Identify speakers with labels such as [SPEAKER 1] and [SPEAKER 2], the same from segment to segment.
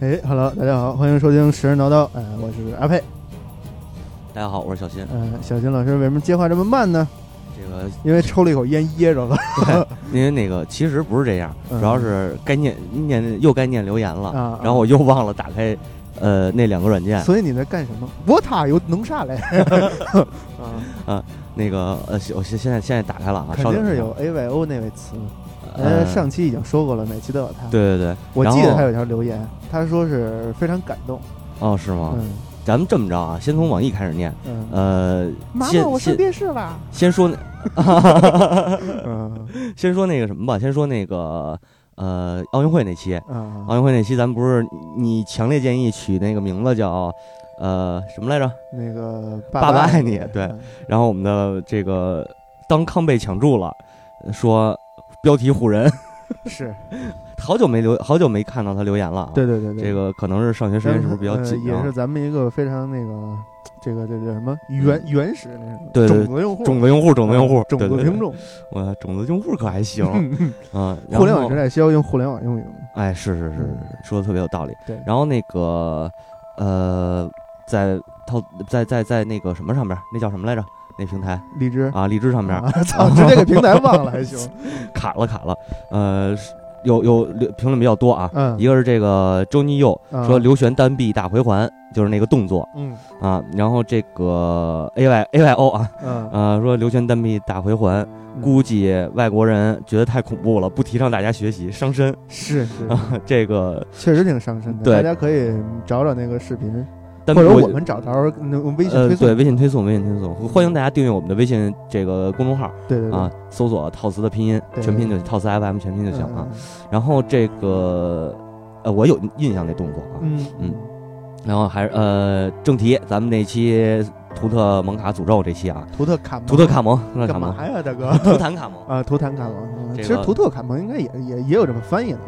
[SPEAKER 1] 哎 Hello，大家好，欢迎收听《时人叨叨》。哎，我是阿佩。
[SPEAKER 2] 大家好，我是小新。
[SPEAKER 1] 嗯、小金老师为什么接话这么慢呢？
[SPEAKER 2] 这个
[SPEAKER 1] 因为抽了一口烟噎着了。
[SPEAKER 2] 因为那个其实不是这样，
[SPEAKER 1] 嗯
[SPEAKER 2] 主要是该念念又该念留言了，
[SPEAKER 1] 啊啊
[SPEAKER 2] 然后我又忘了打开呃那两个软件，
[SPEAKER 1] 所以你在干什么？我塔有能啥来？ 啊，
[SPEAKER 2] 那个呃现我现现在现在打开了啊，
[SPEAKER 1] 肯
[SPEAKER 2] 稍等
[SPEAKER 1] 定
[SPEAKER 2] 一
[SPEAKER 1] 是
[SPEAKER 2] 下
[SPEAKER 1] 有 A Y O 那位词。呃，
[SPEAKER 2] 呃
[SPEAKER 1] 上期已经说过了，每期都有他。，
[SPEAKER 2] 对对对，
[SPEAKER 1] 我
[SPEAKER 2] 然
[SPEAKER 1] 记得
[SPEAKER 2] 后
[SPEAKER 1] 他有一条留言，他说是非常感动。
[SPEAKER 2] 哦是吗？
[SPEAKER 1] 嗯
[SPEAKER 2] 咱们这么着啊，先从网易开始念，
[SPEAKER 1] 嗯，
[SPEAKER 2] 呃先先
[SPEAKER 1] 病逝了。
[SPEAKER 2] 先说那
[SPEAKER 1] 嗯
[SPEAKER 2] 先说那个什么吧，先说那个呃奥运会那期，
[SPEAKER 1] 嗯
[SPEAKER 2] 奥运会那期咱们不是你强烈建议取那个名字叫呃什么来着？
[SPEAKER 1] 那个
[SPEAKER 2] 爸
[SPEAKER 1] 爸
[SPEAKER 2] 爸爱你对
[SPEAKER 1] 嗯
[SPEAKER 2] 然后我们的这个当康被抢注了，说标题唬人，
[SPEAKER 1] 是，
[SPEAKER 2] 哦好久没留，好久没看到他留言了、啊。
[SPEAKER 1] 对对对对，
[SPEAKER 2] 这个可能是上学时间是不是比较
[SPEAKER 1] 呃
[SPEAKER 2] 紧啊
[SPEAKER 1] 也
[SPEAKER 2] 张？
[SPEAKER 1] 是咱们一个非常那个这个这个叫什么原
[SPEAKER 2] 嗯
[SPEAKER 1] 原始那什么
[SPEAKER 2] 对对对
[SPEAKER 1] 种子用户
[SPEAKER 2] 种子用户，种子用户，
[SPEAKER 1] 种
[SPEAKER 2] 对
[SPEAKER 1] 子
[SPEAKER 2] 对对
[SPEAKER 1] 听众，嗯
[SPEAKER 2] 我种子用户可还行啊。然后
[SPEAKER 1] 互联网时代需要用互联网用语。
[SPEAKER 2] 哎，是是是是
[SPEAKER 1] 嗯，
[SPEAKER 2] 说的特别有道理。
[SPEAKER 1] 对
[SPEAKER 2] 然后那个呃，在套在在在那个什么上面，那叫什么来着？那平台
[SPEAKER 1] 荔枝
[SPEAKER 2] 啊，荔枝上面、
[SPEAKER 1] 啊，操，直接给平台忘了还 行。
[SPEAKER 2] 卡了卡了，呃，是有有留评论比较多啊。
[SPEAKER 1] 嗯，
[SPEAKER 2] 一个是这个周尼佑，
[SPEAKER 1] 啊
[SPEAKER 2] 说刘璇单臂大回环就是那个动作
[SPEAKER 1] 嗯
[SPEAKER 2] 啊，然后这个 A Y A Y O 啊，
[SPEAKER 1] 嗯，
[SPEAKER 2] 呃，说刘璇单臂大回环，估计外国人觉得太恐怖了，不提倡大家学习，伤身。
[SPEAKER 1] 是是，
[SPEAKER 2] 这个
[SPEAKER 1] 确实挺伤身的。
[SPEAKER 2] 啊对
[SPEAKER 1] 大家可以找找那个视频，
[SPEAKER 2] 单
[SPEAKER 1] 或
[SPEAKER 2] 臂
[SPEAKER 1] 者我们找着那我们微信
[SPEAKER 2] 呃
[SPEAKER 1] 推送
[SPEAKER 2] 对。微信推送，微信推送，欢迎大家订阅我们的微信这个公众号
[SPEAKER 1] 对对对
[SPEAKER 2] 啊，，搜索“套词”的拼音
[SPEAKER 1] 对
[SPEAKER 2] 全拼就套词 FM 全拼就
[SPEAKER 1] 嗯
[SPEAKER 2] 行啊。。然后这个呃，我有印象那动作啊，
[SPEAKER 1] 嗯
[SPEAKER 2] 嗯然后还是呃正题，咱们那期图特蒙卡诅咒这期啊，
[SPEAKER 1] 图特卡蒙
[SPEAKER 2] 图特卡蒙，图特卡
[SPEAKER 1] 嗯干
[SPEAKER 2] 蒙，
[SPEAKER 1] 嘛呀，大 哥？
[SPEAKER 2] 图坦卡蒙，
[SPEAKER 1] 啊，图坦卡蒙，嗯
[SPEAKER 2] 这
[SPEAKER 1] 其
[SPEAKER 2] 个
[SPEAKER 1] 实图特卡蒙应该也也也有这么翻译的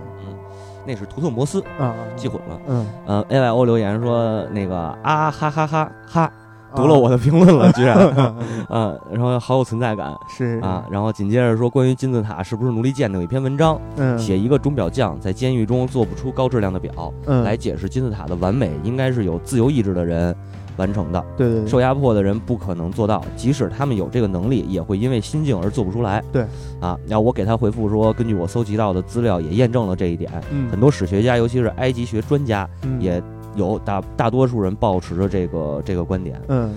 [SPEAKER 2] 那是图特摩斯，
[SPEAKER 1] 啊啊。啊
[SPEAKER 2] 记混了。
[SPEAKER 1] 嗯，
[SPEAKER 2] 呃，A Y O 留言说那个啊哈哈哈哈，读了
[SPEAKER 1] 啊
[SPEAKER 2] 我的评论了，居然，
[SPEAKER 1] 嗯
[SPEAKER 2] 嗯，然后好有存在感
[SPEAKER 1] 是
[SPEAKER 2] 啊。，然后紧接着说关于金字塔是不是奴隶建的有一篇文章，
[SPEAKER 1] 嗯，
[SPEAKER 2] 写一个钟表匠在监狱中做不出高质量的表，
[SPEAKER 1] 嗯
[SPEAKER 2] 来，解释金字塔的完美应该是有自由意志的人完成的。
[SPEAKER 1] 对对对，
[SPEAKER 2] 受压迫的人不可能做到，即使他们有这个能力，也会因为心境而做不出来。
[SPEAKER 1] 对，
[SPEAKER 2] 啊，然后我给他回复说，根据我搜集到的资料也验证了这一点。
[SPEAKER 1] 嗯
[SPEAKER 2] 很多史学家，尤其是埃及学专家，
[SPEAKER 1] 嗯
[SPEAKER 2] 也有大大多数人保持着这个这个观点。
[SPEAKER 1] 嗯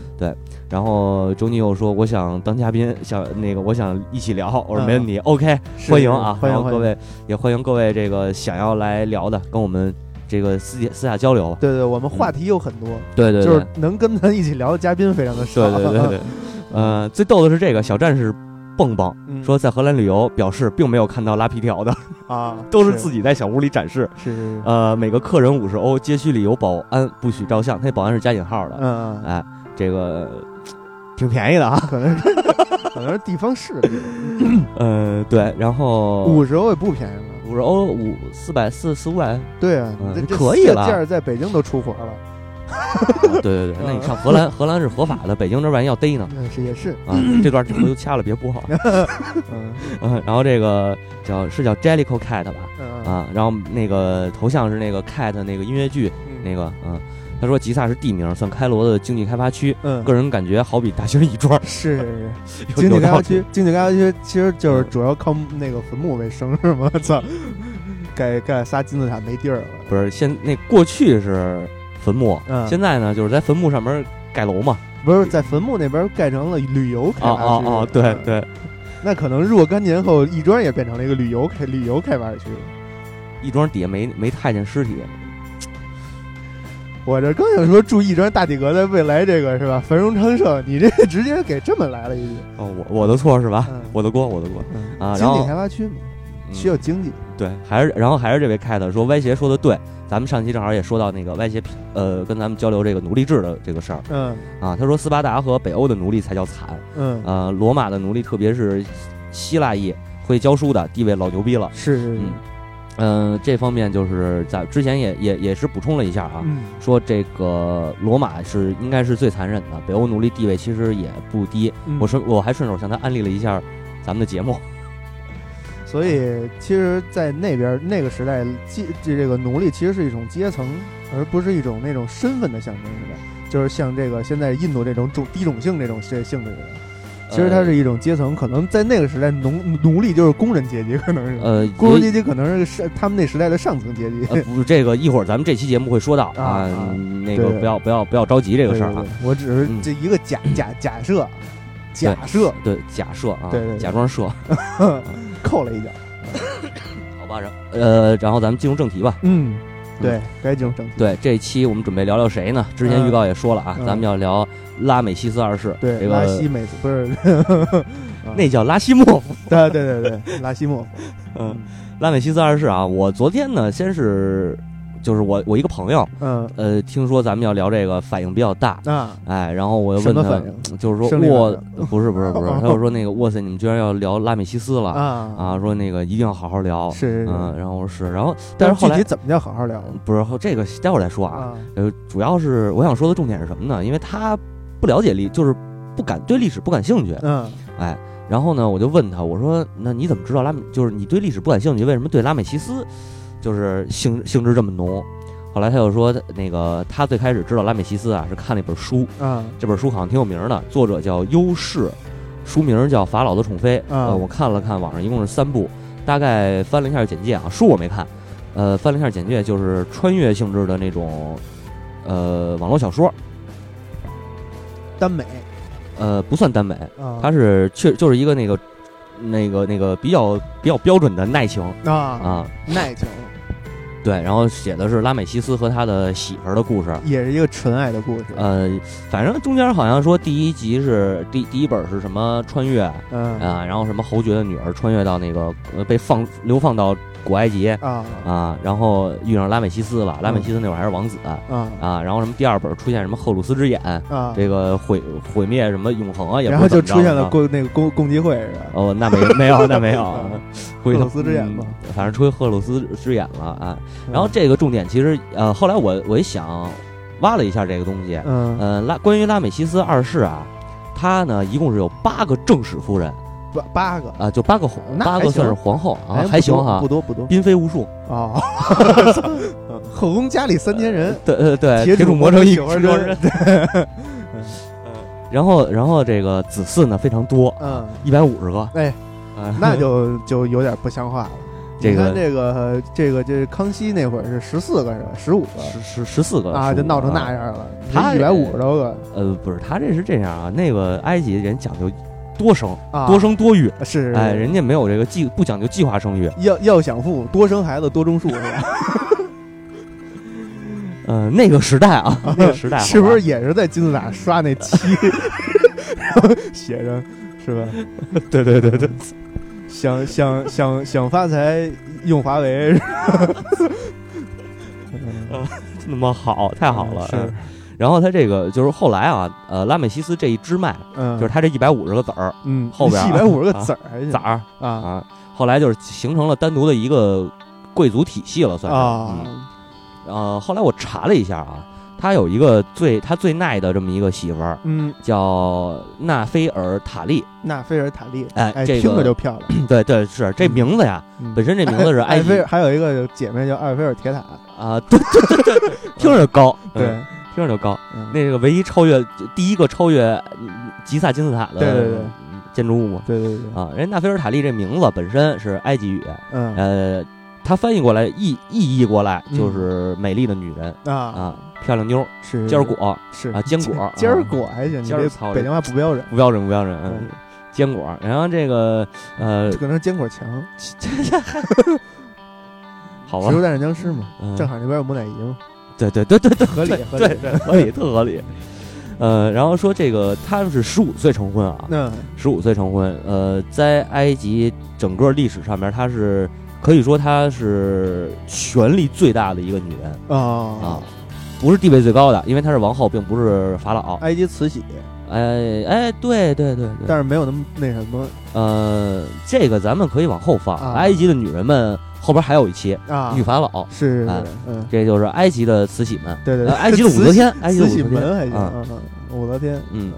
[SPEAKER 2] 然后周尼又说，我想当嘉宾，想那个我想一起聊。我说
[SPEAKER 1] 嗯
[SPEAKER 2] 没问题、o k
[SPEAKER 1] 是
[SPEAKER 2] 欢迎啊，
[SPEAKER 1] 欢迎
[SPEAKER 2] 然后
[SPEAKER 1] 欢
[SPEAKER 2] 各
[SPEAKER 1] 迎。
[SPEAKER 2] 位也欢迎各位这个想要来聊的，跟我们这个私底私下交流。
[SPEAKER 1] 对对，我们话题有很多，
[SPEAKER 2] 对对对，
[SPEAKER 1] 就是能跟咱一起聊的嘉宾非常的少。
[SPEAKER 2] 对对对对，呃，最逗的是这个小战士蹦蹦。
[SPEAKER 1] 嗯
[SPEAKER 2] 说在荷兰旅游，表示并没有看到拉皮条的，
[SPEAKER 1] 啊，
[SPEAKER 2] 都是自
[SPEAKER 1] 己
[SPEAKER 2] 己在小屋里展示。
[SPEAKER 1] 是是，是
[SPEAKER 2] 呃，每个客人五十欧，街区里有保安，不许照相。那保安是加引号的，
[SPEAKER 1] 嗯，嗯
[SPEAKER 2] 哎，这个挺便宜的啊。
[SPEAKER 1] 可能是 可能是地方势力，
[SPEAKER 2] 呃，对，然后
[SPEAKER 1] 嗯五十欧也不便宜了。
[SPEAKER 2] 五十欧五四百四四五百，啊
[SPEAKER 1] 对啊
[SPEAKER 2] 嗯，
[SPEAKER 1] 这这
[SPEAKER 2] 可以
[SPEAKER 1] 这
[SPEAKER 2] 了啊
[SPEAKER 1] 价儿在北京都出活了，
[SPEAKER 2] 对对对，那你上荷 兰，荷兰是合法的，北京这万一要逮呢
[SPEAKER 1] 嗯，是也是，
[SPEAKER 2] 啊，这段我就掐了，别播。
[SPEAKER 1] 嗯
[SPEAKER 2] 嗯，然后这个叫是叫 Jellico Cat 吧，
[SPEAKER 1] 嗯
[SPEAKER 2] 啊，然后那个头像是那个 Cat 那个音乐剧
[SPEAKER 1] 嗯
[SPEAKER 2] 那个，嗯，他说吉萨是地名，算开罗的经济开发区。
[SPEAKER 1] 嗯
[SPEAKER 2] 个人感觉好比大兴一庄，
[SPEAKER 1] 是是是，
[SPEAKER 2] 有
[SPEAKER 1] 经济
[SPEAKER 2] 有
[SPEAKER 1] 开
[SPEAKER 2] 道
[SPEAKER 1] 发
[SPEAKER 2] 理
[SPEAKER 1] 区，经济开发区其实就是
[SPEAKER 2] 嗯
[SPEAKER 1] 主要靠那个坟墓为生是吗？ 操，盖盖仨金字塔没地儿了。
[SPEAKER 2] 不是现那过去是坟墓，
[SPEAKER 1] 嗯
[SPEAKER 2] 现在呢就是在坟墓上面盖楼嘛。
[SPEAKER 1] 不是在坟墓那边盖成了旅游开
[SPEAKER 2] 哦
[SPEAKER 1] 发区，
[SPEAKER 2] 哦哦，对
[SPEAKER 1] 嗯，
[SPEAKER 2] 对，
[SPEAKER 1] 那可能若干年后，亦庄也变成了一个旅游开旅游开发区。
[SPEAKER 2] 亦庄底下没没太监尸体，
[SPEAKER 1] 我这刚想说祝亦庄大体格在未来这个是吧繁荣昌盛，你这直接给这么来了一句。
[SPEAKER 2] 哦，我我的错是吧
[SPEAKER 1] 嗯？
[SPEAKER 2] 我的锅，我的锅。
[SPEAKER 1] 嗯
[SPEAKER 2] 啊
[SPEAKER 1] 经
[SPEAKER 2] 然后
[SPEAKER 1] 济开发区嘛，
[SPEAKER 2] 嗯
[SPEAKER 1] 需要经济，
[SPEAKER 2] 对，还是然后还是这位 cat 说歪斜说的对，咱们上期正好也说到那个歪斜，呃，跟咱们交流这个奴隶制的这个事儿
[SPEAKER 1] 嗯
[SPEAKER 2] 啊。他说斯巴达和北欧的奴隶才叫惨，
[SPEAKER 1] 嗯，
[SPEAKER 2] 呃，罗马的奴隶，特别是希腊裔会教书的地位老牛逼了。
[SPEAKER 1] 是是是，
[SPEAKER 2] 嗯嗯、这方面就是在之前也也也是补充了一下啊，
[SPEAKER 1] 嗯
[SPEAKER 2] 说这个罗马是应该是最残忍的，北欧奴隶地位其实也不低。
[SPEAKER 1] 嗯
[SPEAKER 2] 啊我顺我还顺手向他安利了一下咱们的节目，
[SPEAKER 1] 嗯所以其实，在那边那个时代，阶这这个奴隶其实是一种阶层而不是一种那种身份的象征，是吧？就是像这个现在印度这种种低种姓这种这性质的人，其
[SPEAKER 2] 呃
[SPEAKER 1] 实它是一种阶层，可能在那个时代奴奴隶就是工人阶级，可能是
[SPEAKER 2] 呃呃
[SPEAKER 1] 工人阶级可能是是他们那时代的上层阶级。
[SPEAKER 2] 呃，不，这个一会儿咱们这期节目会说到
[SPEAKER 1] 啊
[SPEAKER 2] 啊
[SPEAKER 1] 啊，
[SPEAKER 2] 那
[SPEAKER 1] 对
[SPEAKER 2] 个
[SPEAKER 1] 对
[SPEAKER 2] 不要不要不要着急这
[SPEAKER 1] 这
[SPEAKER 2] 个事儿啊，
[SPEAKER 1] 我只是
[SPEAKER 2] 嗯
[SPEAKER 1] 这一个假假假设，假设
[SPEAKER 2] 对，假设啊
[SPEAKER 1] 对对，对
[SPEAKER 2] 假装设，
[SPEAKER 1] 扣了一脚。
[SPEAKER 2] 好吧，然呃，然后咱们进入正题吧。
[SPEAKER 1] 嗯，对，该进入正题。
[SPEAKER 2] 对，这一期我们准备聊聊谁呢？之前
[SPEAKER 1] 嗯
[SPEAKER 2] 预告也说了啊，
[SPEAKER 1] 嗯
[SPEAKER 2] 咱们要聊拉美西斯二世，
[SPEAKER 1] 对，
[SPEAKER 2] 这
[SPEAKER 1] 拉西
[SPEAKER 2] 个
[SPEAKER 1] 美不是， 啊
[SPEAKER 2] 那叫拉西莫夫，
[SPEAKER 1] 对对对对，拉西莫夫，
[SPEAKER 2] 嗯，拉美西斯二世啊。我昨天呢，先是就是我我一个朋友，
[SPEAKER 1] 嗯，啊
[SPEAKER 2] 呃，听说咱们要聊这个，反应比较大，
[SPEAKER 1] 那
[SPEAKER 2] 哎，然后我又
[SPEAKER 1] 什
[SPEAKER 2] 问
[SPEAKER 1] 么反
[SPEAKER 2] 他，
[SPEAKER 1] 应
[SPEAKER 2] 就是说
[SPEAKER 1] 生理
[SPEAKER 2] 哇
[SPEAKER 1] 反，
[SPEAKER 2] 不是不是不是，
[SPEAKER 1] 哦
[SPEAKER 2] 他就说那个哇塞，你们居然要聊拉美西斯了
[SPEAKER 1] 啊？
[SPEAKER 2] 啊，说那个一定要好好聊，
[SPEAKER 1] 是，是
[SPEAKER 2] 嗯，
[SPEAKER 1] 是
[SPEAKER 2] 然后我说是，然后但
[SPEAKER 1] 但
[SPEAKER 2] 是
[SPEAKER 1] 是
[SPEAKER 2] 后
[SPEAKER 1] 具
[SPEAKER 2] 来
[SPEAKER 1] 体怎么叫好好聊
[SPEAKER 2] 不是后这个待会儿再说啊，
[SPEAKER 1] 啊？
[SPEAKER 2] 呃，主要是我想说的重点是什么呢？因为他不了解历，就是不感对历史不感兴趣，
[SPEAKER 1] 嗯
[SPEAKER 2] 哎。然后呢，我就问他，我说：“那你怎么知道拉美？就是你对历史不感兴趣，为什么对拉美西斯就是兴兴致这么浓？”后来他又说，那个他最开始知道拉美西斯啊，是看了一本书，
[SPEAKER 1] 啊
[SPEAKER 2] 这本书好像挺有名儿的，作者叫优士，书名儿叫《法老的宠妃》。
[SPEAKER 1] 啊
[SPEAKER 2] 呃，我看了看，网上一共是三部，大概翻了一下简介啊，书我没看，呃，翻了一下简介，就是穿越性质的那种，呃，网络小说，
[SPEAKER 1] 耽美
[SPEAKER 2] 呃，不算耽美，
[SPEAKER 1] 啊，
[SPEAKER 2] 它是确就是一个那个那个那个比较比较标准的耐情
[SPEAKER 1] 啊
[SPEAKER 2] 啊，
[SPEAKER 1] 耐情，
[SPEAKER 2] 对，然后写的是拉美西斯和他的媳妇儿的故事，
[SPEAKER 1] 也是一个纯爱的故事。
[SPEAKER 2] 呃，反正中间好像说第一集是第第一本是什么穿越。
[SPEAKER 1] 嗯
[SPEAKER 2] 啊，然后什么侯爵的女儿穿越到那个呃被放流放到古埃及
[SPEAKER 1] 啊
[SPEAKER 2] 啊，然后遇上拉美西斯了，拉美西斯那会儿还是王子啊，
[SPEAKER 1] 啊
[SPEAKER 2] 然后什么第二本出现什么赫鲁斯之眼，
[SPEAKER 1] 啊，
[SPEAKER 2] 这个毁毁灭什么永恒啊，也不
[SPEAKER 1] 然
[SPEAKER 2] 知
[SPEAKER 1] 后
[SPEAKER 2] 道怎
[SPEAKER 1] 就
[SPEAKER 2] 么
[SPEAKER 1] 出现
[SPEAKER 2] 着
[SPEAKER 1] 了
[SPEAKER 2] 啊
[SPEAKER 1] 共那个共共济会是吧？
[SPEAKER 2] 哦，那没没有那没 有
[SPEAKER 1] 啊，
[SPEAKER 2] 回
[SPEAKER 1] 赫
[SPEAKER 2] 头
[SPEAKER 1] 鲁斯之眼嗯
[SPEAKER 2] 嗯
[SPEAKER 1] 吧
[SPEAKER 2] 反正出现赫鲁斯之眼了啊。然后这个重点其实呃，后来我我一想挖了一下这个东西，
[SPEAKER 1] 嗯，
[SPEAKER 2] 呃，拉关于拉美西斯二世啊，他呢一共是有八个正史夫人。
[SPEAKER 1] 八八个，
[SPEAKER 2] 啊，就八个皇，
[SPEAKER 1] 那
[SPEAKER 2] 八
[SPEAKER 1] 还
[SPEAKER 2] 个算是
[SPEAKER 1] 行
[SPEAKER 2] 皇后啊，
[SPEAKER 1] 哎
[SPEAKER 2] 还行
[SPEAKER 1] 不多
[SPEAKER 2] 哈
[SPEAKER 1] 不，多不多
[SPEAKER 2] 嫔妃无数。
[SPEAKER 1] 哦， 后宫佳丽三千人，
[SPEAKER 2] 对呃对，
[SPEAKER 1] 铁
[SPEAKER 2] 铁
[SPEAKER 1] 杵
[SPEAKER 2] 磨
[SPEAKER 1] 磨
[SPEAKER 2] 成
[SPEAKER 1] 成
[SPEAKER 2] 一
[SPEAKER 1] 一
[SPEAKER 2] 锅
[SPEAKER 1] 锅
[SPEAKER 2] 人
[SPEAKER 1] 人。
[SPEAKER 2] 然后然后这个子嗣呢非常多，
[SPEAKER 1] 嗯，
[SPEAKER 2] 一百五十个。
[SPEAKER 1] 哎
[SPEAKER 2] 啊，
[SPEAKER 1] 那就就有点不像话了。
[SPEAKER 2] 这
[SPEAKER 1] 你
[SPEAKER 2] 个
[SPEAKER 1] 看这个这个这康熙那会儿是十四个是吧？十五个
[SPEAKER 2] 十十十四个
[SPEAKER 1] 啊，
[SPEAKER 2] 数
[SPEAKER 1] 就闹成那
[SPEAKER 2] 啊。
[SPEAKER 1] 样了，
[SPEAKER 2] 他
[SPEAKER 1] 一百五十多个
[SPEAKER 2] 呃，不是，他这是这样啊，那个埃及人讲究多生
[SPEAKER 1] 啊，
[SPEAKER 2] 多生多育，
[SPEAKER 1] 是是
[SPEAKER 2] 哎，人家没有这个计不讲究计划生育。
[SPEAKER 1] 要要想富，多生孩子多种树是吧？
[SPEAKER 2] 呃，那个时代 啊，那个时代好吧
[SPEAKER 1] 是不是也是在金字塔刷那漆， 然后写着是吧？
[SPEAKER 2] 对对对对，
[SPEAKER 1] 想想想想发财用华为是吧？
[SPEAKER 2] 那么好， 太
[SPEAKER 1] 太
[SPEAKER 2] 好了。
[SPEAKER 1] 是
[SPEAKER 2] 嗯然后他这个就是后来啊，呃，拉美西斯这一支脉，
[SPEAKER 1] 嗯，
[SPEAKER 2] 就是他这一百五十个子儿
[SPEAKER 1] 嗯
[SPEAKER 2] 后边啊
[SPEAKER 1] 一百五十个子儿还行
[SPEAKER 2] 崽儿
[SPEAKER 1] 啊
[SPEAKER 2] 啊，后来就是形成了单独的一个贵族体系了，算是。嗯
[SPEAKER 1] 啊
[SPEAKER 2] 呃，后来我查了一下啊，他有一个最他最耐的这么一个媳妇儿，
[SPEAKER 1] 嗯，
[SPEAKER 2] 叫纳菲尔塔利。
[SPEAKER 1] 纳菲尔塔利，
[SPEAKER 2] 哎
[SPEAKER 1] 哎，
[SPEAKER 2] 这个
[SPEAKER 1] 听着就漂 亮。
[SPEAKER 2] 对对，是这名字呀，
[SPEAKER 1] 嗯
[SPEAKER 2] 本身这名字是
[SPEAKER 1] 艾
[SPEAKER 2] 埃及
[SPEAKER 1] 菲尔，还有一个姐妹叫艾菲尔铁塔，
[SPEAKER 2] 啊，对对对对，听着高，
[SPEAKER 1] 对
[SPEAKER 2] 嗯，，听着就高。
[SPEAKER 1] 嗯
[SPEAKER 2] 那个唯一超越第一个超越嗯吉萨金字塔的
[SPEAKER 1] 对对对
[SPEAKER 2] 嗯建筑物嘛。
[SPEAKER 1] 对对对，
[SPEAKER 2] 啊，人家纳菲尔塔利这名字本身是埃及语，
[SPEAKER 1] 嗯
[SPEAKER 2] 呃，它翻译过来意意译过来
[SPEAKER 1] 嗯
[SPEAKER 2] 就是美丽的女人。
[SPEAKER 1] 啊嗯
[SPEAKER 2] 啊，漂亮妞儿，
[SPEAKER 1] 是
[SPEAKER 2] 坚果
[SPEAKER 1] 是
[SPEAKER 2] 啊坚果
[SPEAKER 1] 坚
[SPEAKER 2] 啊
[SPEAKER 1] 果还行，你
[SPEAKER 2] 尖儿
[SPEAKER 1] 这
[SPEAKER 2] 操
[SPEAKER 1] 北
[SPEAKER 2] 着
[SPEAKER 1] 京话不标准，
[SPEAKER 2] 不标准不标准，嗯，坚果。然后这个呃，
[SPEAKER 1] 可能坚果强。
[SPEAKER 2] 好啊
[SPEAKER 1] 植
[SPEAKER 2] 吧
[SPEAKER 1] 物，大战僵尸嘛，
[SPEAKER 2] 嗯
[SPEAKER 1] 正好那边有木乃伊嘛，
[SPEAKER 2] 对对对对 对
[SPEAKER 1] 合理合
[SPEAKER 2] 对
[SPEAKER 1] 理。
[SPEAKER 2] 对，合理特合理。呃，然后说这个他们是十五岁成婚啊，
[SPEAKER 1] 那
[SPEAKER 2] 十五岁成婚。呃，在埃及整个历史上面，她是可以说她是权力最大的一个女人啊
[SPEAKER 1] 啊，，
[SPEAKER 2] 不是地位最高的，因为她是王后，并不是法老。
[SPEAKER 1] 埃及慈禧，
[SPEAKER 2] 哎哎，对对对对，
[SPEAKER 1] 但是没有那么那什么
[SPEAKER 2] 呃，这个咱们可以往后放。
[SPEAKER 1] 啊
[SPEAKER 2] 埃及的女人们后边还有一期
[SPEAKER 1] 啊，
[SPEAKER 2] 女法老，
[SPEAKER 1] 是是
[SPEAKER 2] 哎
[SPEAKER 1] 是，嗯，
[SPEAKER 2] 这就是埃及的慈禧们，
[SPEAKER 1] 对对
[SPEAKER 2] 呃
[SPEAKER 1] 对，
[SPEAKER 2] 埃及的武则天，埃及的
[SPEAKER 1] 慈
[SPEAKER 2] 武
[SPEAKER 1] 禧
[SPEAKER 2] 则天
[SPEAKER 1] 门还行，
[SPEAKER 2] 啊
[SPEAKER 1] 嗯嗯武则天，
[SPEAKER 2] 嗯，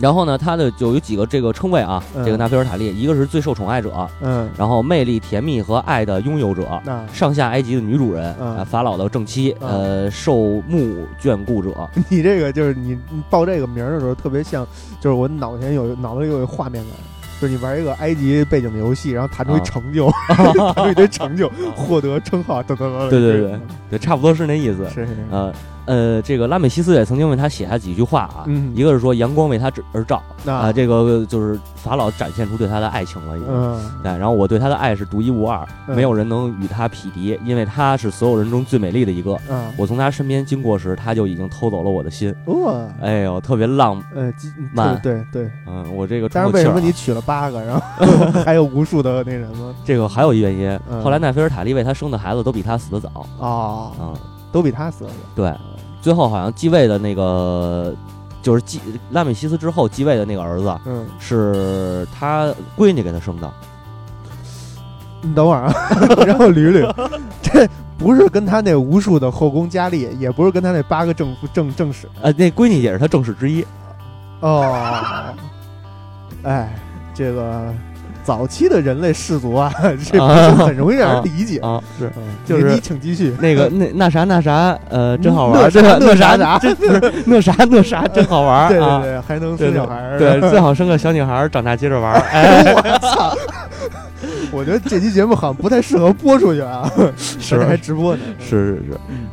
[SPEAKER 2] 然后呢，他的就有几个这个称谓啊，
[SPEAKER 1] 嗯
[SPEAKER 2] 这个纳菲尔塔利，一个是最受宠爱者，
[SPEAKER 1] 嗯，
[SPEAKER 2] 然后魅力、甜蜜和爱的拥有者，
[SPEAKER 1] 那
[SPEAKER 2] 上下埃及的女主人，
[SPEAKER 1] 嗯
[SPEAKER 2] 啊，法老的正妻，
[SPEAKER 1] 嗯
[SPEAKER 2] 呃，受牧眷顾者，
[SPEAKER 1] 你这个就是你你报这个名儿的时候，特别像，就是我脑前有脑子里有画面感，就是你玩一个埃及背景的游戏，然后弹出一
[SPEAKER 2] 啊
[SPEAKER 1] 成就， 弹出一堆成就，获得称号，等等等等。
[SPEAKER 2] 对对对对，差不多是那意思。
[SPEAKER 1] 是是是，
[SPEAKER 2] 呃呃，这个拉美西斯也曾经为他写下几句话啊，
[SPEAKER 1] 嗯
[SPEAKER 2] 一个是说阳光为他而照
[SPEAKER 1] 那
[SPEAKER 2] 啊、这个就是法老展现出对他的爱情了已经。哎
[SPEAKER 1] 嗯
[SPEAKER 2] 对，然后我对他的爱是独一无二，
[SPEAKER 1] 嗯
[SPEAKER 2] 没有人能与他匹敌，因为他是所有人中最美丽的一个。
[SPEAKER 1] 啊，
[SPEAKER 2] 我从他身边经过时，他就已经偷走了我的心。
[SPEAKER 1] 哇，
[SPEAKER 2] 哎呦，特别浪，
[SPEAKER 1] 呃，鸡
[SPEAKER 2] 慢
[SPEAKER 1] 对对对。
[SPEAKER 2] 嗯，我这个
[SPEAKER 1] 但是
[SPEAKER 2] 喘口气
[SPEAKER 1] 为
[SPEAKER 2] 儿
[SPEAKER 1] 什
[SPEAKER 2] 啊、
[SPEAKER 1] 么你娶了八个，然后 还有无数的那什么
[SPEAKER 2] 这个还有一原因？
[SPEAKER 1] 嗯
[SPEAKER 2] 后来奈菲尔塔利为他生的孩子都比他死的早
[SPEAKER 1] 啊，
[SPEAKER 2] 啊、
[SPEAKER 1] 都比他死了。
[SPEAKER 2] 对，最后好像继位的那个就是继拉美西斯之后继位的那个儿子，
[SPEAKER 1] 嗯，
[SPEAKER 2] 是他闺女给他生的。
[SPEAKER 1] 你等会儿啊， 然后捋捋，这不是跟他那无数的后宫佳丽，也不是跟他那八个正夫正正室
[SPEAKER 2] 呃，那闺女也是他正室之一。
[SPEAKER 1] 哦。 哎，这个早期的人类氏族 啊，这不
[SPEAKER 2] 啊
[SPEAKER 1] 是很容易让人理解。
[SPEAKER 2] 啊，是
[SPEAKER 1] 嗯
[SPEAKER 2] 就
[SPEAKER 1] 你
[SPEAKER 2] 是
[SPEAKER 1] 你请继续。
[SPEAKER 2] 那个那那啥那啥，呃，真好玩
[SPEAKER 1] 那
[SPEAKER 2] 儿，这个
[SPEAKER 1] 那啥
[SPEAKER 2] 啥
[SPEAKER 1] 啥
[SPEAKER 2] 这不是那啥那啥真好玩儿
[SPEAKER 1] 对对
[SPEAKER 2] 啊。
[SPEAKER 1] 对，还能生小孩儿。
[SPEAKER 2] 对，最好生个小女孩儿，长大接着玩儿。哎，
[SPEAKER 1] 我操！ 我觉得这期节目好像不太适合播出去啊，
[SPEAKER 2] 是
[SPEAKER 1] 还直播呢。
[SPEAKER 2] 是是是，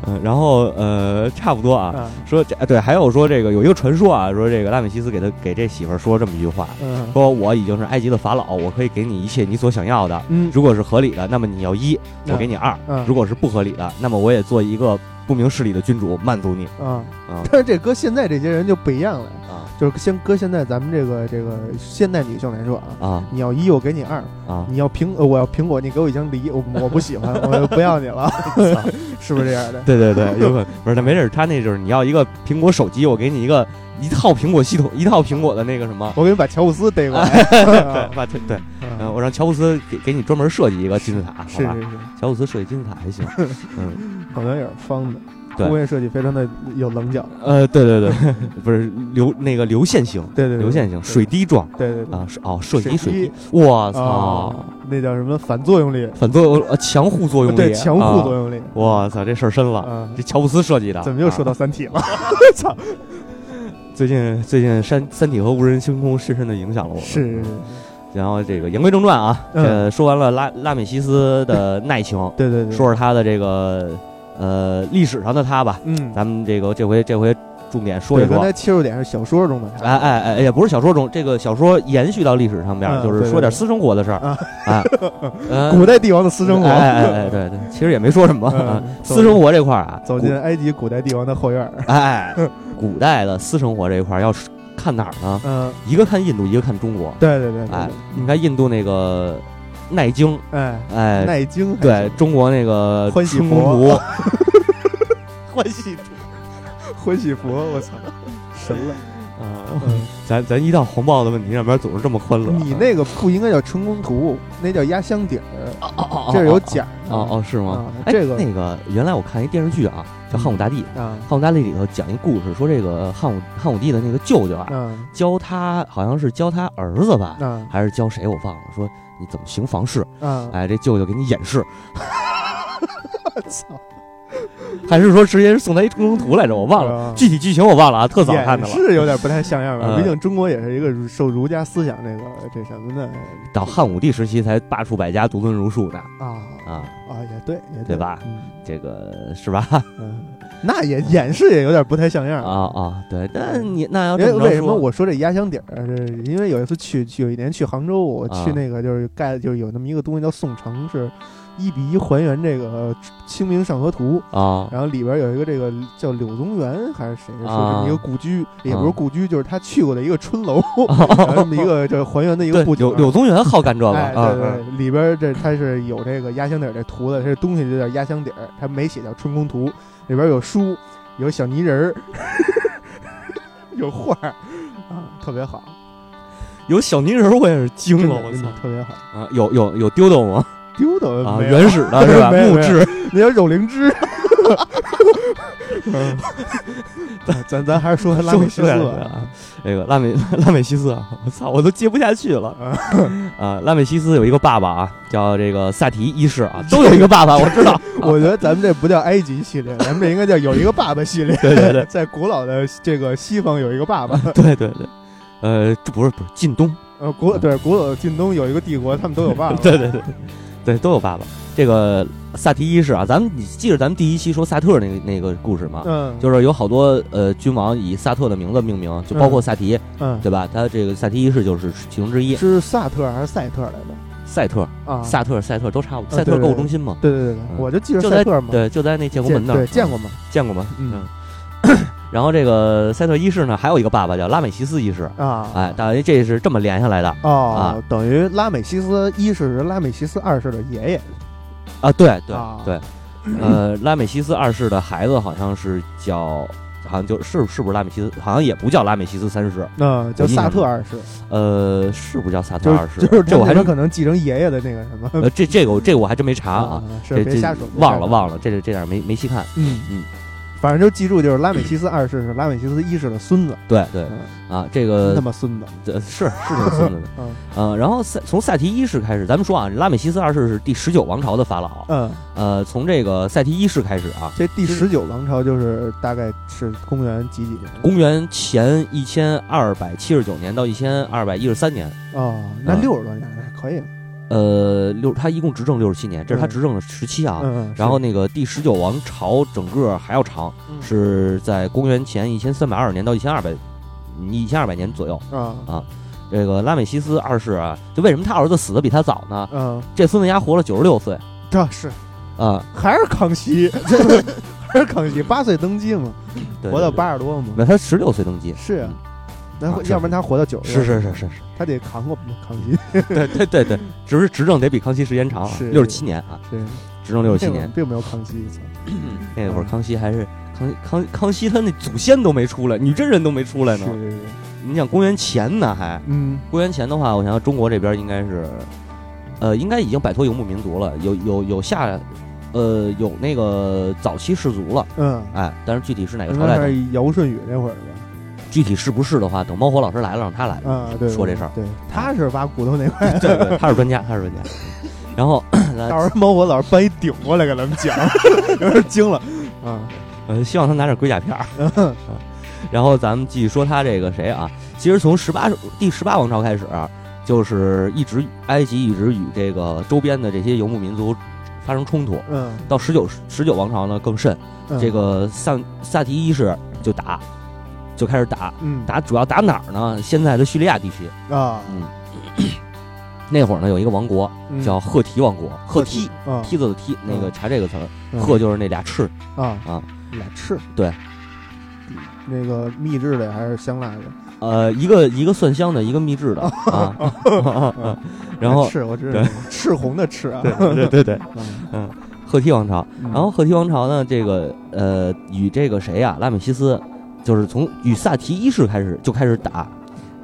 [SPEAKER 2] 嗯，然后呃，差不多啊。
[SPEAKER 1] 啊，
[SPEAKER 2] 说这对，还有说这个有一个传说啊，说这个拉美西斯给他给这媳妇儿说这么一句话，
[SPEAKER 1] 嗯
[SPEAKER 2] 说我已经是埃及的法老，我可以给你一切你所想要的。
[SPEAKER 1] 嗯
[SPEAKER 2] 如果是合理的，那么你要一，我给你二；
[SPEAKER 1] 嗯
[SPEAKER 2] 如果是不合理的，那么我也做一个不明事理的君主，满足你
[SPEAKER 1] 啊，
[SPEAKER 2] 啊
[SPEAKER 1] 但是这搁现在这些人就不一样了，
[SPEAKER 2] 啊
[SPEAKER 1] 就是先搁现在咱们这个这个现代女性来说啊，
[SPEAKER 2] 啊
[SPEAKER 1] 你要一我给你二，
[SPEAKER 2] 啊！
[SPEAKER 1] 你要苹呃我要苹果，你给我一张梨，我我不喜欢，我就不要你 了，是不是这样的？
[SPEAKER 2] 对对对，有可能不是，那没事儿，他那就是你要一个苹果手机，我给你一个一套苹果系统，一套苹果的那个什么，
[SPEAKER 1] 我给你把乔布斯逮过来，
[SPEAKER 2] 对
[SPEAKER 1] 啊
[SPEAKER 2] 吧？对对，嗯，
[SPEAKER 1] 啊
[SPEAKER 2] 我让乔布斯给给你专门设计一个金字塔，好
[SPEAKER 1] 是
[SPEAKER 2] 吧
[SPEAKER 1] 是？是，
[SPEAKER 2] 乔布斯设计金字塔还行，嗯，
[SPEAKER 1] 好像有点方的，
[SPEAKER 2] 对
[SPEAKER 1] 工业设计非常的有棱角，
[SPEAKER 2] 呃，对 对对，不是流那个流线型，
[SPEAKER 1] 对对对，
[SPEAKER 2] 流线型，水滴状
[SPEAKER 1] 对对对
[SPEAKER 2] 啊，是哦，射击
[SPEAKER 1] 水
[SPEAKER 2] 水
[SPEAKER 1] 滴
[SPEAKER 2] 滴，我
[SPEAKER 1] 啊
[SPEAKER 2] 操！，
[SPEAKER 1] 那叫什么反作用力？
[SPEAKER 2] 反作用呃强互作用力，
[SPEAKER 1] 对，强互作
[SPEAKER 2] 啊。
[SPEAKER 1] 用力。
[SPEAKER 2] 我操，这事儿深了，
[SPEAKER 1] 啊
[SPEAKER 2] 这乔布斯设计的。
[SPEAKER 1] 怎么又说
[SPEAKER 2] 啊
[SPEAKER 1] 到《三体》了？操，
[SPEAKER 2] 最近最近山《三体》和《无人星空》深深的影响了我们。
[SPEAKER 1] 是，
[SPEAKER 2] 然后这个言归正传啊，
[SPEAKER 1] 嗯
[SPEAKER 2] 呃，说完了拉拉美西斯的耐情，
[SPEAKER 1] 对对对，
[SPEAKER 2] 说说他的这个呃历史上的他吧。
[SPEAKER 1] 嗯，
[SPEAKER 2] 咱们这个这回这回重点说
[SPEAKER 1] 对，
[SPEAKER 2] 一
[SPEAKER 1] 刚
[SPEAKER 2] 说。
[SPEAKER 1] 才切入点是小说中的他，
[SPEAKER 2] 哎哎哎，也不是小说中，这个小说延续到历史上边儿，
[SPEAKER 1] 嗯
[SPEAKER 2] 就是说点私生活的事儿
[SPEAKER 1] 对
[SPEAKER 2] 啊。呃
[SPEAKER 1] 古代帝王的私生活，
[SPEAKER 2] 哎哎哎，对对，其实也没说什么。
[SPEAKER 1] 嗯
[SPEAKER 2] 啊
[SPEAKER 1] 走
[SPEAKER 2] 私生活这块儿啊，
[SPEAKER 1] 走进埃及古代帝王的后院儿，
[SPEAKER 2] 哎，古代的私生活这一块儿要是看哪儿呢？
[SPEAKER 1] 嗯，
[SPEAKER 2] 一个看印度，一个看中国。
[SPEAKER 1] 对对对，对
[SPEAKER 2] 哎，你看印度那个奈京，
[SPEAKER 1] 哎，
[SPEAKER 2] 哎，
[SPEAKER 1] 耐经还
[SPEAKER 2] 对
[SPEAKER 1] 行，
[SPEAKER 2] 中国那个
[SPEAKER 1] 欢喜
[SPEAKER 2] 春宫
[SPEAKER 1] 佛
[SPEAKER 2] 图，欢喜图
[SPEAKER 1] 欢喜佛，我操，神了！
[SPEAKER 2] 啊！咱咱一到黄暴的问题上边总是这么欢乐。
[SPEAKER 1] 嗯你那个不应该叫春宫图，那叫压箱底儿，
[SPEAKER 2] 哦哦哦，
[SPEAKER 1] 这是有假的
[SPEAKER 2] 哦哦是吗
[SPEAKER 1] 啊？
[SPEAKER 2] 哎
[SPEAKER 1] 这个
[SPEAKER 2] 那个原来我看一电视剧啊，叫《汉武大帝》，《
[SPEAKER 1] 啊，
[SPEAKER 2] 汉武大帝》里头讲一故事，说这个汉武汉武帝的那个舅舅啊，
[SPEAKER 1] 嗯
[SPEAKER 2] 教他好像是教他儿子吧，
[SPEAKER 1] 啊
[SPEAKER 2] 还是教谁我忘了，说你怎么行房事？
[SPEAKER 1] 啊，
[SPEAKER 2] 哎，这舅舅给你演示，
[SPEAKER 1] 操，
[SPEAKER 2] 还是说直接送他一春宫图来着？我忘了，
[SPEAKER 1] 了
[SPEAKER 2] 具体剧情我忘了啊，特早
[SPEAKER 1] 也
[SPEAKER 2] 看的了。
[SPEAKER 1] 是有点不太像样吧？
[SPEAKER 2] 嗯
[SPEAKER 1] 毕竟中国也是一个儒受儒家思想这个这什么的
[SPEAKER 2] 到汉武帝时期才罢黜百家，独尊儒术呢
[SPEAKER 1] 啊
[SPEAKER 2] 啊，
[SPEAKER 1] 啊，也对，也
[SPEAKER 2] 对吧
[SPEAKER 1] 嗯
[SPEAKER 2] 这个是 吧？
[SPEAKER 1] 嗯，那也演示也有点不太像样
[SPEAKER 2] 啊。啊，对，那你那要
[SPEAKER 1] 因为
[SPEAKER 2] 这啊么着
[SPEAKER 1] 为什么
[SPEAKER 2] 说
[SPEAKER 1] 我说这压箱底儿？啊是因为有一次去，去有一年去杭州，我
[SPEAKER 2] 啊
[SPEAKER 1] 去那个就是盖，就是有那么一个东西叫宋城，是一比一还原这个呃《清明上河图》，
[SPEAKER 2] 啊
[SPEAKER 1] 然后里边有一个这个叫柳宗元还是谁，是这么
[SPEAKER 2] 啊
[SPEAKER 1] 一个故居，也
[SPEAKER 2] 啊
[SPEAKER 1] 不是故居，就是他去过的一个春 楼，然后这么一个这还原的一个
[SPEAKER 2] 对
[SPEAKER 1] 布景
[SPEAKER 2] 柳。柳宗元好干这个
[SPEAKER 1] 哎，
[SPEAKER 2] 啊
[SPEAKER 1] 对对，对里边这它是有这个压箱底儿这图的，这东西就叫压箱底儿，它没写叫春宫图，里边有书，有小泥人儿， 有画儿，啊，特别好，
[SPEAKER 2] 有小泥人儿我也是惊
[SPEAKER 1] 真
[SPEAKER 2] 了，
[SPEAKER 1] 的
[SPEAKER 2] 我
[SPEAKER 1] 真
[SPEAKER 2] 操
[SPEAKER 1] 的！特别好，
[SPEAKER 2] 啊，有有有丢丢吗？
[SPEAKER 1] 丢的
[SPEAKER 2] 啊，
[SPEAKER 1] 没有，
[SPEAKER 2] 原始的是 吧？
[SPEAKER 1] 没有
[SPEAKER 2] 木
[SPEAKER 1] 没有
[SPEAKER 2] 质
[SPEAKER 1] 那叫肉灵芝，嗯 咱咱还是 说拉美西斯
[SPEAKER 2] 说回来
[SPEAKER 1] 吧。
[SPEAKER 2] 啊，这个拉美 拉美西斯啊，我操，我都接不下去了
[SPEAKER 1] 啊
[SPEAKER 2] 啊！拉美西斯有一个爸爸啊，叫这个萨提一世啊， 都有一个爸爸，我知道。
[SPEAKER 1] 我觉得咱们这不叫埃及系列，咱们这应该叫有一个爸爸系列。
[SPEAKER 2] 对对对
[SPEAKER 1] 在古老的这个西方有一个爸爸，
[SPEAKER 2] 对对对，呃，这不是不是近东，
[SPEAKER 1] 呃，古对古老的近东有一个帝国，他们都有爸爸。
[SPEAKER 2] 对对对对，都有爸爸。这个萨提一世啊，咱们你记着咱们第一期说萨特那个那个故事吗？
[SPEAKER 1] 嗯，
[SPEAKER 2] 啊就是有好多呃君王以萨特的名字命名，就包括萨提，
[SPEAKER 1] 嗯，啊
[SPEAKER 2] 对吧？他这个萨提一世就是其中之一。
[SPEAKER 1] 是萨特还是赛特来着？
[SPEAKER 2] 赛特、
[SPEAKER 1] 啊，
[SPEAKER 2] 萨特、赛特都差不多，
[SPEAKER 1] 啊
[SPEAKER 2] 赛特
[SPEAKER 1] 对对
[SPEAKER 2] 购物
[SPEAKER 1] 对
[SPEAKER 2] 中心嘛。
[SPEAKER 1] 对对对对
[SPEAKER 2] 嗯，
[SPEAKER 1] 我就记着
[SPEAKER 2] 就
[SPEAKER 1] 赛
[SPEAKER 2] 在
[SPEAKER 1] 特嘛，
[SPEAKER 2] 对，就在那建国
[SPEAKER 1] 见
[SPEAKER 2] 门那儿啊
[SPEAKER 1] 对，见过吗？
[SPEAKER 2] 见过吗？
[SPEAKER 1] 嗯。
[SPEAKER 2] 然后这个赛特一世呢，还有一个爸爸叫拉美西斯一世，
[SPEAKER 1] 啊，
[SPEAKER 2] 哎，啊大约这是这么连下来的
[SPEAKER 1] 哦，等于拉美西斯一世是拉美西斯二世的爷爷
[SPEAKER 2] 啊。对对
[SPEAKER 1] 啊
[SPEAKER 2] 对，呃，拉美西斯二世的孩子好像是叫，好像就是是不是拉美西斯，好像也不叫拉美西斯三世，
[SPEAKER 1] 嗯，叫萨特二世，
[SPEAKER 2] 呃，是不叫萨特
[SPEAKER 1] 就
[SPEAKER 2] 二
[SPEAKER 1] 是
[SPEAKER 2] 世
[SPEAKER 1] 就？是
[SPEAKER 2] 这我还
[SPEAKER 1] 他
[SPEAKER 2] 真
[SPEAKER 1] 们可能继承爷爷的那个什么嗯
[SPEAKER 2] 呃，这这个我这个我还真没查啊，，
[SPEAKER 1] 是
[SPEAKER 2] 这
[SPEAKER 1] 别
[SPEAKER 2] 这
[SPEAKER 1] 瞎说，别瞎
[SPEAKER 2] 忘
[SPEAKER 1] 说，
[SPEAKER 2] 了忘了，这这点儿没没细看。
[SPEAKER 1] 嗯
[SPEAKER 2] 嗯，
[SPEAKER 1] 反正就记住就是拉美西斯二世是拉美西斯一世的孙子，
[SPEAKER 2] 对对
[SPEAKER 1] 嗯
[SPEAKER 2] 啊，这
[SPEAKER 1] 真他
[SPEAKER 2] 个
[SPEAKER 1] 妈孙子，，
[SPEAKER 2] 呃是是这个孙子的
[SPEAKER 1] 嗯
[SPEAKER 2] 呃，然后赛从赛提一世开始，咱们说啊，拉美西斯二世是第十九王朝的法老，
[SPEAKER 1] 嗯，
[SPEAKER 2] 呃，从这个赛提一世开始啊，
[SPEAKER 1] 这第
[SPEAKER 2] 其
[SPEAKER 1] 十
[SPEAKER 2] 实
[SPEAKER 1] 九王朝就是大概是公元几几年？
[SPEAKER 2] 公元前一千二百七十九年到一千二百一十三年，
[SPEAKER 1] 哦，那
[SPEAKER 2] 嗯
[SPEAKER 1] 六十多年还可以了，
[SPEAKER 2] 呃，六他一共执政六十七年，这是他
[SPEAKER 1] 嗯
[SPEAKER 2] 执政的时期啊。
[SPEAKER 1] 嗯，嗯
[SPEAKER 2] 然后那个第十九王朝整个还要长，
[SPEAKER 1] 是
[SPEAKER 2] 是在公元前一千三百二十年到一千二百一千二百年左右。
[SPEAKER 1] 嗯啊
[SPEAKER 2] 这个拉美西斯二世啊，就为什么他儿子死的比他早呢？
[SPEAKER 1] 嗯，
[SPEAKER 2] 这孙子丫活了九十六岁
[SPEAKER 1] 这是
[SPEAKER 2] 啊，
[SPEAKER 1] 还是康 熙，还是康熙，八岁登基嘛，
[SPEAKER 2] 对
[SPEAKER 1] 活到，八十多嘛
[SPEAKER 2] 对对，那他十六岁登基，
[SPEAKER 1] 是啊
[SPEAKER 2] 嗯。
[SPEAKER 1] 那
[SPEAKER 2] 啊
[SPEAKER 1] 会
[SPEAKER 2] 是
[SPEAKER 1] 要不然他活到九十，
[SPEAKER 2] 是是是是是，
[SPEAKER 1] 他得扛过康熙，
[SPEAKER 2] 对对对对，只是执政得比康熙时间长啊，
[SPEAKER 1] 是
[SPEAKER 2] 六十七年啊，
[SPEAKER 1] 是
[SPEAKER 2] 执政六十七年。
[SPEAKER 1] 并没有康熙，操
[SPEAKER 2] 那会儿康熙还是康康康熙他那祖先都没出来，女真人都没出来
[SPEAKER 1] 是
[SPEAKER 2] 呢。
[SPEAKER 1] 是是，
[SPEAKER 2] 你想公元前呢还？
[SPEAKER 1] 嗯
[SPEAKER 2] 公元前的话，我想想中国这边应该是，呃，应该已经摆脱游牧民族了，有有有下，呃，有那个早期氏族了，
[SPEAKER 1] 嗯，
[SPEAKER 2] 哎，但是具体是哪个
[SPEAKER 1] 应
[SPEAKER 2] 朝代
[SPEAKER 1] 该
[SPEAKER 2] 的，
[SPEAKER 1] 是尧舜禹那会儿吧，
[SPEAKER 2] 具体是不是的话，等猫火老师来了，让他来
[SPEAKER 1] 啊，对，
[SPEAKER 2] 说这事儿。嗯
[SPEAKER 1] 对，他是挖骨头那块，
[SPEAKER 2] 对对，他是专家，他是专家。然后，
[SPEAKER 1] 哎到时候猫火老师搬一顶过来给咱们讲， 有点惊了，啊，
[SPEAKER 2] 呃，希望他拿点龟甲片 儿。
[SPEAKER 1] 嗯
[SPEAKER 2] 然后咱们继续说他这个谁啊？其实从十八第十八王朝开始、就是一直埃及一直与这个周边的这些游牧民族发生冲突。
[SPEAKER 1] 嗯，
[SPEAKER 2] 到十九十九王朝呢更甚，
[SPEAKER 1] 嗯
[SPEAKER 2] 这，个萨萨提一世就打，就开始打，
[SPEAKER 1] 嗯
[SPEAKER 2] 打主要打哪儿呢？现在的叙利亚地区。
[SPEAKER 1] 啊，
[SPEAKER 2] 那会儿呢有一个王国
[SPEAKER 1] 嗯
[SPEAKER 2] 叫赫梯王国，赫梯
[SPEAKER 1] 啊
[SPEAKER 2] 梯子的梯，那个查这个词儿，
[SPEAKER 1] 嗯
[SPEAKER 2] 赫就是那俩翅，
[SPEAKER 1] 啊
[SPEAKER 2] 啊，
[SPEAKER 1] 俩翅，
[SPEAKER 2] 对，
[SPEAKER 1] 那个秘制的还是香辣的，
[SPEAKER 2] 呃，一个一个蒜香的，一个秘制 的啊，啊 然后
[SPEAKER 1] 赤我知道
[SPEAKER 2] 对，
[SPEAKER 1] 赤红的赤啊，
[SPEAKER 2] 对 对对，
[SPEAKER 1] 嗯
[SPEAKER 2] 赫梯王朝。
[SPEAKER 1] 嗯
[SPEAKER 2] 然后赫梯王朝呢，这个呃，与这个谁呀、啊拉美西斯，就是从与萨提一世开始就开始打。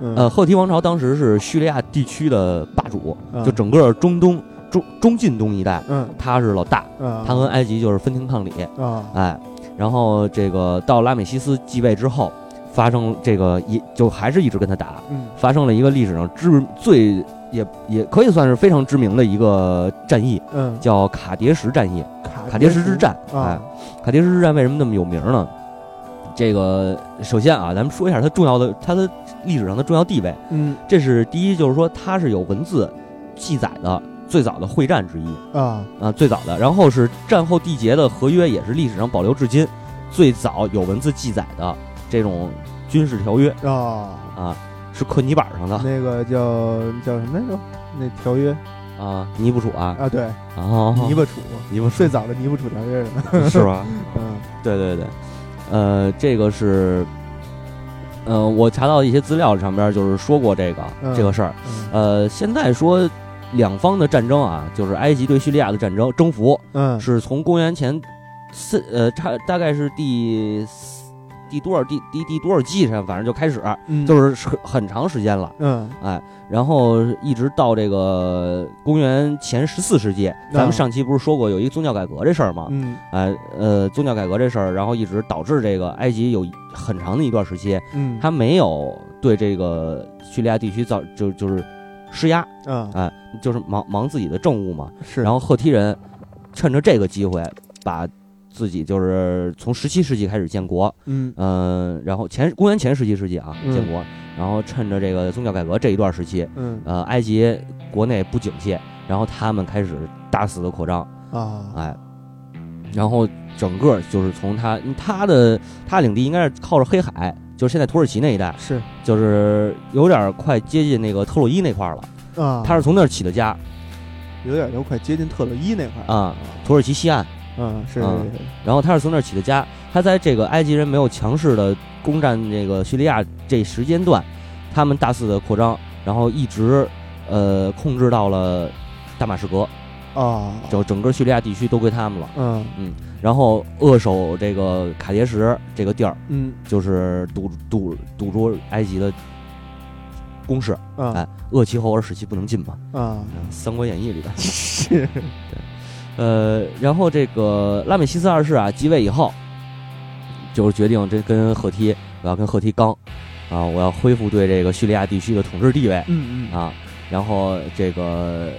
[SPEAKER 1] 嗯
[SPEAKER 2] 呃，赫梯王朝当时是叙利亚地区的霸主，
[SPEAKER 1] 嗯
[SPEAKER 2] 就整个中东、中中近东一带，
[SPEAKER 1] 嗯
[SPEAKER 2] 他是老大，
[SPEAKER 1] 嗯，
[SPEAKER 2] 他跟埃及就是分庭抗礼，
[SPEAKER 1] 啊
[SPEAKER 2] 哎。然后这个到拉美西斯继位之后，发生这个也就还是一直跟他打，
[SPEAKER 1] 嗯
[SPEAKER 2] 发生了一个历史上知最也也可以算是非常知名的一个战役，
[SPEAKER 1] 嗯，
[SPEAKER 2] 叫卡迭什战役。
[SPEAKER 1] 卡
[SPEAKER 2] 卡迭什之战，哎
[SPEAKER 1] 啊，，
[SPEAKER 2] 卡迭什之战为什么那么有名呢？这个首先啊，咱们说一下它重要的，它的历史上的重要地位。
[SPEAKER 1] 嗯
[SPEAKER 2] 这是第一，就是说它是有文字记载的最早的会战之一
[SPEAKER 1] 啊，
[SPEAKER 2] 啊，最早的。然后是战后缔结的合约，也是历史上保留至今最早有文字记载的这种军事条约
[SPEAKER 1] 啊，
[SPEAKER 2] 啊，是刻泥板上的
[SPEAKER 1] 那个叫叫什么来着？那条约
[SPEAKER 2] 啊，尼布楚啊，
[SPEAKER 1] 啊，对，
[SPEAKER 2] 啊，
[SPEAKER 1] 尼布楚，
[SPEAKER 2] 尼布
[SPEAKER 1] 最早的尼布楚条约是吧？
[SPEAKER 2] 楚是吧？
[SPEAKER 1] 嗯
[SPEAKER 2] 对对对，呃，这个是，呃，我查到一些资料上边儿就是说过这个、
[SPEAKER 1] 嗯
[SPEAKER 2] 这个事儿。
[SPEAKER 1] 嗯
[SPEAKER 2] 呃，现在说两方的战争啊，就是埃及对叙利亚的战争征服，
[SPEAKER 1] 嗯
[SPEAKER 2] 是从公元前四呃差大概是第第多少第第第多少季上，反正就开始，
[SPEAKER 1] 嗯，
[SPEAKER 2] 就是是很很长时间了。
[SPEAKER 1] 嗯
[SPEAKER 2] 哎，然后一直到这个公元前十四世纪，咱们上期不是说过有一宗教改革这事儿吗？
[SPEAKER 1] 啊嗯
[SPEAKER 2] 哎呃，宗教改革这事儿，然后一直导致这个埃及有很长的一段时期，
[SPEAKER 1] 嗯，
[SPEAKER 2] 他没有对这个叙利亚地区造就就是施压，
[SPEAKER 1] 嗯
[SPEAKER 2] 就是忙忙自己的政务嘛。
[SPEAKER 1] 是，
[SPEAKER 2] 然后赫梯人趁着这个机会，把自己就是从十七世纪开始建国，
[SPEAKER 1] 嗯
[SPEAKER 2] 嗯、然后前公元前十七世纪啊
[SPEAKER 1] 嗯
[SPEAKER 2] 建国，然后趁着这个宗教改革这一段时期，
[SPEAKER 1] 嗯
[SPEAKER 2] 呃，埃及国内不景气，然后他们开始大肆的扩张，
[SPEAKER 1] 啊
[SPEAKER 2] 哎，然后整个就是从他他的他领地应该是靠着黑海，就是现在土耳其那一带，
[SPEAKER 1] 是
[SPEAKER 2] 就是有点快接近那个特洛伊那块儿了，
[SPEAKER 1] 啊，
[SPEAKER 2] 他是从那儿起的家
[SPEAKER 1] 有点都快接近特洛伊那块儿，
[SPEAKER 2] 啊、土耳其西岸。
[SPEAKER 1] 嗯是
[SPEAKER 2] 啊然后他是从那儿起的家。他在这个埃及人没有强势的攻占这个叙利亚这时间段，他们大肆的扩张，然后一直呃控制到了大马士革，
[SPEAKER 1] 啊，
[SPEAKER 2] 就整个叙利亚地区都归他们了。
[SPEAKER 1] 嗯
[SPEAKER 2] 然后扼守这个卡迭什这个地儿，
[SPEAKER 1] 嗯
[SPEAKER 2] 就是堵堵堵住埃及的攻势。
[SPEAKER 1] 啊
[SPEAKER 2] 哎，扼其后而使其不能进嘛，
[SPEAKER 1] 啊
[SPEAKER 2] 《三国演义》里边。
[SPEAKER 1] 是，
[SPEAKER 2] 呃，然后这个拉美西斯二世啊继位以后，就是决定这跟赫梯，我要跟赫梯刚，啊，我要恢复对这个叙利亚地区的统治地位
[SPEAKER 1] 嗯嗯
[SPEAKER 2] 啊。然后这个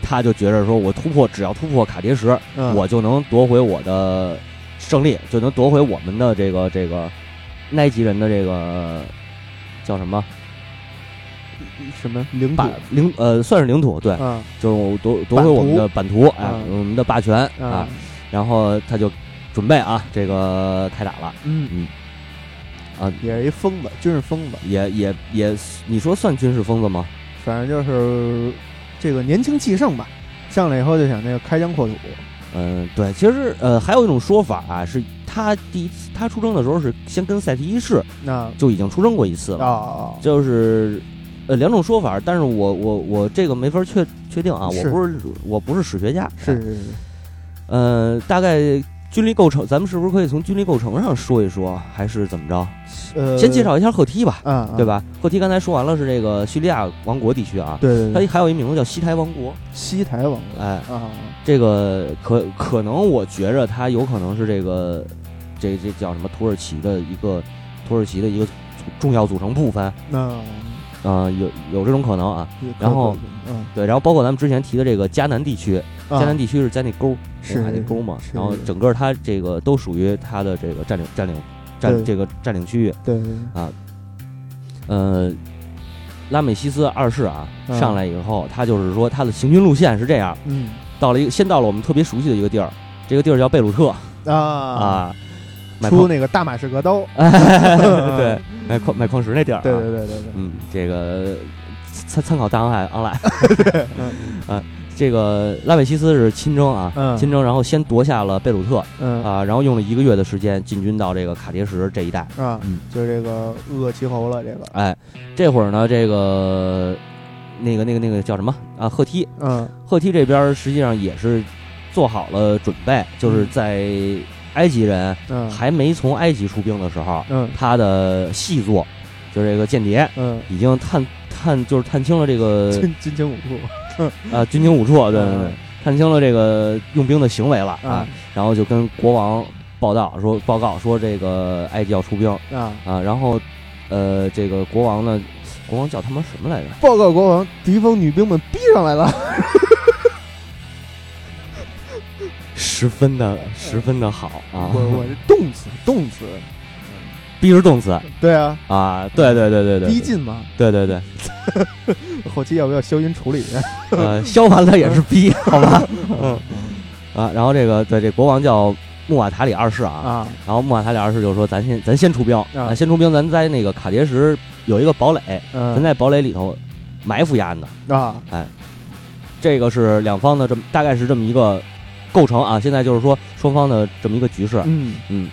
[SPEAKER 2] 他就觉着说，我突破，只要突破卡迭什，
[SPEAKER 1] 嗯
[SPEAKER 2] 啊我就能夺回我的胜利，就能夺回我们的这个这个埃及人的这个叫什么
[SPEAKER 1] 嗯什么领
[SPEAKER 2] 霸
[SPEAKER 1] 土
[SPEAKER 2] 领呃，算是领土，对，
[SPEAKER 1] 啊
[SPEAKER 2] 就是我夺夺回我们的版图，哎，
[SPEAKER 1] 嗯
[SPEAKER 2] 我们的霸权啊
[SPEAKER 1] 啊。
[SPEAKER 2] 然后他就准备啊，这个开打了，
[SPEAKER 1] 嗯
[SPEAKER 2] 啊
[SPEAKER 1] 也是一疯子，军事疯子，
[SPEAKER 2] 也也也，你说算军事疯子吗？
[SPEAKER 1] 反正就是这个年轻气盛吧，上来以后就想那个开疆扩土，
[SPEAKER 2] 嗯，对，其实呃，还有一种说法啊，是他第一次他出征的时候是先跟赛提一世
[SPEAKER 1] 那
[SPEAKER 2] 就已经出征过一次了，
[SPEAKER 1] 啊
[SPEAKER 2] 就是呃两种说法，但是我我我这个没法确确定啊，我
[SPEAKER 1] 是
[SPEAKER 2] 不是我不是史学家，
[SPEAKER 1] 是是是，
[SPEAKER 2] 呃，大概军力构成，咱们是不是可以从军力构成上说一说，还是怎么着？
[SPEAKER 1] 呃，
[SPEAKER 2] 先介绍一下赫梯吧，
[SPEAKER 1] 啊，啊
[SPEAKER 2] 对？吧？赫梯刚才说完了是这个叙利亚王国地区啊，
[SPEAKER 1] 对对
[SPEAKER 2] 它
[SPEAKER 1] 对，
[SPEAKER 2] 还有一名字叫西台王国，
[SPEAKER 1] 西台王国
[SPEAKER 2] 哎，
[SPEAKER 1] 啊，
[SPEAKER 2] 这个可可能我觉着它有可能是这个这这叫什么土耳其的一个土耳其的一个重要组成部分，
[SPEAKER 1] 那
[SPEAKER 2] 啊，有有这种可能啊。
[SPEAKER 1] 也可
[SPEAKER 2] 然后
[SPEAKER 1] 嗯，
[SPEAKER 2] 对，然后包括咱们之前提的这个迦南地区，
[SPEAKER 1] 啊
[SPEAKER 2] 迦南地区是在那沟，
[SPEAKER 1] 是
[SPEAKER 2] 海那沟嘛，
[SPEAKER 1] 是
[SPEAKER 2] 然后整个它这个都属于它的这个占领占领占
[SPEAKER 1] 对
[SPEAKER 2] 这个占领区域，
[SPEAKER 1] 对对
[SPEAKER 2] 呃。拉美西斯二世啊，
[SPEAKER 1] 嗯
[SPEAKER 2] 上来以后，他就是说他的行军路线是这样，
[SPEAKER 1] 嗯
[SPEAKER 2] 到了一个先到了我们特别熟悉的一个地儿，这个地儿叫贝鲁特
[SPEAKER 1] 啊
[SPEAKER 2] 啊，买
[SPEAKER 1] 出
[SPEAKER 2] 矿
[SPEAKER 1] 那个大马士革刀，
[SPEAKER 2] 对买矿买矿石那地儿、啊，
[SPEAKER 1] 对对对对对，
[SPEAKER 2] 嗯，这个参参考大航海 online，啊， 这个拉美西斯是亲征啊，
[SPEAKER 1] 嗯
[SPEAKER 2] 亲征，然后先夺下了贝鲁特
[SPEAKER 1] 嗯
[SPEAKER 2] 啊，然后用了一个月的时间进军到这个卡迭什这一带，
[SPEAKER 1] 啊
[SPEAKER 2] 嗯，
[SPEAKER 1] 就是这个恶齐侯了，这个
[SPEAKER 2] 哎，这会儿呢，这个那个那个那个叫什么啊？赫梯，
[SPEAKER 1] 嗯
[SPEAKER 2] 赫梯这边实际上也是做好了准备，就是
[SPEAKER 1] 嗯
[SPEAKER 2] 在埃及人
[SPEAKER 1] 嗯
[SPEAKER 2] 还没从埃及出兵的时候，
[SPEAKER 1] 嗯
[SPEAKER 2] 他的细作就是这个间谍
[SPEAKER 1] 嗯，
[SPEAKER 2] 已经探探就是探清了这个
[SPEAKER 1] 金金枪五处
[SPEAKER 2] 啊军情五处，对对对
[SPEAKER 1] 嗯，
[SPEAKER 2] 探清了这个用兵的行为了啊
[SPEAKER 1] 啊，
[SPEAKER 2] 然后就跟国王报道说报告说这个埃及要出兵
[SPEAKER 1] 啊。
[SPEAKER 2] 啊，然后呃这个国王呢，国王叫他妈什么来着？
[SPEAKER 1] 报告国王，敌方女兵们逼上来了。
[SPEAKER 2] 十分的十分的好啊，
[SPEAKER 1] 我我是动词，动词，
[SPEAKER 2] 逼是动词
[SPEAKER 1] 对啊，
[SPEAKER 2] 啊，对对对对对，
[SPEAKER 1] 逼近嘛。
[SPEAKER 2] 对对 对，
[SPEAKER 1] 后期要不要消音处理？
[SPEAKER 2] 呃，削完了也是逼，好 吧？嗯啊，然后这个对这国王叫穆瓦塔里二世啊，
[SPEAKER 1] 啊
[SPEAKER 2] 然后穆瓦塔里二世就说：“咱先咱先出兵，
[SPEAKER 1] 啊
[SPEAKER 2] 先出兵，咱在那个卡迭什有一个堡垒，咱
[SPEAKER 1] 嗯
[SPEAKER 2] 在堡垒里头埋伏丫呢。
[SPEAKER 1] 啊
[SPEAKER 2] 这个是两方的这么大概是这么一个构成啊，现在就是说双方的这么一个局势，
[SPEAKER 1] 嗯
[SPEAKER 2] 嗯，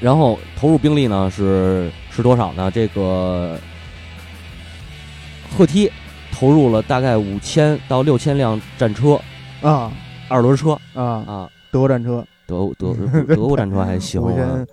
[SPEAKER 2] 然后投入兵力呢是是多少呢？这个赫梯投入了大概五千到六千辆战车，
[SPEAKER 1] 啊
[SPEAKER 2] 二轮车
[SPEAKER 1] 啊，
[SPEAKER 2] 啊，
[SPEAKER 1] 德国战车，
[SPEAKER 2] 德德德国战车还行、
[SPEAKER 1] 五
[SPEAKER 2] 啊
[SPEAKER 1] 千，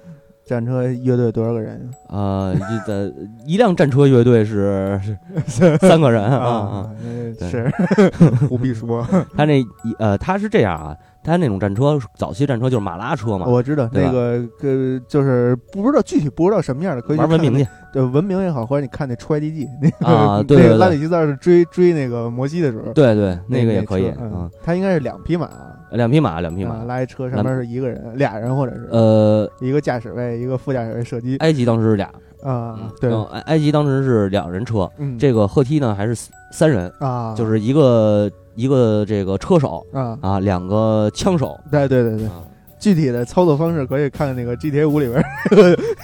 [SPEAKER 1] 战车乐队多少个人
[SPEAKER 2] 啊，一的一辆战车乐 队是是三个人
[SPEAKER 1] 啊？
[SPEAKER 2] 啊啊，
[SPEAKER 1] 呃
[SPEAKER 2] 对
[SPEAKER 1] 是 不必说，
[SPEAKER 2] 他那一呃他是这样啊，他那种战车早期战车就是马拉车嘛，
[SPEAKER 1] 我知道
[SPEAKER 2] 对吧
[SPEAKER 1] 那个呃，就是不知道具体不知道什么样的，可以去
[SPEAKER 2] 玩文
[SPEAKER 1] 看
[SPEAKER 2] 明
[SPEAKER 1] 那，
[SPEAKER 2] 去
[SPEAKER 1] 对文明也好，或者你看那《出 IDG》那
[SPEAKER 2] 啊对
[SPEAKER 1] 那
[SPEAKER 2] 对
[SPEAKER 1] 个
[SPEAKER 2] 对
[SPEAKER 1] 拉里吉在是追追那个摩西的时候，
[SPEAKER 2] 对对，
[SPEAKER 1] 那
[SPEAKER 2] 个也可以
[SPEAKER 1] 车
[SPEAKER 2] 啊
[SPEAKER 1] 嗯，，他应该是两匹马，
[SPEAKER 2] 两匹马两匹
[SPEAKER 1] 啊
[SPEAKER 2] 马，
[SPEAKER 1] 拉一车，上
[SPEAKER 2] 两
[SPEAKER 1] 面是一个人，俩人或者是
[SPEAKER 2] 呃，
[SPEAKER 1] 一个驾驶位，一个副驾驶位射击
[SPEAKER 2] 埃及当时是俩，
[SPEAKER 1] 啊，对，
[SPEAKER 2] 嗯埃埃及当时是两人车，
[SPEAKER 1] 嗯，
[SPEAKER 2] 这个赫梯呢还是三三人，
[SPEAKER 1] 啊
[SPEAKER 2] 就是一个一个这个车手
[SPEAKER 1] 啊，
[SPEAKER 2] 啊，两个枪手
[SPEAKER 1] 对对对对，
[SPEAKER 2] 啊，
[SPEAKER 1] 具体的操作方式可以看看那个 GTA 五里边儿，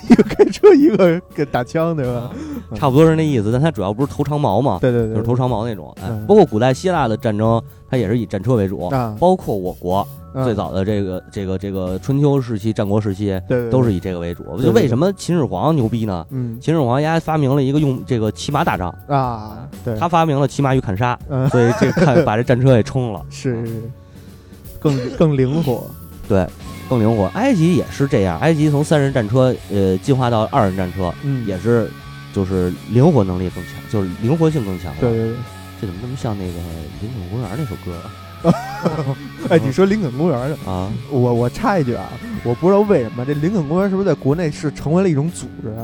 [SPEAKER 1] 一个开车，一个给打枪，对吧？
[SPEAKER 2] 差不多是那意思，但他主要不是投长矛嘛，
[SPEAKER 1] 对对
[SPEAKER 2] 啊就是
[SPEAKER 1] 嗯对，
[SPEAKER 2] 投长矛那种。哎
[SPEAKER 1] 嗯
[SPEAKER 2] 包括古代希腊的战争，它也是以战车为主，
[SPEAKER 1] 啊，
[SPEAKER 2] 包括我国
[SPEAKER 1] 嗯
[SPEAKER 2] 最早的这个这个这个春秋时期、战国时期，
[SPEAKER 1] 对对对
[SPEAKER 2] 都是以这个为主。
[SPEAKER 1] 对
[SPEAKER 2] 就为什么秦始皇牛逼呢？
[SPEAKER 1] 嗯
[SPEAKER 2] 秦始皇家发明了一个用这个骑马打仗，
[SPEAKER 1] 啊，对，
[SPEAKER 2] 他发明了骑马与砍杀，
[SPEAKER 1] 嗯
[SPEAKER 2] 所以这个看把这战车给冲了，
[SPEAKER 1] 是是是，更更灵活，
[SPEAKER 2] 更灵活。埃及也是这样，埃及从三人战车呃进化到二人战车，
[SPEAKER 1] 嗯，
[SPEAKER 2] 也是就是灵活能力更强，就是灵活性更强了。
[SPEAKER 1] 对对对。
[SPEAKER 2] 这怎么这么像那个《林肯公园》那首歌啊
[SPEAKER 1] 哎，你说林肯公园呢？
[SPEAKER 2] 啊？
[SPEAKER 1] 我我插一句啊，我不知道为什么这林肯公园是不是在国内是成为了一种组织啊？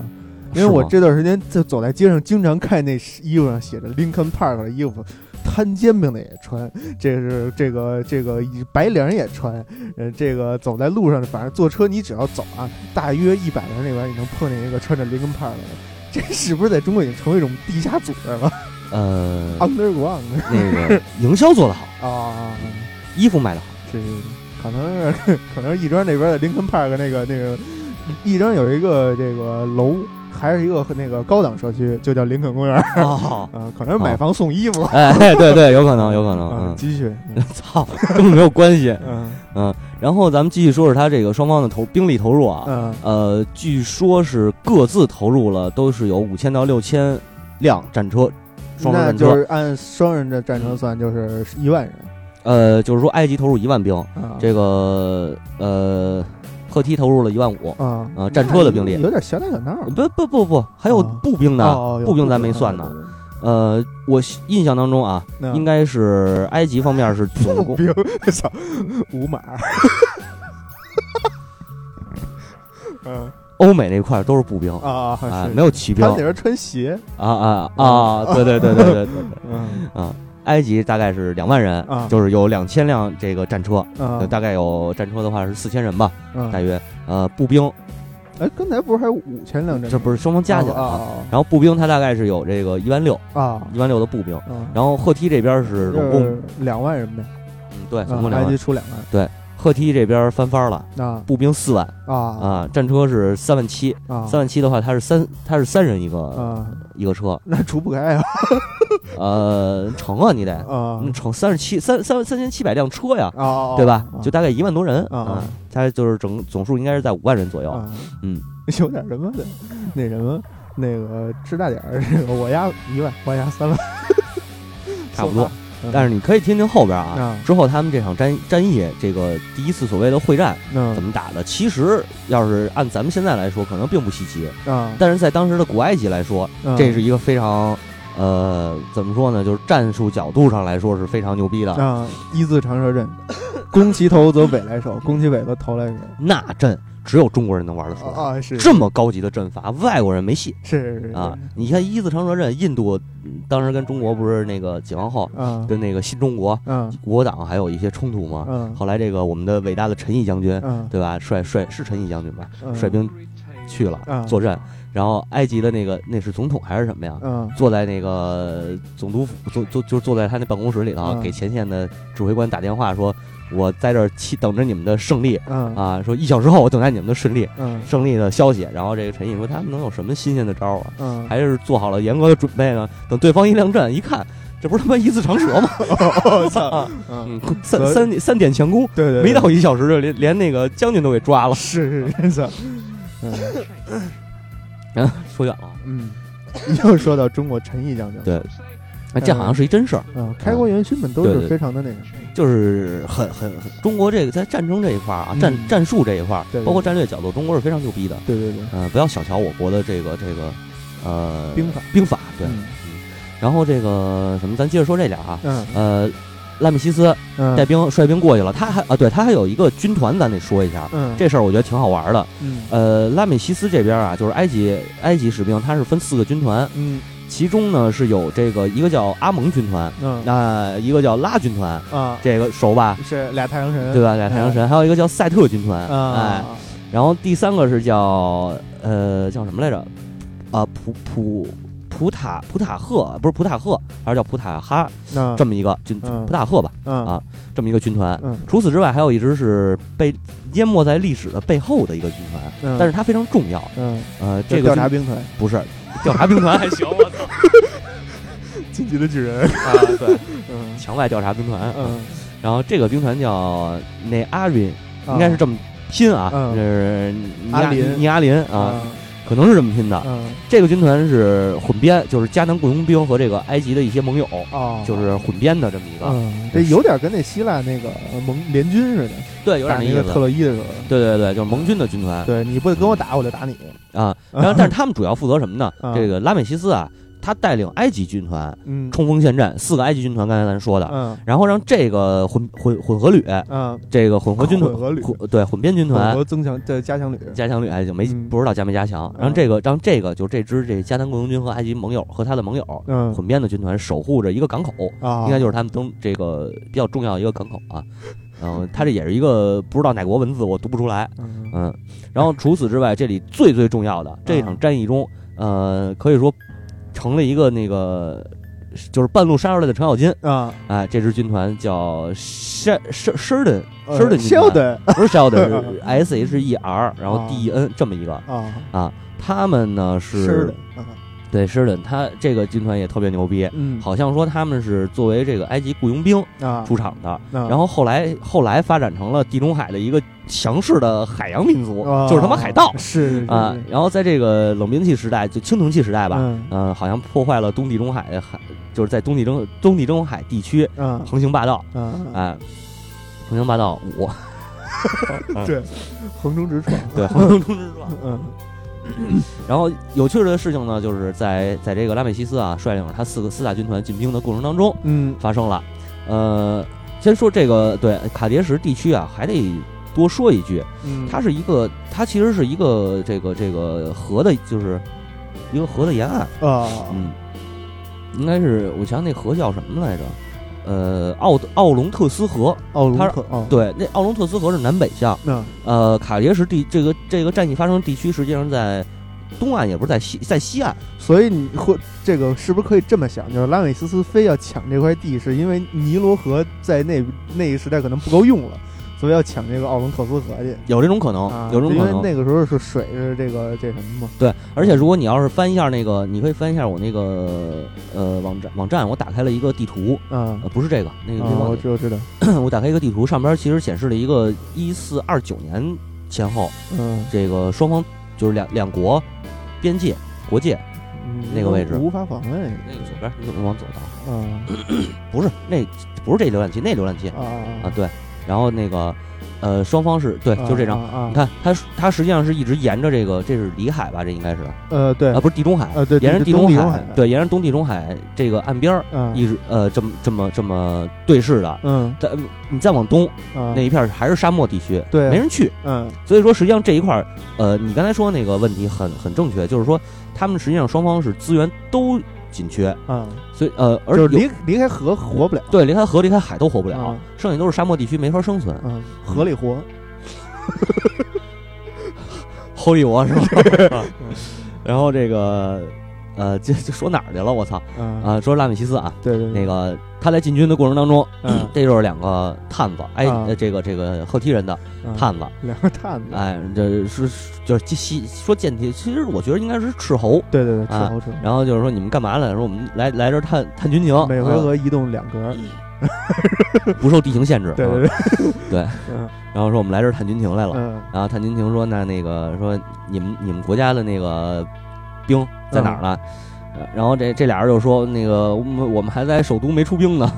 [SPEAKER 1] 因为我
[SPEAKER 2] 是吗
[SPEAKER 1] 这段时间在走在街上，经常看那衣服上写着林肯 Park 的衣服，摊煎饼的也穿，这是这个这个白领也穿，呃，这个走在路上，反正坐车你只要走啊，大约一百人里边你能碰见一个穿着林肯 Park 的。这是不是在中国已经成为一种地下组织了
[SPEAKER 2] 呃，
[SPEAKER 1] 啊？Underground
[SPEAKER 2] 那 个营销做得好，
[SPEAKER 1] 嗯啊，
[SPEAKER 2] 衣服卖得好，
[SPEAKER 1] 是是是，可能是可能是亦庄那边的林肯 Park 那个那个，亦庄有一个这个楼，还是一个那个高档社区，就叫林肯公园。啊、
[SPEAKER 2] 哦，
[SPEAKER 1] 可能是买房送衣服，
[SPEAKER 2] 哎，对对，有可能，有可
[SPEAKER 1] 啊
[SPEAKER 2] 能，
[SPEAKER 1] 继续，
[SPEAKER 2] 嗯，操，根本没有关系。
[SPEAKER 1] 嗯
[SPEAKER 2] 然后咱们继续说说他这个双方的投兵力投入啊，
[SPEAKER 1] 嗯
[SPEAKER 2] 呃，据说是各自投入了都是有五千到六千辆战车，双人
[SPEAKER 1] 那
[SPEAKER 2] 战
[SPEAKER 1] 就
[SPEAKER 2] 车，
[SPEAKER 1] 是按双人的战车算，就是一万人
[SPEAKER 2] 呃，就是说埃及投入一万兵，
[SPEAKER 1] 啊。
[SPEAKER 2] 这个呃，赫梯投入了一万五，
[SPEAKER 1] 啊
[SPEAKER 2] 呃战车的兵力
[SPEAKER 1] 有点小打小闹。
[SPEAKER 2] 不不不不，还有
[SPEAKER 1] 啊
[SPEAKER 2] 步兵呢，
[SPEAKER 1] 哦，有
[SPEAKER 2] 步兵咱没算呢。呃，我印象当中啊，
[SPEAKER 1] 那
[SPEAKER 2] 应该是埃及方面是总
[SPEAKER 1] 嗯步
[SPEAKER 2] 共
[SPEAKER 1] 兵， 操，五马。 嗯
[SPEAKER 2] 欧美那块儿都是步兵啊，
[SPEAKER 1] 啊，是
[SPEAKER 2] 没有骑兵
[SPEAKER 1] 他们
[SPEAKER 2] 啊
[SPEAKER 1] 那边穿鞋，
[SPEAKER 2] 啊啊！对对对对对对对，
[SPEAKER 1] 嗯
[SPEAKER 2] 埃及大概是两万人
[SPEAKER 1] 啊，
[SPEAKER 2] 就是有两千辆这个战车，
[SPEAKER 1] 啊
[SPEAKER 2] 呃，大概有战车的话是四千人吧，
[SPEAKER 1] 嗯
[SPEAKER 2] 大约呃步兵，
[SPEAKER 1] 哎，刚才不是还有五千辆战
[SPEAKER 2] 这
[SPEAKER 1] 车？
[SPEAKER 2] 不是双方加起来啊。
[SPEAKER 1] 啊
[SPEAKER 2] 然后步兵他大概是有这个一万六，
[SPEAKER 1] 啊啊！
[SPEAKER 2] 一万六的步兵。
[SPEAKER 1] 然
[SPEAKER 2] 然后赫梯这边是总共，
[SPEAKER 1] 两万人呗，
[SPEAKER 2] 嗯对，总共
[SPEAKER 1] 啊埃
[SPEAKER 2] 两
[SPEAKER 1] 及
[SPEAKER 2] 万。
[SPEAKER 1] 出两万
[SPEAKER 2] 赫梯这边翻番了，
[SPEAKER 1] 啊
[SPEAKER 2] 步兵四万
[SPEAKER 1] 啊
[SPEAKER 2] 啊，战车是三万七，
[SPEAKER 1] 啊
[SPEAKER 2] 三万七的话，它是三，它是三人一个
[SPEAKER 1] 啊！
[SPEAKER 2] 一个车，
[SPEAKER 1] 那除不开啊
[SPEAKER 2] 呃，成啊，你得
[SPEAKER 1] 啊
[SPEAKER 2] 嗯成三十七三三三千七百辆车呀，
[SPEAKER 1] 啊，
[SPEAKER 2] 对吧
[SPEAKER 1] 啊？
[SPEAKER 2] 就大概一万多人
[SPEAKER 1] 啊
[SPEAKER 2] 啊，它就是整总数应该是在五万人左右。
[SPEAKER 1] 啊，
[SPEAKER 2] 嗯，
[SPEAKER 1] 有点什么的，那什么。那个吃大点儿，这个我压一万，我压三万，
[SPEAKER 2] 差不多。
[SPEAKER 1] 嗯。
[SPEAKER 2] 但是你可以听听后边啊
[SPEAKER 1] 啊，
[SPEAKER 2] 之后他们这场战战役，这个第一次所谓的会战怎
[SPEAKER 1] 嗯
[SPEAKER 2] 么打的，其实要是按咱们现在来说，可能并不稀奇，
[SPEAKER 1] 啊，
[SPEAKER 2] 但是在当时的古埃及来说，
[SPEAKER 1] 嗯
[SPEAKER 2] 这是一个非常。呃，怎么说呢？就是战术角度上来说是非常牛逼的，
[SPEAKER 1] 啊一字长蛇阵， 攻其头则尾来首，攻其尾则头来首。
[SPEAKER 2] 那阵只有中国人能玩得出来。
[SPEAKER 1] 啊啊是
[SPEAKER 2] 这么高级的阵法，外国人没戏
[SPEAKER 1] 是是是
[SPEAKER 2] 啊！你看一字长蛇阵，印度嗯当时跟中国不是那个解放后
[SPEAKER 1] 啊
[SPEAKER 2] 跟那个新中国
[SPEAKER 1] 嗯
[SPEAKER 2] 国党还有一些冲突吗？
[SPEAKER 1] 嗯
[SPEAKER 2] 后来这个我们的伟大的陈毅将军，
[SPEAKER 1] 嗯
[SPEAKER 2] 对吧？率率是陈毅将军吧？
[SPEAKER 1] 嗯
[SPEAKER 2] 率兵去
[SPEAKER 1] 嗯
[SPEAKER 2] 了作战，然后埃及的那个那是总统还是什么呀？
[SPEAKER 1] 嗯
[SPEAKER 2] 坐在那个总督府，坐坐就是坐在他那办公室里头，
[SPEAKER 1] 嗯
[SPEAKER 2] 给前线的指挥官打电话说：“我在这儿期等着你们的胜利
[SPEAKER 1] 嗯
[SPEAKER 2] 啊！”说一小时后我等待你们的胜利。
[SPEAKER 1] 嗯
[SPEAKER 2] 胜利的消息。然后这个陈毅说他们能有什么新鲜的招儿啊？
[SPEAKER 1] 嗯，
[SPEAKER 2] 还是做好了严格的准备呢？等对方一亮阵，一看，这不是他妈一字长蛇吗？
[SPEAKER 1] 我 操，嗯，
[SPEAKER 2] 嗯，三三三点强攻，
[SPEAKER 1] 对对，
[SPEAKER 2] 没到一小时就连连那个将军都给抓了。
[SPEAKER 1] 是是是，嗯
[SPEAKER 2] 啊，说远了。
[SPEAKER 1] 嗯，又说到中国陈毅将军，
[SPEAKER 2] 嗯对，哎，这好像是一真事儿，
[SPEAKER 1] 嗯，开国元勋们都
[SPEAKER 2] 对
[SPEAKER 1] 是
[SPEAKER 2] 对
[SPEAKER 1] 非常的那个，
[SPEAKER 2] 就是很很很中国这个在战争这一块儿啊，
[SPEAKER 1] 嗯
[SPEAKER 2] 战战术这一块儿
[SPEAKER 1] 对，对
[SPEAKER 2] 包括战略角度，中国是非常牛逼的。
[SPEAKER 1] 对对对，
[SPEAKER 2] 呃，不要小瞧我国的这个这个呃
[SPEAKER 1] 兵法
[SPEAKER 2] 兵法对。
[SPEAKER 1] 嗯
[SPEAKER 2] 然后这个什么，咱接着说这俩啊，
[SPEAKER 1] 嗯
[SPEAKER 2] 呃，拉米西斯
[SPEAKER 1] 嗯，
[SPEAKER 2] 带兵率兵过去了，他还啊，对他还有一个军团，咱得说一下。
[SPEAKER 1] 嗯
[SPEAKER 2] 这事儿我觉得挺好玩的。
[SPEAKER 1] 嗯
[SPEAKER 2] 呃，拉美西斯这边啊，就是埃及埃及士兵，他是分四个军团，
[SPEAKER 1] 嗯
[SPEAKER 2] 其中呢是有这个一个叫阿蒙军团，
[SPEAKER 1] 嗯
[SPEAKER 2] 那、一个叫拉军团，
[SPEAKER 1] 啊，
[SPEAKER 2] 这个熟吧？
[SPEAKER 1] 是俩太阳神
[SPEAKER 2] 对吧？俩太阳神，还有一个叫赛特军团，哎，
[SPEAKER 1] 啊，
[SPEAKER 2] 然后第三个是叫呃叫什么来着？啊，普普普塔普塔赫不是普塔赫，还是叫普塔哈
[SPEAKER 1] 那
[SPEAKER 2] 这么啊一个军、
[SPEAKER 1] 嗯
[SPEAKER 2] 普塔赫吧，
[SPEAKER 1] 嗯
[SPEAKER 2] 啊这么一个军团。
[SPEAKER 1] 嗯
[SPEAKER 2] 除此之外，还有一支是被淹没在历史的背后的一个军团，
[SPEAKER 1] 嗯，
[SPEAKER 2] 但是它非常重要。
[SPEAKER 1] 嗯，
[SPEAKER 2] 呃，这
[SPEAKER 1] 调
[SPEAKER 2] 个军
[SPEAKER 1] 查兵团，
[SPEAKER 2] 不是 调查兵团还行，我操
[SPEAKER 1] 晋级的巨人，
[SPEAKER 2] 啊！对，
[SPEAKER 1] 嗯
[SPEAKER 2] 墙外调查兵团。
[SPEAKER 1] 嗯，
[SPEAKER 2] 然后这个兵团叫内阿林，应该是这么拼啊，
[SPEAKER 1] 嗯
[SPEAKER 2] 就是尼
[SPEAKER 1] 阿林
[SPEAKER 2] 尼阿林啊，
[SPEAKER 1] 啊
[SPEAKER 2] 可能是这么拼的。
[SPEAKER 1] 嗯
[SPEAKER 2] 这个军团是混编，就是迦南雇佣兵和这个埃及的一些盟友，
[SPEAKER 1] 哦，
[SPEAKER 2] 就是混编的这么一个。
[SPEAKER 1] 嗯，这有点跟那希腊那个呃盟联军似的，
[SPEAKER 2] 对，有
[SPEAKER 1] 打那
[SPEAKER 2] 点意
[SPEAKER 1] 个
[SPEAKER 2] 思
[SPEAKER 1] 特。洛伊的时候，
[SPEAKER 2] 对对对，就是盟军的军团
[SPEAKER 1] 对，你不跟我打，我就打你，
[SPEAKER 2] 啊。然后，但是他们主要负责什么呢
[SPEAKER 1] 嗯？
[SPEAKER 2] 这个拉美西斯啊，他带领埃及军团
[SPEAKER 1] 嗯
[SPEAKER 2] 冲锋陷阵，四个埃及军团，刚才咱说的。
[SPEAKER 1] 嗯
[SPEAKER 2] 然后让这个混混混合旅，
[SPEAKER 1] 嗯，
[SPEAKER 2] 这个混合军团
[SPEAKER 1] 混合旅
[SPEAKER 2] 混对混编军
[SPEAKER 1] 混
[SPEAKER 2] 团
[SPEAKER 1] 合增强的加强旅，
[SPEAKER 2] 加强旅哎就没
[SPEAKER 1] 嗯
[SPEAKER 2] 不知道加没加强，
[SPEAKER 1] 嗯
[SPEAKER 2] 然后这个让这个就这支这加南雇佣军和埃及盟友和他的盟友
[SPEAKER 1] 嗯
[SPEAKER 2] 混编的军团守护着一个港口，
[SPEAKER 1] 啊，
[SPEAKER 2] 应该就是他们登这个比较重要的一个港口啊。然后它这也是一个不知道哪国文字，我读不出来。
[SPEAKER 1] 嗯
[SPEAKER 2] 嗯，然后除此之外，这里最最重要的这场战役中，呃，可以说成了一个那个就是半路杀出来的程咬金。
[SPEAKER 1] 啊，
[SPEAKER 2] 哎，这支军团叫 Sher Sher Sheridan
[SPEAKER 1] 呃
[SPEAKER 2] Sheridan 军团
[SPEAKER 1] Sheldon
[SPEAKER 2] 不是 Sheldon 是 S H E R，然后 D E N 这么一个。
[SPEAKER 1] 啊
[SPEAKER 2] 他们呢是
[SPEAKER 1] Sheldon，啊
[SPEAKER 2] 对 Sheridan，他这个军团也特别牛逼，
[SPEAKER 1] 嗯
[SPEAKER 2] 好像说他们是作为这个埃及雇佣兵
[SPEAKER 1] 啊，
[SPEAKER 2] 出场的，
[SPEAKER 1] 然
[SPEAKER 2] 然后后来后来发展成了地中海的一个强势的海洋民族，就是他妈海盗
[SPEAKER 1] 啊是
[SPEAKER 2] 啊。然后在这个冷兵器时代，就青铜器时代
[SPEAKER 1] 对
[SPEAKER 2] 吧，
[SPEAKER 1] 嗯
[SPEAKER 2] 嗯、好像破坏了东地中海的海，就是在东地中东地中海地区
[SPEAKER 1] 嗯
[SPEAKER 2] 横行霸道，
[SPEAKER 1] 嗯
[SPEAKER 2] 哎、横行霸道五，
[SPEAKER 1] 对，横冲直撞，
[SPEAKER 2] 对，横冲直撞。
[SPEAKER 1] 嗯
[SPEAKER 2] 然后有趣的事情呢，就是在在这个拉美西斯啊率领着他四个四大军团进兵的过程当中
[SPEAKER 1] 嗯
[SPEAKER 2] 发生了。呃，先说这个对卡迭什地区啊，还得多说一句，
[SPEAKER 1] 嗯，
[SPEAKER 2] 它是一个，它其实是一个这个这个河的，就是一个河的沿岸，
[SPEAKER 1] 啊
[SPEAKER 2] 嗯，应该是我想那河叫什么来着？呃，奥奥龙特斯河，
[SPEAKER 1] 奥鲁
[SPEAKER 2] 它
[SPEAKER 1] 克哦，
[SPEAKER 2] 对，那奥龙特斯河是南北向。
[SPEAKER 1] 那
[SPEAKER 2] 呃，卡迭什地这个这个战役发生地区，实际上在东岸，也不是在西，在西岸。
[SPEAKER 1] 所以你会这个是不是可以这么想？就是拉美西斯非要抢这块地，是因为尼罗河在那那个时代可能不够用了，所以要抢这个奥龙特斯河去。
[SPEAKER 2] 有这种可能，
[SPEAKER 1] 啊，
[SPEAKER 2] 哦有这种
[SPEAKER 1] 因
[SPEAKER 2] 可
[SPEAKER 1] 为
[SPEAKER 2] 能。
[SPEAKER 1] 那个时候是水是这个这什么嘛？
[SPEAKER 2] 对，而且如果你要是翻一下那个，你可以翻一下我那个呃网站，网站我打开了一个地图，
[SPEAKER 1] 嗯，
[SPEAKER 2] 呃，不是这个，那个、
[SPEAKER 1] 啊，我知道知道，
[SPEAKER 2] 那个 我打开一个地图，上边其实显示了一个一四二九年前后，
[SPEAKER 1] 嗯，
[SPEAKER 2] 这个双方就是两两国边界国界。
[SPEAKER 1] 嗯
[SPEAKER 2] 那个位置
[SPEAKER 1] 无法访问
[SPEAKER 2] 那个左边，你怎么往左倒？
[SPEAKER 1] 啊
[SPEAKER 2] 不是，那不是这浏览器，那浏览器
[SPEAKER 1] 啊
[SPEAKER 2] 啊，对。然后那个呃，双方是对，就这张。
[SPEAKER 1] 啊，
[SPEAKER 2] 你
[SPEAKER 1] 看
[SPEAKER 2] 看，它它实际上是一直沿着这个，这是里海吧？这应该是啊，
[SPEAKER 1] 呃对
[SPEAKER 2] 不是地中海，啊
[SPEAKER 1] 呃对，
[SPEAKER 2] 沿着
[SPEAKER 1] 地
[SPEAKER 2] 地中
[SPEAKER 1] 海
[SPEAKER 2] 对，沿着东地中海这个岸边儿
[SPEAKER 1] 嗯
[SPEAKER 2] 一直呃这么这么这么对视的。
[SPEAKER 1] 嗯
[SPEAKER 2] 但你再往东
[SPEAKER 1] 啊
[SPEAKER 2] 那一片儿还是沙漠地区，
[SPEAKER 1] 对
[SPEAKER 2] 没人去。
[SPEAKER 1] 嗯
[SPEAKER 2] 所以说，实际上这一块儿，呃，你刚才说那个问题很很正确，就是说他们实际上双方是资源都紧缺，
[SPEAKER 1] 啊，
[SPEAKER 2] 所以呃，而
[SPEAKER 1] 就是
[SPEAKER 2] 有
[SPEAKER 1] 离离开河活不了，
[SPEAKER 2] 对离开河、离开海都活不了，
[SPEAKER 1] 啊
[SPEAKER 2] 剩下都是沙漠地区，没法生存。
[SPEAKER 1] 嗯，河里活，
[SPEAKER 2] 齁里我是 吧？
[SPEAKER 1] 嗯
[SPEAKER 2] 然后这个呃，这这说哪儿去了？我操！
[SPEAKER 1] 嗯
[SPEAKER 2] 啊、说拉美西斯啊，
[SPEAKER 1] 对对对
[SPEAKER 2] 那个他在进军的过程当中，
[SPEAKER 1] 嗯
[SPEAKER 2] 这就是两个探子，哎，
[SPEAKER 1] 啊
[SPEAKER 2] 呃这个这个赫梯人的
[SPEAKER 1] 嗯
[SPEAKER 2] 探子，
[SPEAKER 1] 两个探子，
[SPEAKER 2] 哎，这是就是西说间谍，其实我觉得应该是斥候。
[SPEAKER 1] 对对对，吃
[SPEAKER 2] 啊
[SPEAKER 1] 好吃。
[SPEAKER 2] 然后就是说你们干嘛来？说我们来来这儿探探军情，
[SPEAKER 1] 每回
[SPEAKER 2] 啊嗯
[SPEAKER 1] 合移动两格，
[SPEAKER 2] 不受地形限制。
[SPEAKER 1] 对
[SPEAKER 2] 啊
[SPEAKER 1] 对对，
[SPEAKER 2] 对
[SPEAKER 1] 嗯
[SPEAKER 2] 然后说我们来这儿探军情来了。 啊
[SPEAKER 1] 嗯
[SPEAKER 2] 然后探军情说那那个说你们你们国家的那个兵在哪儿呢？
[SPEAKER 1] 嗯
[SPEAKER 2] 呃然后这这俩人就说那个我们我们还在首都没出兵呢，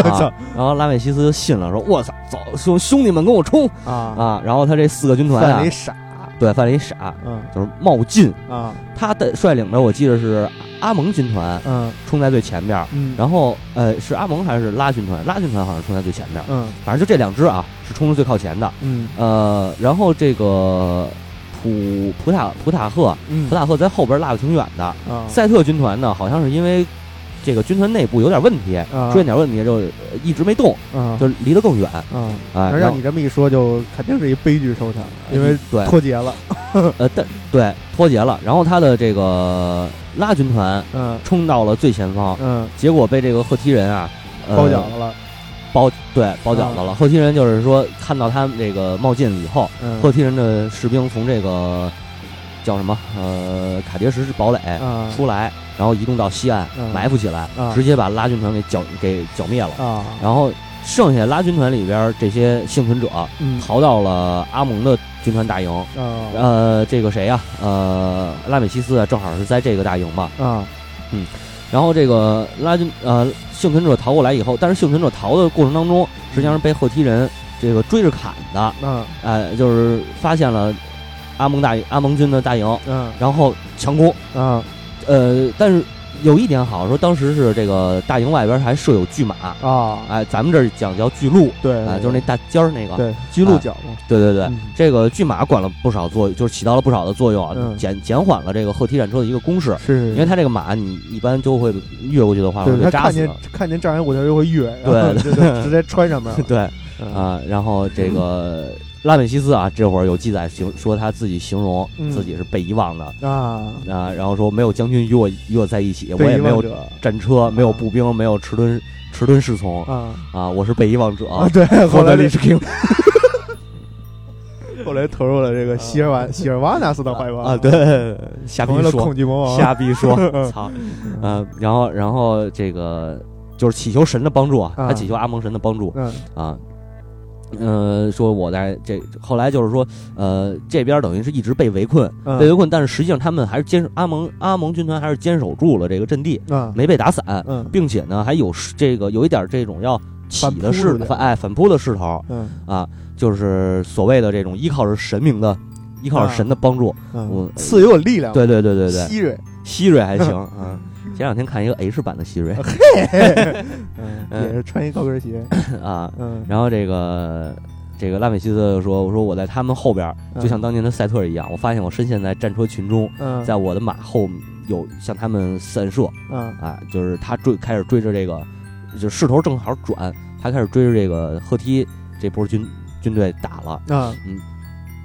[SPEAKER 1] 操
[SPEAKER 2] 啊、然后拉美西斯就信了，说我操，走，兄兄弟们跟我冲
[SPEAKER 1] 啊，
[SPEAKER 2] 啊！然后他这四个军团
[SPEAKER 1] 范
[SPEAKER 2] 啊
[SPEAKER 1] 围，傻，
[SPEAKER 2] 对，犯了一傻，
[SPEAKER 1] 嗯
[SPEAKER 2] 就是冒进，
[SPEAKER 1] 啊
[SPEAKER 2] 他的率领的我记得是阿蒙军团
[SPEAKER 1] 嗯
[SPEAKER 2] 冲在最前面，
[SPEAKER 1] 嗯，
[SPEAKER 2] 然后呃是阿蒙还是拉军团？拉军团好像冲在最前面，
[SPEAKER 1] 嗯
[SPEAKER 2] 反正就这两支啊是冲的最靠前的。
[SPEAKER 1] 嗯
[SPEAKER 2] 呃，然后这个普普塔普塔赫
[SPEAKER 1] 嗯
[SPEAKER 2] 普塔赫在后边落得挺远的。
[SPEAKER 1] 啊
[SPEAKER 2] 赛特军团呢，好像是因为这个军团内部有点问题，
[SPEAKER 1] 啊
[SPEAKER 2] 出现点问题就呃一直没动，
[SPEAKER 1] 啊
[SPEAKER 2] 就离得更远。
[SPEAKER 1] 啊，那
[SPEAKER 2] 哎，然
[SPEAKER 1] 让
[SPEAKER 2] 后哎
[SPEAKER 1] 你这么一说，就肯定是一悲剧收场，因为
[SPEAKER 2] 对
[SPEAKER 1] 脱节了，
[SPEAKER 2] 呃但对脱节了，然后他的这个拉军团
[SPEAKER 1] 嗯
[SPEAKER 2] 冲到了最前方，
[SPEAKER 1] 嗯，
[SPEAKER 2] 结果被这个赫梯人啊。呃
[SPEAKER 1] 包饺子啊了，
[SPEAKER 2] 包对包饺子了。赫梯人就是说，看到他们这个冒进以后，
[SPEAKER 1] 嗯
[SPEAKER 2] 赫梯人的士兵从这个叫什么呃卡迭什堡垒
[SPEAKER 1] 啊
[SPEAKER 2] 出来，然后移动到西岸
[SPEAKER 1] 嗯
[SPEAKER 2] 埋伏起来
[SPEAKER 1] 啊，
[SPEAKER 2] 直接把拉军团给剿给剿灭了。
[SPEAKER 1] 啊，
[SPEAKER 2] 然后剩下拉军团里边这些幸存者
[SPEAKER 1] 嗯
[SPEAKER 2] 逃到了阿蒙的军团大营。
[SPEAKER 1] 啊
[SPEAKER 2] 呃，这个谁呀、呃，拉美西斯啊，正好是在这个大营嘛。
[SPEAKER 1] 啊
[SPEAKER 2] 然后这个拉军呃幸存者逃过来以后，但是幸存者逃的过程当中，实际上是被赫梯人这个追着砍的，
[SPEAKER 1] 啊
[SPEAKER 2] 呃，就是发现了阿蒙大阿蒙军的大营，
[SPEAKER 1] 啊
[SPEAKER 2] 然后强攻，
[SPEAKER 1] 啊
[SPEAKER 2] 呃，但是有一点好，说当时是这个大营外边还设有巨马，哎、
[SPEAKER 1] 啊，
[SPEAKER 2] 咱们这儿讲叫巨鹿，
[SPEAKER 1] 对
[SPEAKER 2] 啊、，就是那大尖儿那个，
[SPEAKER 1] 对居鹿角嘛，
[SPEAKER 2] 对啊对对
[SPEAKER 1] 嗯
[SPEAKER 2] 这个巨马管了不少作用，就是起到了不少的作用啊，
[SPEAKER 1] 嗯
[SPEAKER 2] 减减缓了这个后踢战车的一个攻势。
[SPEAKER 1] 是
[SPEAKER 2] 因为它这个马，你一般就会越过去的话会
[SPEAKER 1] 对
[SPEAKER 2] 被
[SPEAKER 1] 他
[SPEAKER 2] 扎
[SPEAKER 1] 看
[SPEAKER 2] 死
[SPEAKER 1] 见
[SPEAKER 2] 的。
[SPEAKER 1] 看见障碍物他就会越，
[SPEAKER 2] 对
[SPEAKER 1] 就就直接穿上面了。
[SPEAKER 2] 对
[SPEAKER 1] 嗯
[SPEAKER 2] 啊、然后这个拉美西斯啊，这会儿有记载形说他自己形容
[SPEAKER 1] 嗯
[SPEAKER 2] 自己是被遗忘的啊、
[SPEAKER 1] 啊，
[SPEAKER 2] 然后说没有将军与我与我在一起，我
[SPEAKER 1] 被
[SPEAKER 2] 也
[SPEAKER 1] 遗
[SPEAKER 2] 没
[SPEAKER 1] 忘
[SPEAKER 2] 有
[SPEAKER 1] 者
[SPEAKER 2] 战车，没有步兵，没有迟钝迟钝侍从
[SPEAKER 1] 啊
[SPEAKER 2] 啊，我是被遗忘者。
[SPEAKER 1] 啊，对，后
[SPEAKER 2] 后
[SPEAKER 1] 来
[SPEAKER 2] 来历史 king
[SPEAKER 1] 后来投入了这个希尔瓦希尔瓦纳斯的怀抱
[SPEAKER 2] 啊，，对，瞎逼
[SPEAKER 1] 成为了
[SPEAKER 2] 说
[SPEAKER 1] 恐，惧魔王。
[SPEAKER 2] 瞎逼 说，操，嗯，然后然后这个就是祈求神的帮助啊，
[SPEAKER 1] 啊
[SPEAKER 2] 他祈求阿蒙神的帮助
[SPEAKER 1] 嗯
[SPEAKER 2] 啊。呃，说我在这后来就是说，呃，这边等于是一直被围困，
[SPEAKER 1] 嗯
[SPEAKER 2] 被围困，但是实际上他们还是坚守阿蒙阿蒙军团还是坚守住了这个阵地，
[SPEAKER 1] 啊
[SPEAKER 2] 没被打散，
[SPEAKER 1] 嗯
[SPEAKER 2] 并且呢还有是这个有一点这种要起
[SPEAKER 1] 反扑
[SPEAKER 2] 的势
[SPEAKER 1] 有，点
[SPEAKER 2] 反哎反扑的势头
[SPEAKER 1] 嗯
[SPEAKER 2] 啊，就是所谓的这种依靠着神明的，依靠
[SPEAKER 1] 啊
[SPEAKER 2] 着神的帮助，我
[SPEAKER 1] 嗯，赐予我力量。
[SPEAKER 2] 对对对对对，
[SPEAKER 1] 希 瑞，
[SPEAKER 2] 希瑞 还行啊。前两天看一个 H 版的希瑞
[SPEAKER 1] 嗯，
[SPEAKER 2] 嗯
[SPEAKER 1] 也是穿一高跟鞋。
[SPEAKER 2] 啊，
[SPEAKER 1] 嗯，
[SPEAKER 2] 然后这个这个拉美西斯就说：“我说我在他们后边儿，就像当年的赛特一样，我发现我深陷在战车群中，
[SPEAKER 1] 嗯
[SPEAKER 2] 在我的马后有向他们散射
[SPEAKER 1] 嗯
[SPEAKER 2] 啊，就是他追开始追着这个，就势头正好转，他开始追着这个赫梯这波军军队打了。
[SPEAKER 1] 啊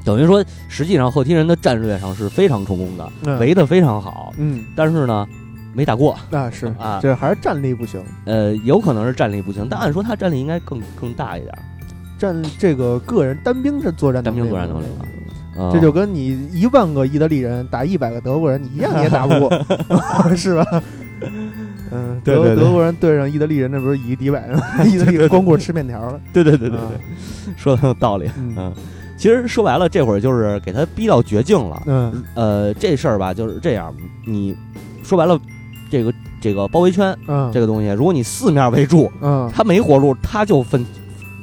[SPEAKER 2] 等于说，实际上赫梯人的战略上是非常成功的，
[SPEAKER 1] 嗯
[SPEAKER 2] 围得非常好，
[SPEAKER 1] 嗯，
[SPEAKER 2] 但是呢，没打过。”
[SPEAKER 1] 那是
[SPEAKER 2] 啊
[SPEAKER 1] 这还是战力不行。
[SPEAKER 2] 呃，有可能是战力不行，但按说他战力应该更更大一点儿，
[SPEAKER 1] 战这个个人单兵这作战
[SPEAKER 2] 单
[SPEAKER 1] 能力
[SPEAKER 2] 兵
[SPEAKER 1] 嘛，
[SPEAKER 2] 作战能力吧。呃、
[SPEAKER 1] 这就跟你一万个意大利人打一百个德国人，你一样你也打不 过，是吧？嗯，
[SPEAKER 2] 对
[SPEAKER 1] 德
[SPEAKER 2] 对对
[SPEAKER 1] 德国人对上意大利人，那不是以一敌 百吗？意大利人光顾着吃面条了。
[SPEAKER 2] 对 对对对
[SPEAKER 1] 啊
[SPEAKER 2] 对，说的很有道理。
[SPEAKER 1] 嗯
[SPEAKER 2] 嗯 其实说白了，这会儿就是给他逼到绝境了。
[SPEAKER 1] 嗯
[SPEAKER 2] 呃，这事儿吧就是这样，你说白了，这个这个包围圈
[SPEAKER 1] 嗯，
[SPEAKER 2] 这个东西，如果你四面围住，
[SPEAKER 1] 嗯，
[SPEAKER 2] 他没活路，他就分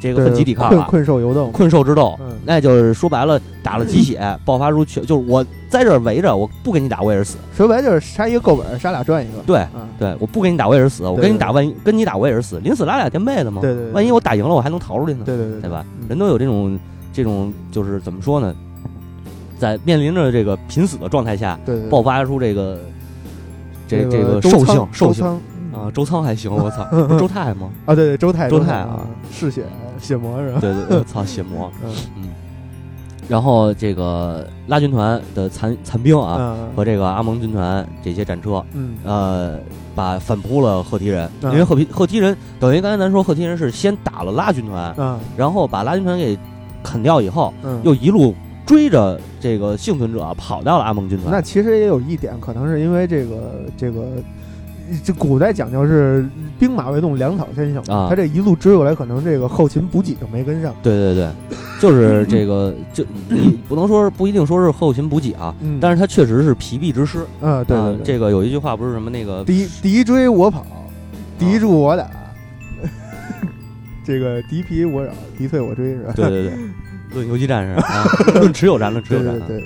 [SPEAKER 2] 这个
[SPEAKER 1] 对
[SPEAKER 2] 分集抵抗
[SPEAKER 1] 困
[SPEAKER 2] 了，
[SPEAKER 1] 困兽犹斗。
[SPEAKER 2] 困兽之斗。
[SPEAKER 1] 嗯
[SPEAKER 2] 那就是说白了，打了鸡血，爆发出全，就是我在这儿围着，我不给你打，我也是死。
[SPEAKER 1] 说白就是杀一个够本儿，杀俩赚一个。
[SPEAKER 2] 对，
[SPEAKER 1] 啊，
[SPEAKER 2] 对，我不跟你打我也是死，我
[SPEAKER 1] 对
[SPEAKER 2] 跟你
[SPEAKER 1] 对
[SPEAKER 2] 打万一跟你打我也是死，临死拉俩垫背的嘛。
[SPEAKER 1] 对对对
[SPEAKER 2] 万一我打赢了我还能逃出去呢，
[SPEAKER 1] 对对对
[SPEAKER 2] 对吧？
[SPEAKER 1] 嗯
[SPEAKER 2] 人都有这种这种就是怎么说呢，在面临着这个濒死的状态下，
[SPEAKER 1] 对对，
[SPEAKER 2] 爆发出这个这
[SPEAKER 1] 那
[SPEAKER 2] 这个
[SPEAKER 1] 周
[SPEAKER 2] 兽
[SPEAKER 1] 仓
[SPEAKER 2] 性兽
[SPEAKER 1] 周
[SPEAKER 2] 性
[SPEAKER 1] 仓
[SPEAKER 2] 啊，周仓还行，我操，不是周泰吗？
[SPEAKER 1] 啊，对对，周泰
[SPEAKER 2] 周泰
[SPEAKER 1] 泰
[SPEAKER 2] 啊，
[SPEAKER 1] 嗜血血魔是吧？
[SPEAKER 2] 对对，对，我操，血魔。
[SPEAKER 1] 嗯
[SPEAKER 2] 然后这个拉军团的残残兵啊，
[SPEAKER 1] 嗯
[SPEAKER 2] 和这个阿蒙军团这些战车，
[SPEAKER 1] 嗯
[SPEAKER 2] 呃，把反扑了赫梯人，因
[SPEAKER 1] 嗯
[SPEAKER 2] 为赫皮赫梯人等于刚才咱说赫梯人是先打了拉军团，
[SPEAKER 1] 嗯
[SPEAKER 2] 然后把拉军团给啃掉以后，
[SPEAKER 1] 嗯，
[SPEAKER 2] 又一路追着这个幸存者跑到了阿蒙军团
[SPEAKER 1] 那。其实也有一点，可能是因为这个这个，这古代讲究是兵马未动，粮草先行嘛。
[SPEAKER 2] 啊
[SPEAKER 1] 他这一路追过来，可能这个后勤补给就没跟上。
[SPEAKER 2] 对对对，就是这个，就 你不能说是不一定说是后勤补给啊，
[SPEAKER 1] 嗯，
[SPEAKER 2] 但
[SPEAKER 1] 是
[SPEAKER 2] 是他确实是疲弊之师。
[SPEAKER 1] 嗯，对对
[SPEAKER 2] 啊
[SPEAKER 1] 对，
[SPEAKER 2] 这个有一句话不是什么 那个
[SPEAKER 1] 敌敌追我跑，敌住我打，这个敌疲我扰，敌退我追是吧？
[SPEAKER 2] 对对对，论游击战士 啊，论持久战，论持
[SPEAKER 1] 对
[SPEAKER 2] 久战
[SPEAKER 1] 对
[SPEAKER 2] 啊，
[SPEAKER 1] 对对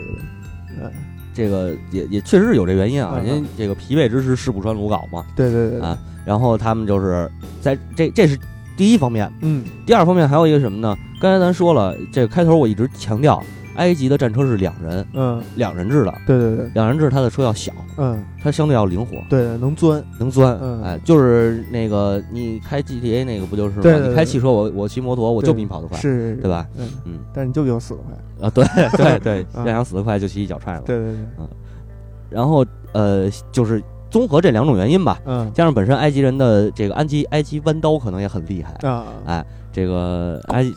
[SPEAKER 1] 对，
[SPEAKER 2] 这个也也确实是有这原因啊，
[SPEAKER 1] 嗯
[SPEAKER 2] 因为这个疲惫之师誓不穿鲁缟嘛。
[SPEAKER 1] 对对对对，
[SPEAKER 2] 啊然后他们就是在这这是第一方面，
[SPEAKER 1] 嗯
[SPEAKER 2] 第二方面还有一个什么呢？刚才咱说了，这个开头我一直强调，埃及的战车是两人
[SPEAKER 1] 嗯，
[SPEAKER 2] 两人制的，
[SPEAKER 1] 对对对，
[SPEAKER 2] 两人制它的车要小，
[SPEAKER 1] 嗯
[SPEAKER 2] 它相对要灵活，
[SPEAKER 1] 对对能钻，
[SPEAKER 2] 能钻。
[SPEAKER 1] 嗯
[SPEAKER 2] 哎，就是那个你开 GTA 那个不就是吗？
[SPEAKER 1] 对对对
[SPEAKER 2] 你开汽车，我我骑摩托，我就
[SPEAKER 1] 对
[SPEAKER 2] 比你跑得快，
[SPEAKER 1] 是，
[SPEAKER 2] 对吧？
[SPEAKER 1] 嗯
[SPEAKER 2] 嗯
[SPEAKER 1] 但是你就比我死得快，
[SPEAKER 2] 啊，对 对对，
[SPEAKER 1] 嗯
[SPEAKER 2] 要想死得快就骑一脚踹了。
[SPEAKER 1] 对对对，
[SPEAKER 2] 然后呃，就是综合这两种原因吧，
[SPEAKER 1] 嗯
[SPEAKER 2] 加上本身埃及人的这个埃及埃及弯刀可能也很厉害，
[SPEAKER 1] 啊
[SPEAKER 2] 哎，这个埃及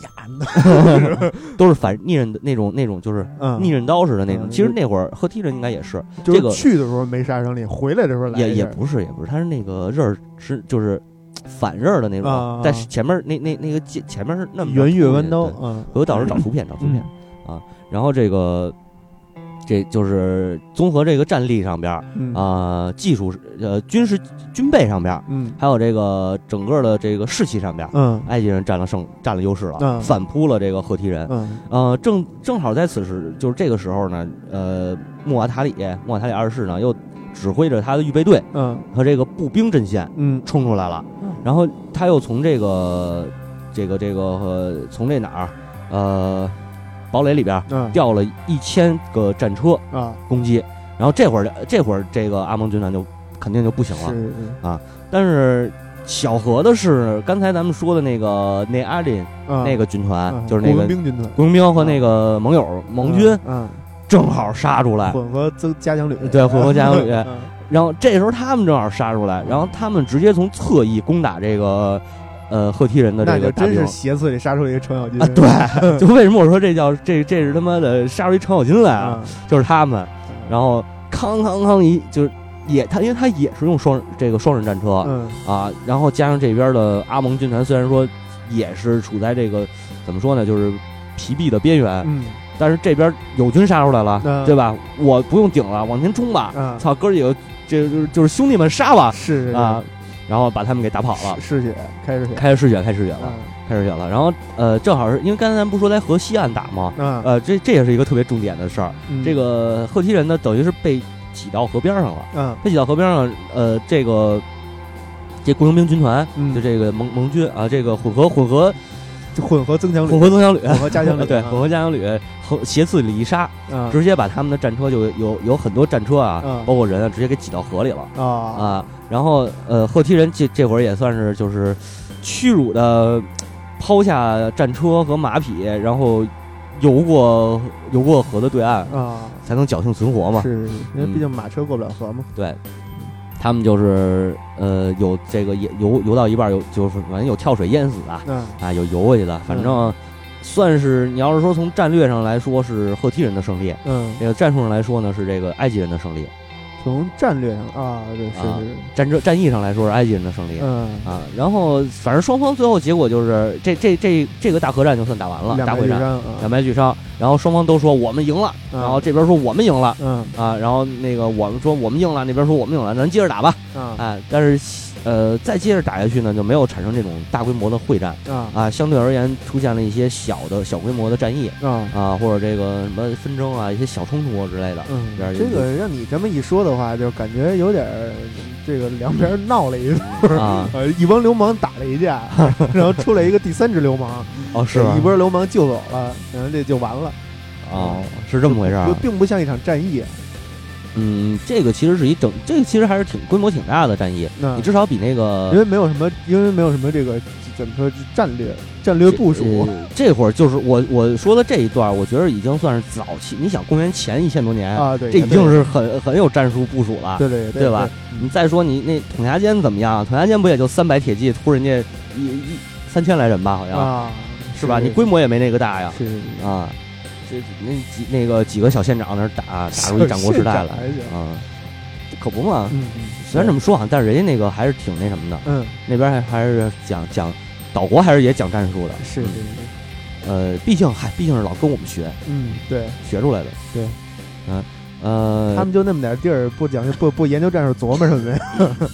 [SPEAKER 2] 都是反逆刃的那种那种就是
[SPEAKER 1] 嗯，
[SPEAKER 2] 逆刃刀似的那种。
[SPEAKER 1] 嗯
[SPEAKER 2] 其实那会儿赫梯人应该也是，
[SPEAKER 1] 就
[SPEAKER 2] 这个
[SPEAKER 1] 是去的时候没杀伤力，回来的时候来
[SPEAKER 2] 也
[SPEAKER 1] 一
[SPEAKER 2] 也
[SPEAKER 1] 下
[SPEAKER 2] 不是也不是，他是那个刃儿是就是反刃儿的那
[SPEAKER 1] 啊啊
[SPEAKER 2] 种，
[SPEAKER 1] 啊
[SPEAKER 2] 在前面那那那个剑前面是那么
[SPEAKER 1] 圆月弯刀嗯
[SPEAKER 2] 对
[SPEAKER 1] 啊，
[SPEAKER 2] 我到时候找图片找图片啊。然后这个这就是综合这个战力上边儿
[SPEAKER 1] 嗯
[SPEAKER 2] 啊、技术呃军事军备上边儿，
[SPEAKER 1] 嗯
[SPEAKER 2] 还有这个整个的这个士气上边儿。
[SPEAKER 1] 嗯
[SPEAKER 2] 埃及人占了胜，占了优势了，
[SPEAKER 1] 嗯
[SPEAKER 2] 反扑了这个赫梯人。
[SPEAKER 1] 嗯
[SPEAKER 2] 呃，正正好在此时，就是这个时候呢，呃，穆瓦塔里穆瓦塔里二世呢，又指挥着他的预备队
[SPEAKER 1] 嗯
[SPEAKER 2] 和这个步兵阵线
[SPEAKER 1] 嗯
[SPEAKER 2] 冲出来了
[SPEAKER 1] 嗯，
[SPEAKER 2] 然后他又从这个这个这个、呃、从这哪儿呃堡垒里边
[SPEAKER 1] 嗯
[SPEAKER 2] 调了一千个战车
[SPEAKER 1] 啊
[SPEAKER 2] 攻击，然后这会儿这会儿这个阿蒙军团就肯定就不行了，
[SPEAKER 1] 是是
[SPEAKER 2] 但是。巧合的是，刚才咱们说的那个内阿林
[SPEAKER 1] 啊
[SPEAKER 2] 那个军团，
[SPEAKER 1] 啊
[SPEAKER 2] 就是那
[SPEAKER 1] 雇
[SPEAKER 2] 个
[SPEAKER 1] 佣兵军团
[SPEAKER 2] 雇佣兵和那个盟友盟军，
[SPEAKER 1] 嗯
[SPEAKER 2] 正好杀出
[SPEAKER 1] 嗯
[SPEAKER 2] 来，
[SPEAKER 1] 混合增加强旅
[SPEAKER 2] 对，混合加强 旅。
[SPEAKER 1] 嗯
[SPEAKER 2] 然后这时候他们正好杀出来，然后他们直接从侧翼攻打这个呃赫梯人的
[SPEAKER 1] 那
[SPEAKER 2] 这
[SPEAKER 1] 就
[SPEAKER 2] 个大
[SPEAKER 1] 真
[SPEAKER 2] 兵
[SPEAKER 1] 是斜刺里杀出了一个程咬金
[SPEAKER 2] 啊，对， 就为什么我说这叫这这是他妈的杀出一程咬金来啊，
[SPEAKER 1] 啊，
[SPEAKER 2] 就是他们，
[SPEAKER 1] 后
[SPEAKER 2] 然后康康康一就是也他因为他也是用双这个双人战车
[SPEAKER 1] 嗯
[SPEAKER 2] 啊，然后加上这边的阿蒙军团虽然说也是处在这个怎么说呢，就是疲弊的边缘，
[SPEAKER 1] 嗯
[SPEAKER 2] 但是这边友军杀出来了，
[SPEAKER 1] 嗯
[SPEAKER 2] 对吧？我不用顶了，往前冲吧！
[SPEAKER 1] 啊
[SPEAKER 2] 操、哥几个，这就是就是兄弟们杀吧
[SPEAKER 1] 是是
[SPEAKER 2] 啊！然后把他们给打跑了，
[SPEAKER 1] 是血开始血
[SPEAKER 2] 开始嗜血，开始嗜血了，
[SPEAKER 1] 嗯
[SPEAKER 2] 开始嗜血了。然后呃，正好是因为刚才咱不说在河西岸打吗？
[SPEAKER 1] 啊
[SPEAKER 2] 呃，这这也是一个特别重点的事儿。
[SPEAKER 1] 嗯
[SPEAKER 2] 这个赫梯人呢，等于是被挤到河边上了。
[SPEAKER 1] 嗯
[SPEAKER 2] 被挤到河边上，呃，这个这雇佣兵军团，
[SPEAKER 1] 嗯
[SPEAKER 2] 就这个盟盟军啊，这个混合混合
[SPEAKER 1] 就混合增强旅
[SPEAKER 2] 混合增强旅，
[SPEAKER 1] 混合加强旅 嗯
[SPEAKER 2] 对，混合加强旅和斜刺里一杀，
[SPEAKER 1] 啊
[SPEAKER 2] 直接把他们的战车就有有很多战车啊，
[SPEAKER 1] 嗯
[SPEAKER 2] 包括人啊，直接给挤到河里了
[SPEAKER 1] 啊啊
[SPEAKER 2] 啊。然后呃，赫梯人这这会儿也算是就是屈辱的抛下战车和马匹，然后游过游过河的对岸，
[SPEAKER 1] 啊
[SPEAKER 2] 才能侥幸存活嘛。
[SPEAKER 1] 是，是因为
[SPEAKER 2] 嗯
[SPEAKER 1] 毕竟马车过不了河嘛。
[SPEAKER 2] 对。他们就是，呃，有这个也游游到一半儿有就是反正有跳水淹死的
[SPEAKER 1] 嗯
[SPEAKER 2] 啊，有游过去的，反正算是你要是说从战略上来说是赫梯人的胜利，
[SPEAKER 1] 嗯，
[SPEAKER 2] 这个战术上来说呢是这个埃及人的胜利，
[SPEAKER 1] 从战略上啊，对，是
[SPEAKER 2] 啊
[SPEAKER 1] 是是，
[SPEAKER 2] 战争战役上来说是埃及人的胜利、
[SPEAKER 1] 嗯，
[SPEAKER 2] 啊。然后反正双方最后结果就是这这这这个大合战就算打完了，
[SPEAKER 1] 两
[SPEAKER 2] 大
[SPEAKER 1] 百
[SPEAKER 2] 会
[SPEAKER 1] 几
[SPEAKER 2] 战
[SPEAKER 1] 张
[SPEAKER 2] 两
[SPEAKER 1] 啊，
[SPEAKER 2] 败俱伤。然后双方都说我们赢了，
[SPEAKER 1] 嗯
[SPEAKER 2] 然后这边说我们赢了
[SPEAKER 1] 嗯
[SPEAKER 2] 啊，然后那个我们说我们赢了，那边说我们赢了，咱接着打吧
[SPEAKER 1] 啊
[SPEAKER 2] 啊。但是呃再接着打下去呢，就没有产生这种大规模的会战
[SPEAKER 1] 啊
[SPEAKER 2] 啊，相对而言出现了一些小的小规模的战役
[SPEAKER 1] 啊，
[SPEAKER 2] 啊，或者这个什么纷争啊，一些小冲突之类的。
[SPEAKER 1] 嗯，
[SPEAKER 2] 边儿
[SPEAKER 1] 这个让你这么一说的话，就感觉有点儿这个两边儿闹了 一波
[SPEAKER 2] 啊，
[SPEAKER 1] 呃，一帮流氓打了一 架，然后出来一个第三只流氓，
[SPEAKER 2] 哦，是
[SPEAKER 1] 一
[SPEAKER 2] 吗？
[SPEAKER 1] 波流氓救走了，然后这就完了，
[SPEAKER 2] 哦，是这么回事儿啊
[SPEAKER 1] 就。并不像一场战役。
[SPEAKER 2] 嗯，这个其实是一整，这个其实还是挺规模挺大的战役，
[SPEAKER 1] 那
[SPEAKER 2] 你至少比
[SPEAKER 1] 嗯
[SPEAKER 2] 那
[SPEAKER 1] 因
[SPEAKER 2] 个
[SPEAKER 1] 为没有什么，因为没有什么这个怎么说战略战略部署，
[SPEAKER 2] 呃这会儿就是我我说的这一段，我觉得已经算是早期。你想，公元前一千多年，
[SPEAKER 1] 啊，对，
[SPEAKER 2] 哎这已经
[SPEAKER 1] 对
[SPEAKER 2] 是很很有战术部署了。
[SPEAKER 1] 对对
[SPEAKER 2] 啊对吧？你再说你那统辖间怎么样？啊统辖间不也就三百铁骑突人家一一三千来人吧，好像、
[SPEAKER 1] 啊，
[SPEAKER 2] 是吧？你规模也没那个大呀，
[SPEAKER 1] 是是是
[SPEAKER 2] 啊，这那几那个几个小县长那儿打打出一战国时代来
[SPEAKER 1] 还行，
[SPEAKER 2] 啊，可不嘛。
[SPEAKER 1] 嗯，
[SPEAKER 2] 虽然这么说啊，但是人家那个还是挺那什么的，
[SPEAKER 1] 嗯
[SPEAKER 2] 那边还还是讲讲岛国，还是也讲战术的。
[SPEAKER 1] 是是是，
[SPEAKER 2] 呃，毕竟嗨，毕竟是老跟我们学
[SPEAKER 1] 嗯，对，
[SPEAKER 2] 学出来的，
[SPEAKER 1] 对，
[SPEAKER 2] 嗯、呃，
[SPEAKER 1] 他们就那么点地儿，不讲究不不研究战术，琢磨什么呀？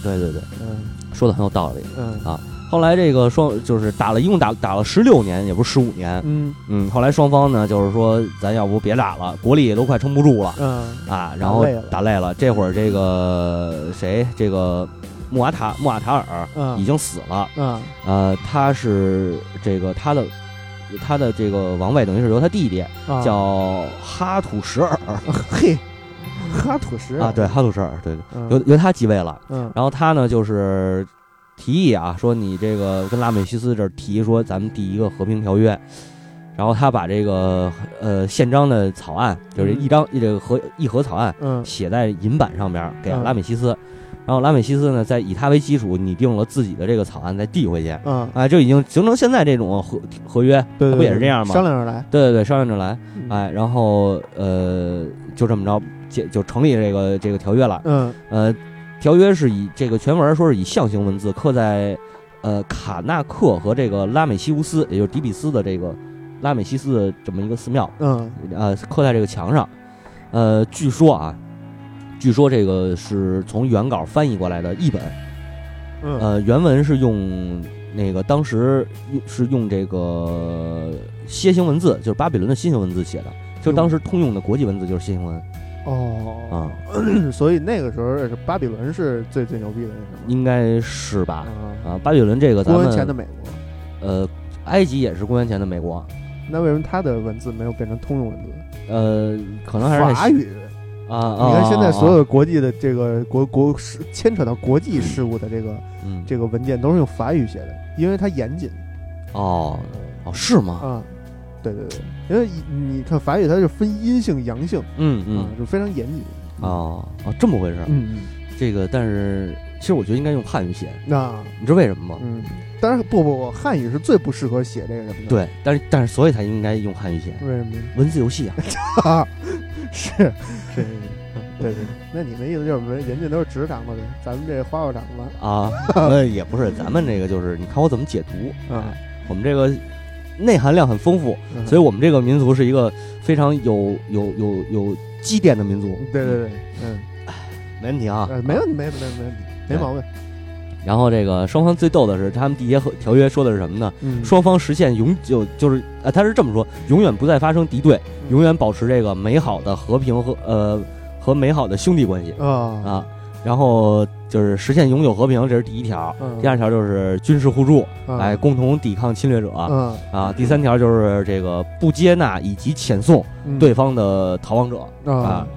[SPEAKER 2] 对对对，
[SPEAKER 1] 嗯
[SPEAKER 2] 说的很有道理。
[SPEAKER 1] 嗯
[SPEAKER 2] 后来这个双就是打了，一共打打了十六年，也不是十五年，
[SPEAKER 1] 嗯
[SPEAKER 2] 嗯，后来双方呢就是说，咱要不别打了，国力也都快撑不住了
[SPEAKER 1] 嗯
[SPEAKER 2] 啊，然
[SPEAKER 1] 打
[SPEAKER 2] 后
[SPEAKER 1] 累了
[SPEAKER 2] 打累了，这会儿这个谁，这个穆瓦塔穆瓦塔尔已
[SPEAKER 1] 嗯
[SPEAKER 2] 经死了，
[SPEAKER 1] 嗯
[SPEAKER 2] 呃，他是这个他的他的这个王位等于是由他弟弟
[SPEAKER 1] 啊，
[SPEAKER 2] 叫哈土什尔
[SPEAKER 1] 嘿，哈土什
[SPEAKER 2] 啊，对，，哈土什尔，对，
[SPEAKER 1] 嗯
[SPEAKER 2] 由由他继位了，
[SPEAKER 1] 嗯
[SPEAKER 2] 然后他呢就是提议啊，说你这个跟拉美西斯这儿提说咱们第一个和平条约，然后他把这个呃宪章的草案，就是
[SPEAKER 1] 嗯
[SPEAKER 2] 一张这个和议和草案
[SPEAKER 1] 嗯
[SPEAKER 2] 写在银板上面给
[SPEAKER 1] 嗯
[SPEAKER 2] 拉美西斯，然后拉美西斯呢再以他为基础拟定了自己的这个草案再递回去。
[SPEAKER 1] 嗯，
[SPEAKER 2] 哎，就已经形成现在这种合合约，
[SPEAKER 1] 对，对
[SPEAKER 2] 它不也是
[SPEAKER 1] 对
[SPEAKER 2] 这样吗？
[SPEAKER 1] 商量着来，
[SPEAKER 2] 对对对，商量着来，
[SPEAKER 1] 嗯，
[SPEAKER 2] 哎，然后呃，就这么着，结就成立这个这个条约了。
[SPEAKER 1] 嗯
[SPEAKER 2] 呃，条约是以这个全文说是以象形文字刻在呃卡纳克和这个拉美西乌斯，也就是底比斯的这个拉美西斯的这么一个寺庙，
[SPEAKER 1] 嗯
[SPEAKER 2] 呃，刻在这个墙上。呃，据说啊，据说这个是从原稿翻译过来的译本，
[SPEAKER 1] 嗯
[SPEAKER 2] 呃，原文是用那个当时用是用这个楔形文字，就是巴比伦的楔形文字写的，就当时通用的国际文字就是楔形文
[SPEAKER 1] 哦，
[SPEAKER 2] 啊、
[SPEAKER 1] 所以那个时候巴比伦是最最牛逼的那什么
[SPEAKER 2] 应该是吧？
[SPEAKER 1] 啊，
[SPEAKER 2] 啊，巴比伦这个咱
[SPEAKER 1] 公
[SPEAKER 2] 们
[SPEAKER 1] 元前的美国，
[SPEAKER 2] 呃，埃及也是公元前的美国，
[SPEAKER 1] 那为什么他的文字没有变成通用文字？
[SPEAKER 2] 呃，可能还是太
[SPEAKER 1] 法语，
[SPEAKER 2] 啊啊！
[SPEAKER 1] 你看现在所有
[SPEAKER 2] 啊，
[SPEAKER 1] 的国际的这个国国事牵扯到国际事务的这个
[SPEAKER 2] 啊嗯，
[SPEAKER 1] 这个文件都是用法语写的，因为它严谨
[SPEAKER 2] 哦哦是吗？
[SPEAKER 1] 啊。对对对，因为你看法语它是分阴性阳性
[SPEAKER 2] 嗯
[SPEAKER 1] 啊
[SPEAKER 2] 嗯，
[SPEAKER 1] 就非常严谨。
[SPEAKER 2] 哦哦这么回事儿。
[SPEAKER 1] 啊嗯，
[SPEAKER 2] 这个但是其实我觉得应该用汉语写，
[SPEAKER 1] 那
[SPEAKER 2] 你知道为什么吗？
[SPEAKER 1] 嗯，当然不不不，汉语是最不适合写这个什么的。，
[SPEAKER 2] 对，但是但是所以才应该用汉语写
[SPEAKER 1] 为什么呢？
[SPEAKER 2] 文字 游戏啊。
[SPEAKER 1] 啊，是是是，是对对。那你们意思就是人人家都是直肠子的，咱们这花花肠子。
[SPEAKER 2] 啊，那也不是，咱们这个就是，你看我怎么解读。
[SPEAKER 1] 嗯
[SPEAKER 2] 哎，我们这个内涵量很丰富，
[SPEAKER 1] 嗯
[SPEAKER 2] 所以我们这个民族是一个非常有有有有积淀的民族。
[SPEAKER 1] 对对对，嗯，
[SPEAKER 2] 没问题啊哎
[SPEAKER 1] 呃，没问题，没没没问题，没
[SPEAKER 2] 对
[SPEAKER 1] 毛病。
[SPEAKER 2] 然后这个双方最逗的是，他们缔结和条约说的是什么呢？
[SPEAKER 1] 嗯，
[SPEAKER 2] 双方实现永久就是呃，他是这么说，永远不再发生敌对，
[SPEAKER 1] 嗯
[SPEAKER 2] 永远保持这个美好的和平和呃和美好的兄弟关系
[SPEAKER 1] 啊
[SPEAKER 2] 啊。然后就是实现永久和平，这是第一条。
[SPEAKER 1] 嗯
[SPEAKER 2] 第二条就是军事互助，
[SPEAKER 1] 嗯
[SPEAKER 2] 哎，共同抵抗侵略者
[SPEAKER 1] 嗯
[SPEAKER 2] 啊。第三条就是这个不接纳以及遣送
[SPEAKER 1] 嗯
[SPEAKER 2] 对方的逃亡者。
[SPEAKER 1] 啊
[SPEAKER 2] 啊，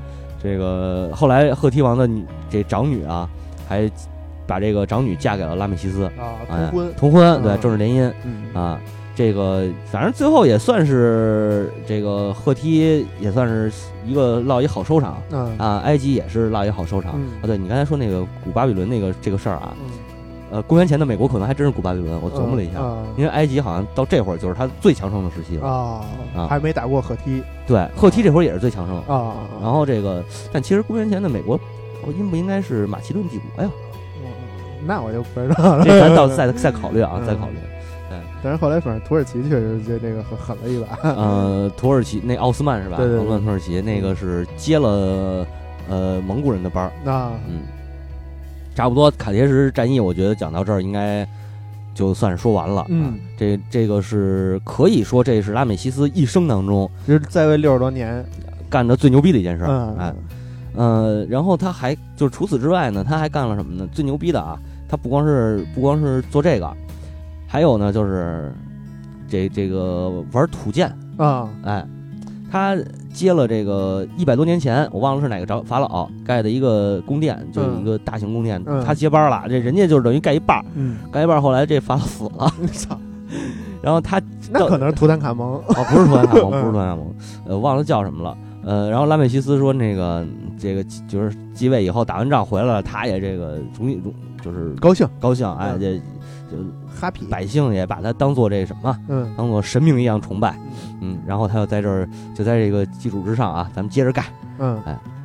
[SPEAKER 2] 这个后来赫梯王的女这长女啊，还把这个长女嫁给了拉美西斯。
[SPEAKER 1] 啊，
[SPEAKER 2] 哎
[SPEAKER 1] 通婚，
[SPEAKER 2] 同婚，对，
[SPEAKER 1] 嗯
[SPEAKER 2] 政治联姻
[SPEAKER 1] 嗯
[SPEAKER 2] 啊。这个反正最后也算是这个赫梯也算是一个落一好收场
[SPEAKER 1] 嗯
[SPEAKER 2] 啊，埃及也是落一好收场。
[SPEAKER 1] 嗯
[SPEAKER 2] 啊，对你刚才说那个古巴比伦那个这个事儿啊，
[SPEAKER 1] 嗯
[SPEAKER 2] 呃，公元前的美国可能还真是古巴比伦，我琢磨了一下，
[SPEAKER 1] 嗯
[SPEAKER 2] 因为埃及好像到这会儿就是它最强盛的时期了。
[SPEAKER 1] 啊
[SPEAKER 2] 啊
[SPEAKER 1] 还没打过河梯
[SPEAKER 2] 对，赫梯这会儿也是最强盛。
[SPEAKER 1] 啊，
[SPEAKER 2] 然后这个，但其实公元前的美国哦应不应该是马其顿帝国 哎呀？
[SPEAKER 1] 嗯那我就不知道了。
[SPEAKER 2] 这咱到再再考虑啊，
[SPEAKER 1] 嗯
[SPEAKER 2] 再考虑。
[SPEAKER 1] 但是后来反正土耳其确实这这个狠狠了一把，
[SPEAKER 2] 呃，土耳其那奥斯曼是吧？
[SPEAKER 1] 对对对
[SPEAKER 2] 奥斯曼土耳其那个是接了呃蒙古人的班儿，
[SPEAKER 1] 那
[SPEAKER 2] 嗯，差不多卡迭什战役，我觉得讲到这儿应该就算是说完了。
[SPEAKER 1] 嗯
[SPEAKER 2] 啊，这这个是可以说这是拉美西斯一生当中
[SPEAKER 1] 就是在位六十多年，
[SPEAKER 2] 干的最牛逼的一件事儿。
[SPEAKER 1] 嗯
[SPEAKER 2] 哎，呃，然后他还就是除此之外呢，他还干了什么呢？最牛逼的啊，他不光是不光是做这个，还有呢就是这这个玩土建。
[SPEAKER 1] 啊
[SPEAKER 2] 哎，他接了这个一百多年前，我忘了是哪个长法老盖的一个宫殿，就是一个大型宫殿，
[SPEAKER 1] 嗯
[SPEAKER 2] 他接班了。这人家就是等于盖一半儿，
[SPEAKER 1] 嗯，
[SPEAKER 2] 盖一半儿，后来这法老死了，
[SPEAKER 1] 操，
[SPEAKER 2] 然后他
[SPEAKER 1] 那可能是图坦卡蒙，
[SPEAKER 2] 哦不是图坦卡蒙，
[SPEAKER 1] 嗯
[SPEAKER 2] 不是图坦卡蒙，呃忘了叫什么了。呃，然后拉美西斯说那个这个就是继位以后打完仗回来了，他也这个荣誉荣就是
[SPEAKER 1] 高兴
[SPEAKER 2] 高兴，哎，
[SPEAKER 1] 嗯
[SPEAKER 2] 这
[SPEAKER 1] 哈皮，
[SPEAKER 2] 百姓也把他当做这什么，
[SPEAKER 1] 嗯
[SPEAKER 2] 当做神明一样崇拜。嗯，然后他又在这儿就在这个基础之上啊，咱们接着盖。
[SPEAKER 1] 嗯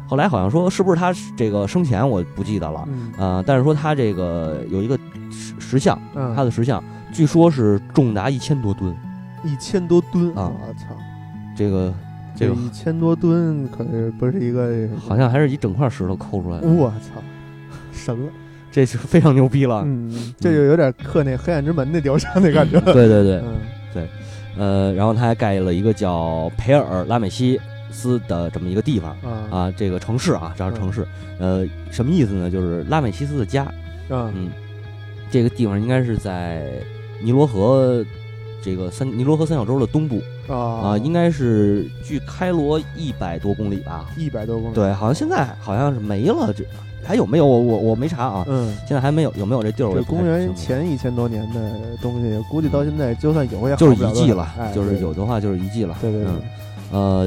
[SPEAKER 2] 后来好像说是不是他这个生前我不记得了，
[SPEAKER 1] 嗯
[SPEAKER 2] 呃，但是说他这个有一个石石像，
[SPEAKER 1] 嗯，
[SPEAKER 2] 他的石像据说是重达一千多吨，
[SPEAKER 1] 嗯一千多吨
[SPEAKER 2] 啊
[SPEAKER 1] 我操，
[SPEAKER 2] 这个这个
[SPEAKER 1] 一千多吨可是不是一个，
[SPEAKER 2] 好像还是一整块石头抠出来的，
[SPEAKER 1] 我操，神了！
[SPEAKER 2] 这是非常牛逼 了。
[SPEAKER 1] 嗯，这就有点刻那黑暗之门那雕像那感觉。
[SPEAKER 2] 对对对，
[SPEAKER 1] 嗯，
[SPEAKER 2] 呃，然后他还盖了一个叫培尔拉美西斯的这么一个地方
[SPEAKER 1] 啊
[SPEAKER 2] 啊，这个城市啊，这是城市，
[SPEAKER 1] 嗯
[SPEAKER 2] 呃，什么意思呢？就是拉美西斯的家，
[SPEAKER 1] 啊
[SPEAKER 2] 嗯，这个地方应该是在尼罗河这个三尼罗河三角洲的东部啊，
[SPEAKER 1] 啊
[SPEAKER 2] 应该是距开罗一百多公里吧？
[SPEAKER 1] 一百多公里。，
[SPEAKER 2] 对，好像现在好像是没了，这还有没有？我我我没查啊，
[SPEAKER 1] 嗯，
[SPEAKER 2] 现在还没有有没有这地儿？我也
[SPEAKER 1] 这
[SPEAKER 2] 不太
[SPEAKER 1] 公元
[SPEAKER 2] 清楚
[SPEAKER 1] 前一千多年的东西，估计到现在就算有也好
[SPEAKER 2] 嗯就是
[SPEAKER 1] 不了
[SPEAKER 2] 遗迹
[SPEAKER 1] 多少
[SPEAKER 2] 了
[SPEAKER 1] 哎，
[SPEAKER 2] 就是
[SPEAKER 1] 对
[SPEAKER 2] 有的话就是遗迹了。
[SPEAKER 1] 对对对
[SPEAKER 2] 嗯，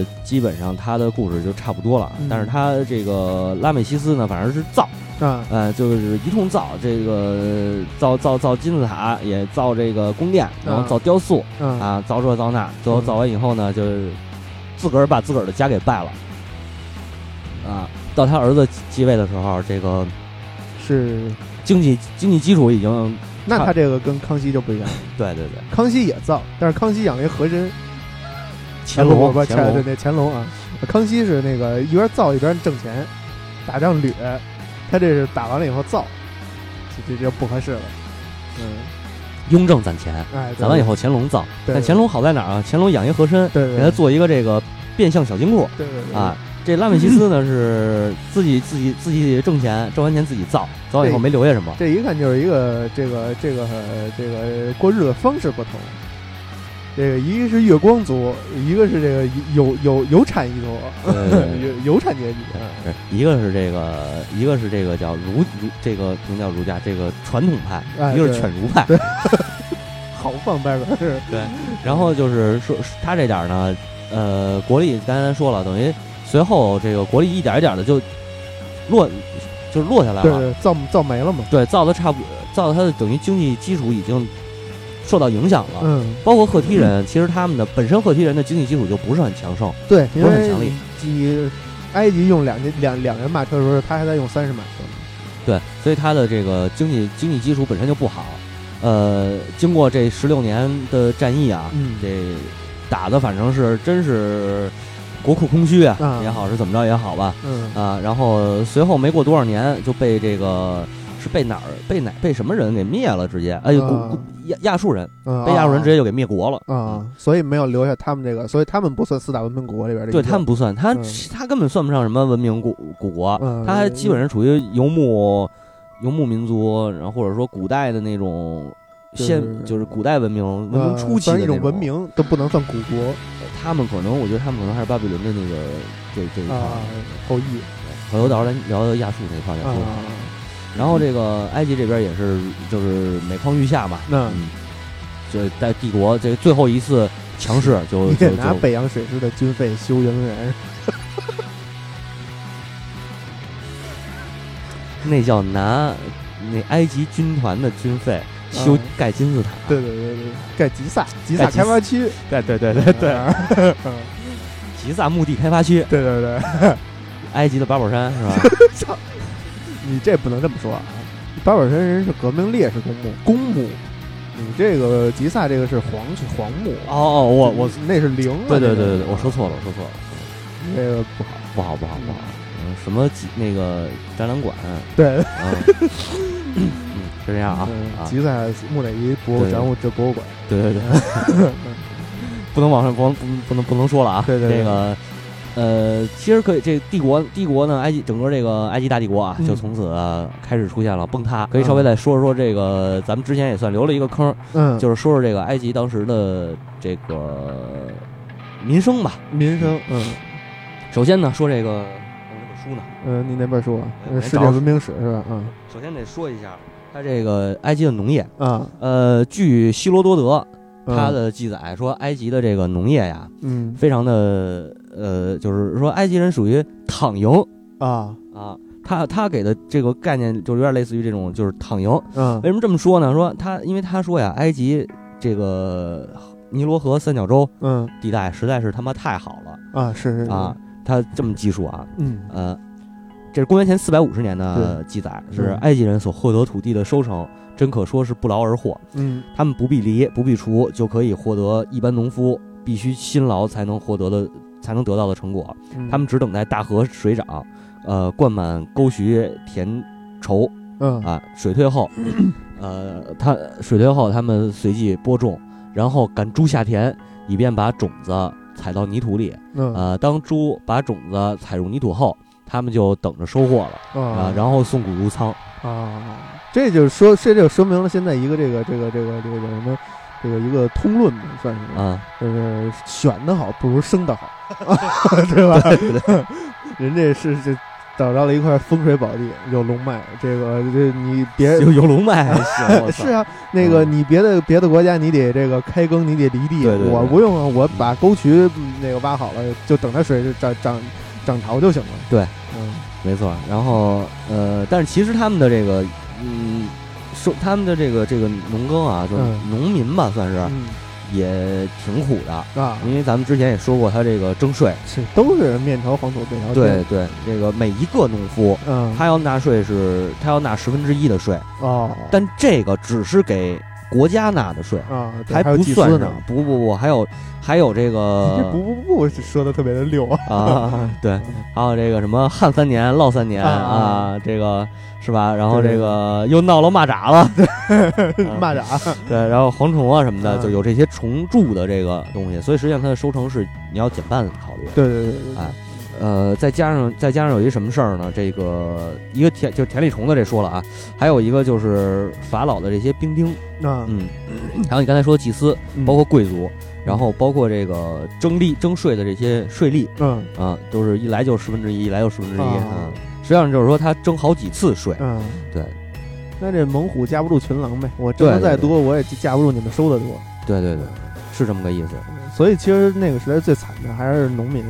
[SPEAKER 2] 呃，基本上他的故事就差不多了。
[SPEAKER 1] 嗯
[SPEAKER 2] 但是他这个拉美西斯呢，反正是造，
[SPEAKER 1] 啊，
[SPEAKER 2] 呃，就是一通造，这个造造造金字塔，也造这个宫殿，然后造雕塑
[SPEAKER 1] 嗯
[SPEAKER 2] 啊，造这造那，最后
[SPEAKER 1] 嗯
[SPEAKER 2] 造完以后呢，就是自个儿把自个儿的家给败了。啊，到他儿子继位的时候，这个
[SPEAKER 1] 是，
[SPEAKER 2] 经济经济基础已经
[SPEAKER 1] 那
[SPEAKER 2] 他
[SPEAKER 1] 他这个跟康熙就不一样，
[SPEAKER 2] 对对对，
[SPEAKER 1] 康熙也造，但是康熙养了一和珅，
[SPEAKER 2] 乾
[SPEAKER 1] 啊不不
[SPEAKER 2] 隆
[SPEAKER 1] 不
[SPEAKER 2] 乾隆
[SPEAKER 1] 对对乾隆啊，康熙是那个一边造一边挣钱，打仗掠，他这是打完了以后造，这这就不合适了，嗯，
[SPEAKER 2] 雍正攒钱，
[SPEAKER 1] 哎，
[SPEAKER 2] 攒完以后乾隆造，
[SPEAKER 1] 对
[SPEAKER 2] 但乾隆好在哪儿啊？乾隆养一和珅，
[SPEAKER 1] 对对
[SPEAKER 2] 给他做一个这个变相小金库
[SPEAKER 1] 对对对
[SPEAKER 2] 啊。这拉美西斯呢是自己自己自己挣钱，挣完钱自己造，造完以后
[SPEAKER 1] 对
[SPEAKER 2] 没留下什么。
[SPEAKER 1] 这一看就是一个这个这个呃这个过日子方式不同。这个一个是月光族，一个是这个有有有产一族，
[SPEAKER 2] 对对对
[SPEAKER 1] 有有产阶级。嗯
[SPEAKER 2] 是一个是这个，一个是这个叫儒儒，这个什么叫儒家？这个传统派，
[SPEAKER 1] 哎
[SPEAKER 2] 一个是
[SPEAKER 1] 对
[SPEAKER 2] 犬儒派。
[SPEAKER 1] 豪放拜
[SPEAKER 2] 啊
[SPEAKER 1] 拜是，
[SPEAKER 2] 然后就是说他这点儿呢，呃，国力刚才说了，等于随后这个国力一点一点的就落，就是落下来
[SPEAKER 1] 对
[SPEAKER 2] 了。
[SPEAKER 1] 对，造造没了嘛。
[SPEAKER 2] 对，造的差不，造的他的等于经济基础已经受到影响了。
[SPEAKER 1] 嗯，
[SPEAKER 2] 包括赫梯人，其实他们的本身赫梯人的经济基础就不是很强盛，
[SPEAKER 1] 对，因
[SPEAKER 2] 不是很
[SPEAKER 1] 为
[SPEAKER 2] 强力
[SPEAKER 1] 你埃及用两两两人马车的时候，他还在用三十马车。
[SPEAKER 2] 对，所以他的这个经济经济基础本身就不好。呃，经过这十六年的战役啊，
[SPEAKER 1] 嗯
[SPEAKER 2] 这打的反正是真是国库空虚啊，
[SPEAKER 1] 啊
[SPEAKER 2] 也好是怎么着也好吧，
[SPEAKER 1] 嗯，
[SPEAKER 2] 啊，然后随后没过多少年就被这个是被哪儿被哪被什么人给灭了，直接哎古
[SPEAKER 1] 啊
[SPEAKER 2] 古亚亚述人
[SPEAKER 1] 嗯
[SPEAKER 2] 被亚述人直
[SPEAKER 1] 啊
[SPEAKER 2] 接就嗯给灭国了
[SPEAKER 1] 啊，所以没有留下他们这个，所以他们不算四大文明古国里边的一个。
[SPEAKER 2] 对他们不算，他、
[SPEAKER 1] 嗯
[SPEAKER 2] 他根本算不上什么文明古古国，
[SPEAKER 1] 嗯
[SPEAKER 2] 他还基本上属于游牧游牧民族，然后或者说古代的那种
[SPEAKER 1] 就是
[SPEAKER 2] 现就是古代文明文明
[SPEAKER 1] 呃
[SPEAKER 2] 初期
[SPEAKER 1] 算
[SPEAKER 2] 的
[SPEAKER 1] 是一种
[SPEAKER 2] 那
[SPEAKER 1] 文，明都不能算古国
[SPEAKER 2] 他们可能我觉得他们可能还是巴比伦的那个这这一块
[SPEAKER 1] 啊
[SPEAKER 2] 儿，，
[SPEAKER 1] 后裔
[SPEAKER 2] 回头到时候咱聊聊亚述那块儿再
[SPEAKER 1] 啊
[SPEAKER 2] 说。。然后这个埃及这边也是就是每况愈下嘛，
[SPEAKER 1] 那
[SPEAKER 2] 嗯，就在帝国这最后一次强势就
[SPEAKER 1] 你
[SPEAKER 2] 就
[SPEAKER 1] 得拿
[SPEAKER 2] 就
[SPEAKER 1] 北洋水师的军费修游乐园，
[SPEAKER 2] 那叫拿那埃及军团的军费修
[SPEAKER 1] 嗯
[SPEAKER 2] 盖金字塔。
[SPEAKER 1] 对对对对，盖吉萨，吉萨
[SPEAKER 2] 吉萨
[SPEAKER 1] 开发区，
[SPEAKER 2] 对对对 对啊对，
[SPEAKER 1] 嗯
[SPEAKER 2] 吉萨墓地开发区，
[SPEAKER 1] 对对对，
[SPEAKER 2] 埃及的八宝山是吧？
[SPEAKER 1] 你这不能这么说啊！八宝山人是革命烈士公墓，公墓，你这个吉萨这个是皇皇墓，啊
[SPEAKER 2] 哦哦，我我
[SPEAKER 1] 那是陵啊，
[SPEAKER 2] 对对
[SPEAKER 1] 那
[SPEAKER 2] 对对
[SPEAKER 1] 个
[SPEAKER 2] 对，我说错了，我说错了，
[SPEAKER 1] 这个不 好，
[SPEAKER 2] 不好不好不好，嗯，什么吉那个展览馆，
[SPEAKER 1] 对
[SPEAKER 2] 嗯， 嗯，就这样啊
[SPEAKER 1] 嗯
[SPEAKER 2] 啊，
[SPEAKER 1] 吉萨木乃伊博物
[SPEAKER 2] 对
[SPEAKER 1] 展物这博物馆，
[SPEAKER 2] 对对对， 不能往上不能不能不能不能说了啊，
[SPEAKER 1] 对对对
[SPEAKER 2] 这个。呃，其实可以，这帝国帝国呢，埃及整个这个埃及大帝国啊，
[SPEAKER 1] 嗯
[SPEAKER 2] 就从此、开始出现了崩塌。可以稍微再说说这个，咱们之前也算留了一个坑，
[SPEAKER 1] 嗯，
[SPEAKER 2] 就是说说这个埃及当时的这个民生吧。
[SPEAKER 1] 民生，嗯
[SPEAKER 2] 首先呢，说这个我那本书呢，
[SPEAKER 1] 嗯，你那本书啊，
[SPEAKER 2] 哎
[SPEAKER 1] 呃
[SPEAKER 2] 我
[SPEAKER 1] 世
[SPEAKER 2] 找
[SPEAKER 1] 界
[SPEAKER 2] 找
[SPEAKER 1] 文明史是吧？嗯
[SPEAKER 2] 首先得说一下它这个埃及的农业。
[SPEAKER 1] 啊，
[SPEAKER 2] 呃，据希罗多德
[SPEAKER 1] 嗯
[SPEAKER 2] 他的记载说，埃及的这个农业呀，
[SPEAKER 1] 嗯
[SPEAKER 2] 非常的呃，就是说埃及人属于躺赢
[SPEAKER 1] 啊
[SPEAKER 2] 啊。他他给的这个概念就有点类似于这种，就是躺赢。
[SPEAKER 1] 嗯
[SPEAKER 2] 为什么这么说呢？说他因为他说呀，埃及这个尼罗河三角洲
[SPEAKER 1] 嗯
[SPEAKER 2] 地带实在是他妈太好了。
[SPEAKER 1] 啊是是是
[SPEAKER 2] 啊，，他这么记述啊，
[SPEAKER 1] 嗯
[SPEAKER 2] 呃，这是公元前四百五十年的记载，
[SPEAKER 1] 对
[SPEAKER 2] 是
[SPEAKER 1] 嗯
[SPEAKER 2] 埃及人所获得土地的收成真可说是不劳而获。
[SPEAKER 1] 嗯
[SPEAKER 2] 他们不必犁，不必锄，就可以获得一般农夫必须辛劳才能获得的才能得到的成果。
[SPEAKER 1] 嗯
[SPEAKER 2] 他们只等待大河水涨，呃，灌满沟渠田畴
[SPEAKER 1] 嗯
[SPEAKER 2] 啊，水退后，呃，他水退后，他们随即播种，然后赶猪下田，以便把种子踩到泥土里。
[SPEAKER 1] 嗯
[SPEAKER 2] 呃，当猪把种子踩入泥土后，他们就等着收获了啊、
[SPEAKER 1] 啊
[SPEAKER 2] 然后送谷入仓。
[SPEAKER 1] 后啊，这就是说，这就说明了现在一个这个这个这个这个叫什么？这个一个通论吧，算是，
[SPEAKER 2] 啊、
[SPEAKER 1] 就是选的好不如生的好， 对吧？ 人这是这找到了一块风水宝地，有龙脉，这个这你别
[SPEAKER 2] 有 有龙脉还行，我操
[SPEAKER 1] 是啊，那个
[SPEAKER 2] 嗯
[SPEAKER 1] 你别的别的国家你得这个开耕，你得犁地，
[SPEAKER 2] 对对对
[SPEAKER 1] 我不用啊，我把沟渠嗯那个挖好了，就等它水涨涨涨潮就行了。
[SPEAKER 2] 对，
[SPEAKER 1] 嗯
[SPEAKER 2] 没错。然后呃，但是其实他们的这个嗯，收他们的这个这个农耕啊，就是
[SPEAKER 1] 嗯
[SPEAKER 2] 农民吧，算是、啊
[SPEAKER 1] 嗯
[SPEAKER 2] 也挺苦的。
[SPEAKER 1] 啊，
[SPEAKER 2] 因为咱们之前也说过，他这个征税，
[SPEAKER 1] 是都是面朝黄土背朝天。
[SPEAKER 2] 对，对，这个每一个农夫，
[SPEAKER 1] 嗯，
[SPEAKER 2] 他要纳税是，他要纳十分之一的税，
[SPEAKER 1] 哦，
[SPEAKER 2] 但这个只是给国家纳的税，
[SPEAKER 1] 啊对还有
[SPEAKER 2] 不
[SPEAKER 1] 祭
[SPEAKER 2] 算呃
[SPEAKER 1] 司
[SPEAKER 2] 上
[SPEAKER 1] 呢。。
[SPEAKER 2] 不不不，还有还有这
[SPEAKER 1] 这不
[SPEAKER 2] 个
[SPEAKER 1] 不不，说的特别的溜啊！
[SPEAKER 2] 啊，对，还有这个什么旱三年涝三年
[SPEAKER 1] 啊
[SPEAKER 2] 啊，这个是吧？然后
[SPEAKER 1] 对
[SPEAKER 2] 这个又闹了蚂蚱 了，啊
[SPEAKER 1] 蚂 蚱，
[SPEAKER 2] 对，然后蝗虫啊什么的，
[SPEAKER 1] 啊
[SPEAKER 2] 就有这些虫蛀的这个东西，所以实际上它的收成是你要减半考虑。
[SPEAKER 1] 对对对 对对
[SPEAKER 2] 哎呃，再加上再加上有一什么事儿呢？这个一个田就田里虫子这说了啊，还有一个就是法老的这些兵丁，
[SPEAKER 1] 那
[SPEAKER 2] 嗯，还有你刚才说的祭司，
[SPEAKER 1] 嗯
[SPEAKER 2] 包括贵族，然后包括这个征利征税的这些税吏
[SPEAKER 1] 嗯
[SPEAKER 2] 啊，都是一来就十分之一，一来就十分之一
[SPEAKER 1] 啊
[SPEAKER 2] 啊。实际上就是说他征好几次税，
[SPEAKER 1] 嗯，
[SPEAKER 2] 对。
[SPEAKER 1] 那这猛虎架不住群狼呗，我挣的
[SPEAKER 2] 对对
[SPEAKER 1] 再
[SPEAKER 2] 对
[SPEAKER 1] 多，我也架不住你们收的多。
[SPEAKER 2] 对对对，是这么个意思。
[SPEAKER 1] 所以其实那个时代最惨的还是农民，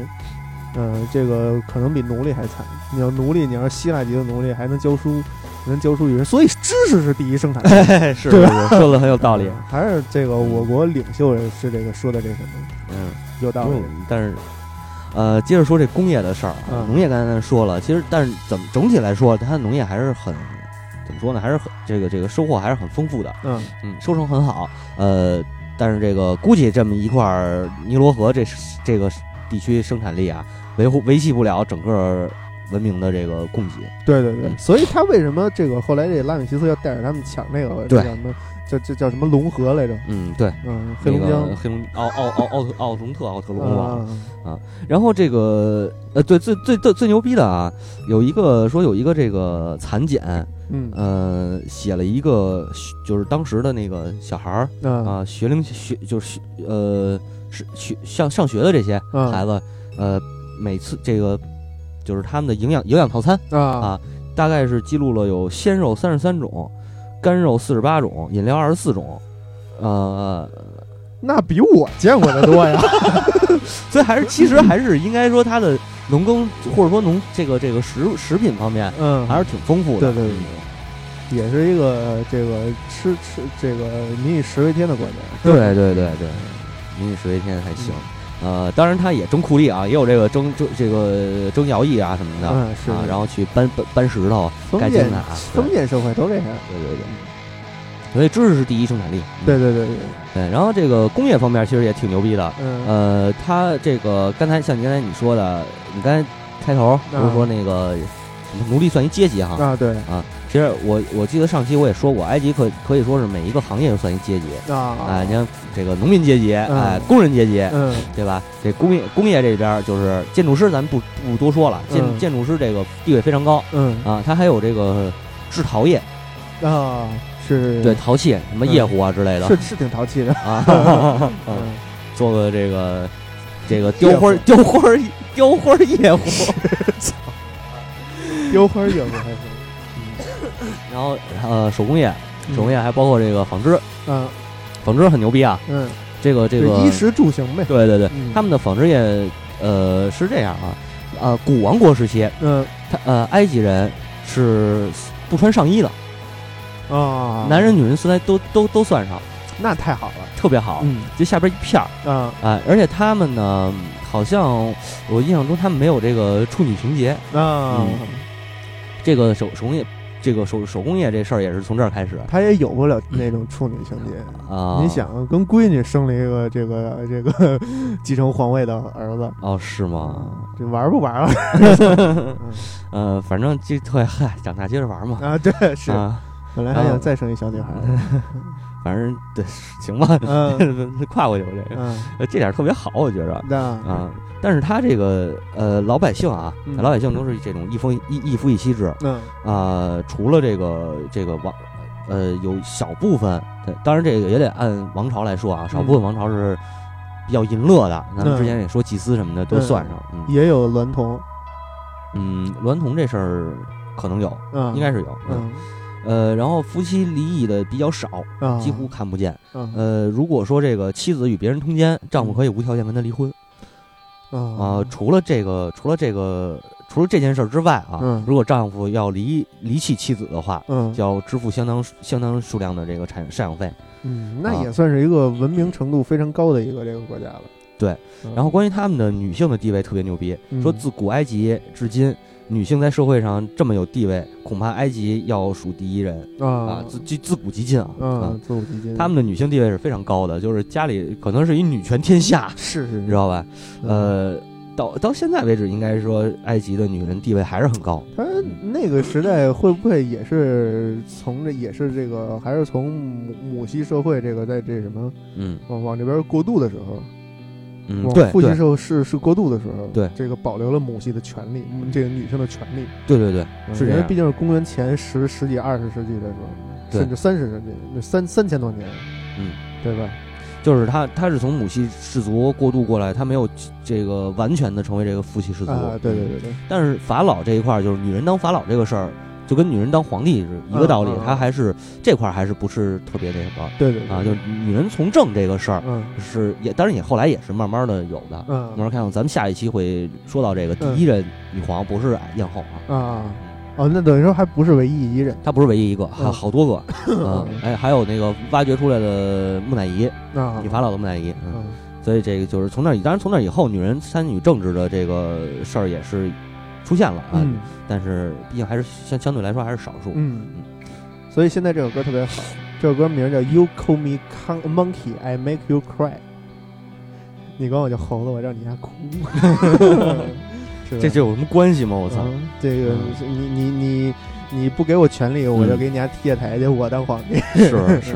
[SPEAKER 1] 呃，这个可能比奴隶还惨。你要奴隶，你要是希腊籍的奴隶，还能教书，能教书育人，所以知识是第一生产力。
[SPEAKER 2] 是是是，说的很有 道理。
[SPEAKER 1] 嗯还是这个我国领袖是这个说的这什么
[SPEAKER 2] 嗯，
[SPEAKER 1] 有道理
[SPEAKER 2] 嗯。但是。呃，接着说这工业的事儿啊，
[SPEAKER 1] 嗯
[SPEAKER 2] 农业刚才咱说了，其实但是怎么整体来说，它农业还是很怎么说呢，还是很这个这个收获还是很丰富的，
[SPEAKER 1] 嗯
[SPEAKER 2] 嗯，收成很好，呃，但是这个估计这么一块儿尼罗河这这个地区生产力啊，维护维系不了整个文明的这个供给，
[SPEAKER 1] 对对对，
[SPEAKER 2] 嗯
[SPEAKER 1] 所以他为什么这个后来这拉美西斯要带着他们抢那个这
[SPEAKER 2] 对
[SPEAKER 1] 叫什么叫叫叫什么龙河来着？
[SPEAKER 2] 嗯，对，
[SPEAKER 1] 嗯，黑
[SPEAKER 2] 那
[SPEAKER 1] 龙
[SPEAKER 2] 个
[SPEAKER 1] 江。
[SPEAKER 2] 黑龙奥奥奥奥特奥龙特奥特龙
[SPEAKER 1] 啊
[SPEAKER 2] 啊，然后这个呃，对，最最最最牛逼的啊，有一个说有一个这个蚕茧，
[SPEAKER 1] 嗯
[SPEAKER 2] 呃，写了一个就是当时的那个小孩儿
[SPEAKER 1] 啊
[SPEAKER 2] 啊，学龄学就是学呃是学上上学的这些
[SPEAKER 1] 嗯
[SPEAKER 2] 啊孩子，呃，每次这个就是他们的营养营养套餐，
[SPEAKER 1] 啊
[SPEAKER 2] 大概是记录了有鲜肉三十三种，干肉四十八种，饮料二十四种，
[SPEAKER 1] 嗯
[SPEAKER 2] 呃，
[SPEAKER 1] 那比我见过的多 呀！
[SPEAKER 2] 所以还是其实还是应该说它的农耕或者说农这个这个食食品方面
[SPEAKER 1] 嗯，
[SPEAKER 2] 还是挺丰富
[SPEAKER 1] 对
[SPEAKER 2] 的。
[SPEAKER 1] 对对也是一个这个吃吃这个民以食为天的国家。
[SPEAKER 2] 对对对对，民以食为天还行。
[SPEAKER 1] 嗯
[SPEAKER 2] 呃，当然他也争酷吏啊，也有这个争争这个争徭役啊什么的
[SPEAKER 1] 嗯是
[SPEAKER 2] 啊，然后去搬搬搬石头、
[SPEAKER 1] 封
[SPEAKER 2] 盖
[SPEAKER 1] 建
[SPEAKER 2] 金字塔，啊对
[SPEAKER 1] 封建社会都这样。
[SPEAKER 2] 对对对。所以知识是第一生产力，嗯
[SPEAKER 1] 对对对对，
[SPEAKER 2] 对。然后这个工业方面其实也挺牛逼的，
[SPEAKER 1] 嗯
[SPEAKER 2] 呃，它这个刚才像你刚才你说的，你刚才开头不是说那个什么奴隶算一阶级哈？
[SPEAKER 1] 啊对
[SPEAKER 2] 啊，其实我我记得上期我也说过，埃及可可以说是每一个行业都算一阶级。啊，
[SPEAKER 1] 啊
[SPEAKER 2] 你看这个农民阶级，
[SPEAKER 1] 嗯
[SPEAKER 2] 哎，工人阶级，
[SPEAKER 1] 嗯
[SPEAKER 2] 对吧？这工业工业这边儿就是建筑师，咱不不多说了，建、
[SPEAKER 1] 嗯
[SPEAKER 2] 建筑师这个地位非常高
[SPEAKER 1] 嗯
[SPEAKER 2] 啊。他还有这个制陶业，
[SPEAKER 1] 啊是，
[SPEAKER 2] 对，陶器什么
[SPEAKER 1] 嗯
[SPEAKER 2] 夜壶啊之类的、
[SPEAKER 1] 是是挺淘气的。
[SPEAKER 2] 啊，
[SPEAKER 1] 嗯
[SPEAKER 2] 做个这个这个
[SPEAKER 1] 夜
[SPEAKER 2] 雕花
[SPEAKER 1] 壶
[SPEAKER 2] 雕花雕花夜壶，
[SPEAKER 1] 雕嗯花儿也不还行。
[SPEAKER 2] 然后呃手工业，
[SPEAKER 1] 嗯
[SPEAKER 2] 手工业还包括这个纺织，
[SPEAKER 1] 嗯
[SPEAKER 2] 纺织很牛逼啊，
[SPEAKER 1] 嗯，
[SPEAKER 2] 这个这
[SPEAKER 1] 就
[SPEAKER 2] 个
[SPEAKER 1] 衣食住行呗。
[SPEAKER 2] 对对对，
[SPEAKER 1] 嗯
[SPEAKER 2] 他们的纺织业呃是这样啊，呃古王国时期。
[SPEAKER 1] 嗯
[SPEAKER 2] 他呃，埃及人是不穿上衣的，
[SPEAKER 1] 啊，
[SPEAKER 2] 男人女啊人素材都都都算上，
[SPEAKER 1] 那太好了。
[SPEAKER 2] 特别好，
[SPEAKER 1] 嗯
[SPEAKER 2] 就下边一片儿
[SPEAKER 1] 啊
[SPEAKER 2] 啊、而且他们呢，好像我印象中他们没有这个处女情节，
[SPEAKER 1] 啊
[SPEAKER 2] 这个手手工业这个手手工业这事儿也是从这儿开始
[SPEAKER 1] 他也有不了那种处女情节。
[SPEAKER 2] 啊。
[SPEAKER 1] 你想，跟闺女生了一个这个这个继承皇位的儿子，
[SPEAKER 2] 哦，是吗？
[SPEAKER 1] 这玩不玩啊？
[SPEAKER 2] 呃，反正这对，嗨，长大接着玩嘛。
[SPEAKER 1] 啊，对，是，
[SPEAKER 2] 啊，
[SPEAKER 1] 本来还想再生一小女孩儿，
[SPEAKER 2] 反正对，行吧，
[SPEAKER 1] 嗯
[SPEAKER 2] 跨过去吧，这个，
[SPEAKER 1] 嗯，
[SPEAKER 2] 呃这点儿特别好，我觉着
[SPEAKER 1] 那
[SPEAKER 2] 啊。但是他这个呃，老百姓啊，
[SPEAKER 1] 嗯
[SPEAKER 2] 老百姓都是这种一夫一一夫一妻制
[SPEAKER 1] 嗯
[SPEAKER 2] 啊、除了这个这个王。呃，有小部分，对，当然这个也得按王朝来说啊，少
[SPEAKER 1] 嗯
[SPEAKER 2] 部分王朝是比较淫乐的。咱们之前也说祭司什么的都算上，嗯
[SPEAKER 1] 也有娈童，
[SPEAKER 2] 嗯，娈童这事儿可能有，
[SPEAKER 1] 嗯，
[SPEAKER 2] 应该是有，
[SPEAKER 1] 嗯
[SPEAKER 2] 呃，然后夫妻离异的比较少，
[SPEAKER 1] 啊，
[SPEAKER 2] 几乎看不见。
[SPEAKER 1] 嗯
[SPEAKER 2] 呃，如果说这个妻子与别人通奸，丈夫可以无条件跟她离婚啊、
[SPEAKER 1] 啊
[SPEAKER 2] 除了这个，除了这个，除了这件事儿之外啊，
[SPEAKER 1] 嗯
[SPEAKER 2] 如果丈夫要离离弃妻子的话，
[SPEAKER 1] 嗯
[SPEAKER 2] 就要支付相当相当数量的这个产赡养费。
[SPEAKER 1] 嗯，那
[SPEAKER 2] 啊
[SPEAKER 1] 也算是一个文明程度非常高的一个这个国家了。
[SPEAKER 2] 对
[SPEAKER 1] 嗯，
[SPEAKER 2] 然后关于他们的女性的地位特别牛逼，
[SPEAKER 1] 嗯
[SPEAKER 2] 说自古埃及至今，女性在社会上这么有地位，恐怕埃及要数第一人啊
[SPEAKER 1] 啊，
[SPEAKER 2] 自自自古及今啊啊
[SPEAKER 1] 嗯，，自我基金，
[SPEAKER 2] 他们的女性地位是非常高的，就是家里可能是一女权 天下，
[SPEAKER 1] 是是
[SPEAKER 2] 你知，道吧？
[SPEAKER 1] 嗯
[SPEAKER 2] 呃，到到现在为止，应该说埃及的女人地位还是很高。
[SPEAKER 1] 他那个时代会不会也是从这也是这个还是从母母系社会这个在这什么
[SPEAKER 2] 嗯
[SPEAKER 1] 往往这边过渡的时候，
[SPEAKER 2] 嗯，对
[SPEAKER 1] 往父系
[SPEAKER 2] 对
[SPEAKER 1] 社会是是过渡的时候，
[SPEAKER 2] 对
[SPEAKER 1] 这个保留了母系的权利，嗯这个女性的权利，
[SPEAKER 2] 对对对，是
[SPEAKER 1] 因
[SPEAKER 2] 这
[SPEAKER 1] 为
[SPEAKER 2] 样
[SPEAKER 1] 毕竟嗯是公元前十十几二十世纪的时候，
[SPEAKER 2] 对
[SPEAKER 1] 甚至三十世纪，那三三千多年，
[SPEAKER 2] 嗯，
[SPEAKER 1] 对吧？
[SPEAKER 2] 就是她她是从母系氏族过渡过来，她没有这个完全的成为这个父系氏族。
[SPEAKER 1] 啊，对对对对，
[SPEAKER 2] 但是法老这一块儿，就是女人当法老这个事儿，就跟女人当皇帝是一个道理
[SPEAKER 1] 嗯嗯嗯，嗯
[SPEAKER 2] 她还是这块儿还是不是特别那什么
[SPEAKER 1] 对对对
[SPEAKER 2] 啊？就是女人从政这个事儿
[SPEAKER 1] 嗯
[SPEAKER 2] 是也，当然也后来也是慢慢的有的。慢
[SPEAKER 1] 嗯
[SPEAKER 2] 慢看，咱们下一期会说到这个第一任女皇不是艳后啊，
[SPEAKER 1] 啊哦，那等于说还不是唯一一人
[SPEAKER 2] 她不是唯一一个，还有
[SPEAKER 1] 嗯
[SPEAKER 2] 好多个。 嗯，哎，还有那个挖掘出来的木乃伊，
[SPEAKER 1] 啊
[SPEAKER 2] 以，法老的木乃伊。嗯，
[SPEAKER 1] 嗯
[SPEAKER 2] 所以这个就是从那以，当然从那以后，女人参与政治的这个事儿也是出现了啊。
[SPEAKER 1] 嗯
[SPEAKER 2] 但是毕竟还是相相对来说还是少数。
[SPEAKER 1] 嗯，所以现在这首歌特别好，这首歌名叫《You Call Me Con- Monkey, I Make You Cry》，你管我叫猴子，我让你家哭， 是吧
[SPEAKER 2] 这这有什么关系吗？我操！
[SPEAKER 1] 嗯这个你你你你不给我权利，我就
[SPEAKER 2] 嗯
[SPEAKER 1] 给你家贴台去，我当皇帝。
[SPEAKER 2] 是是。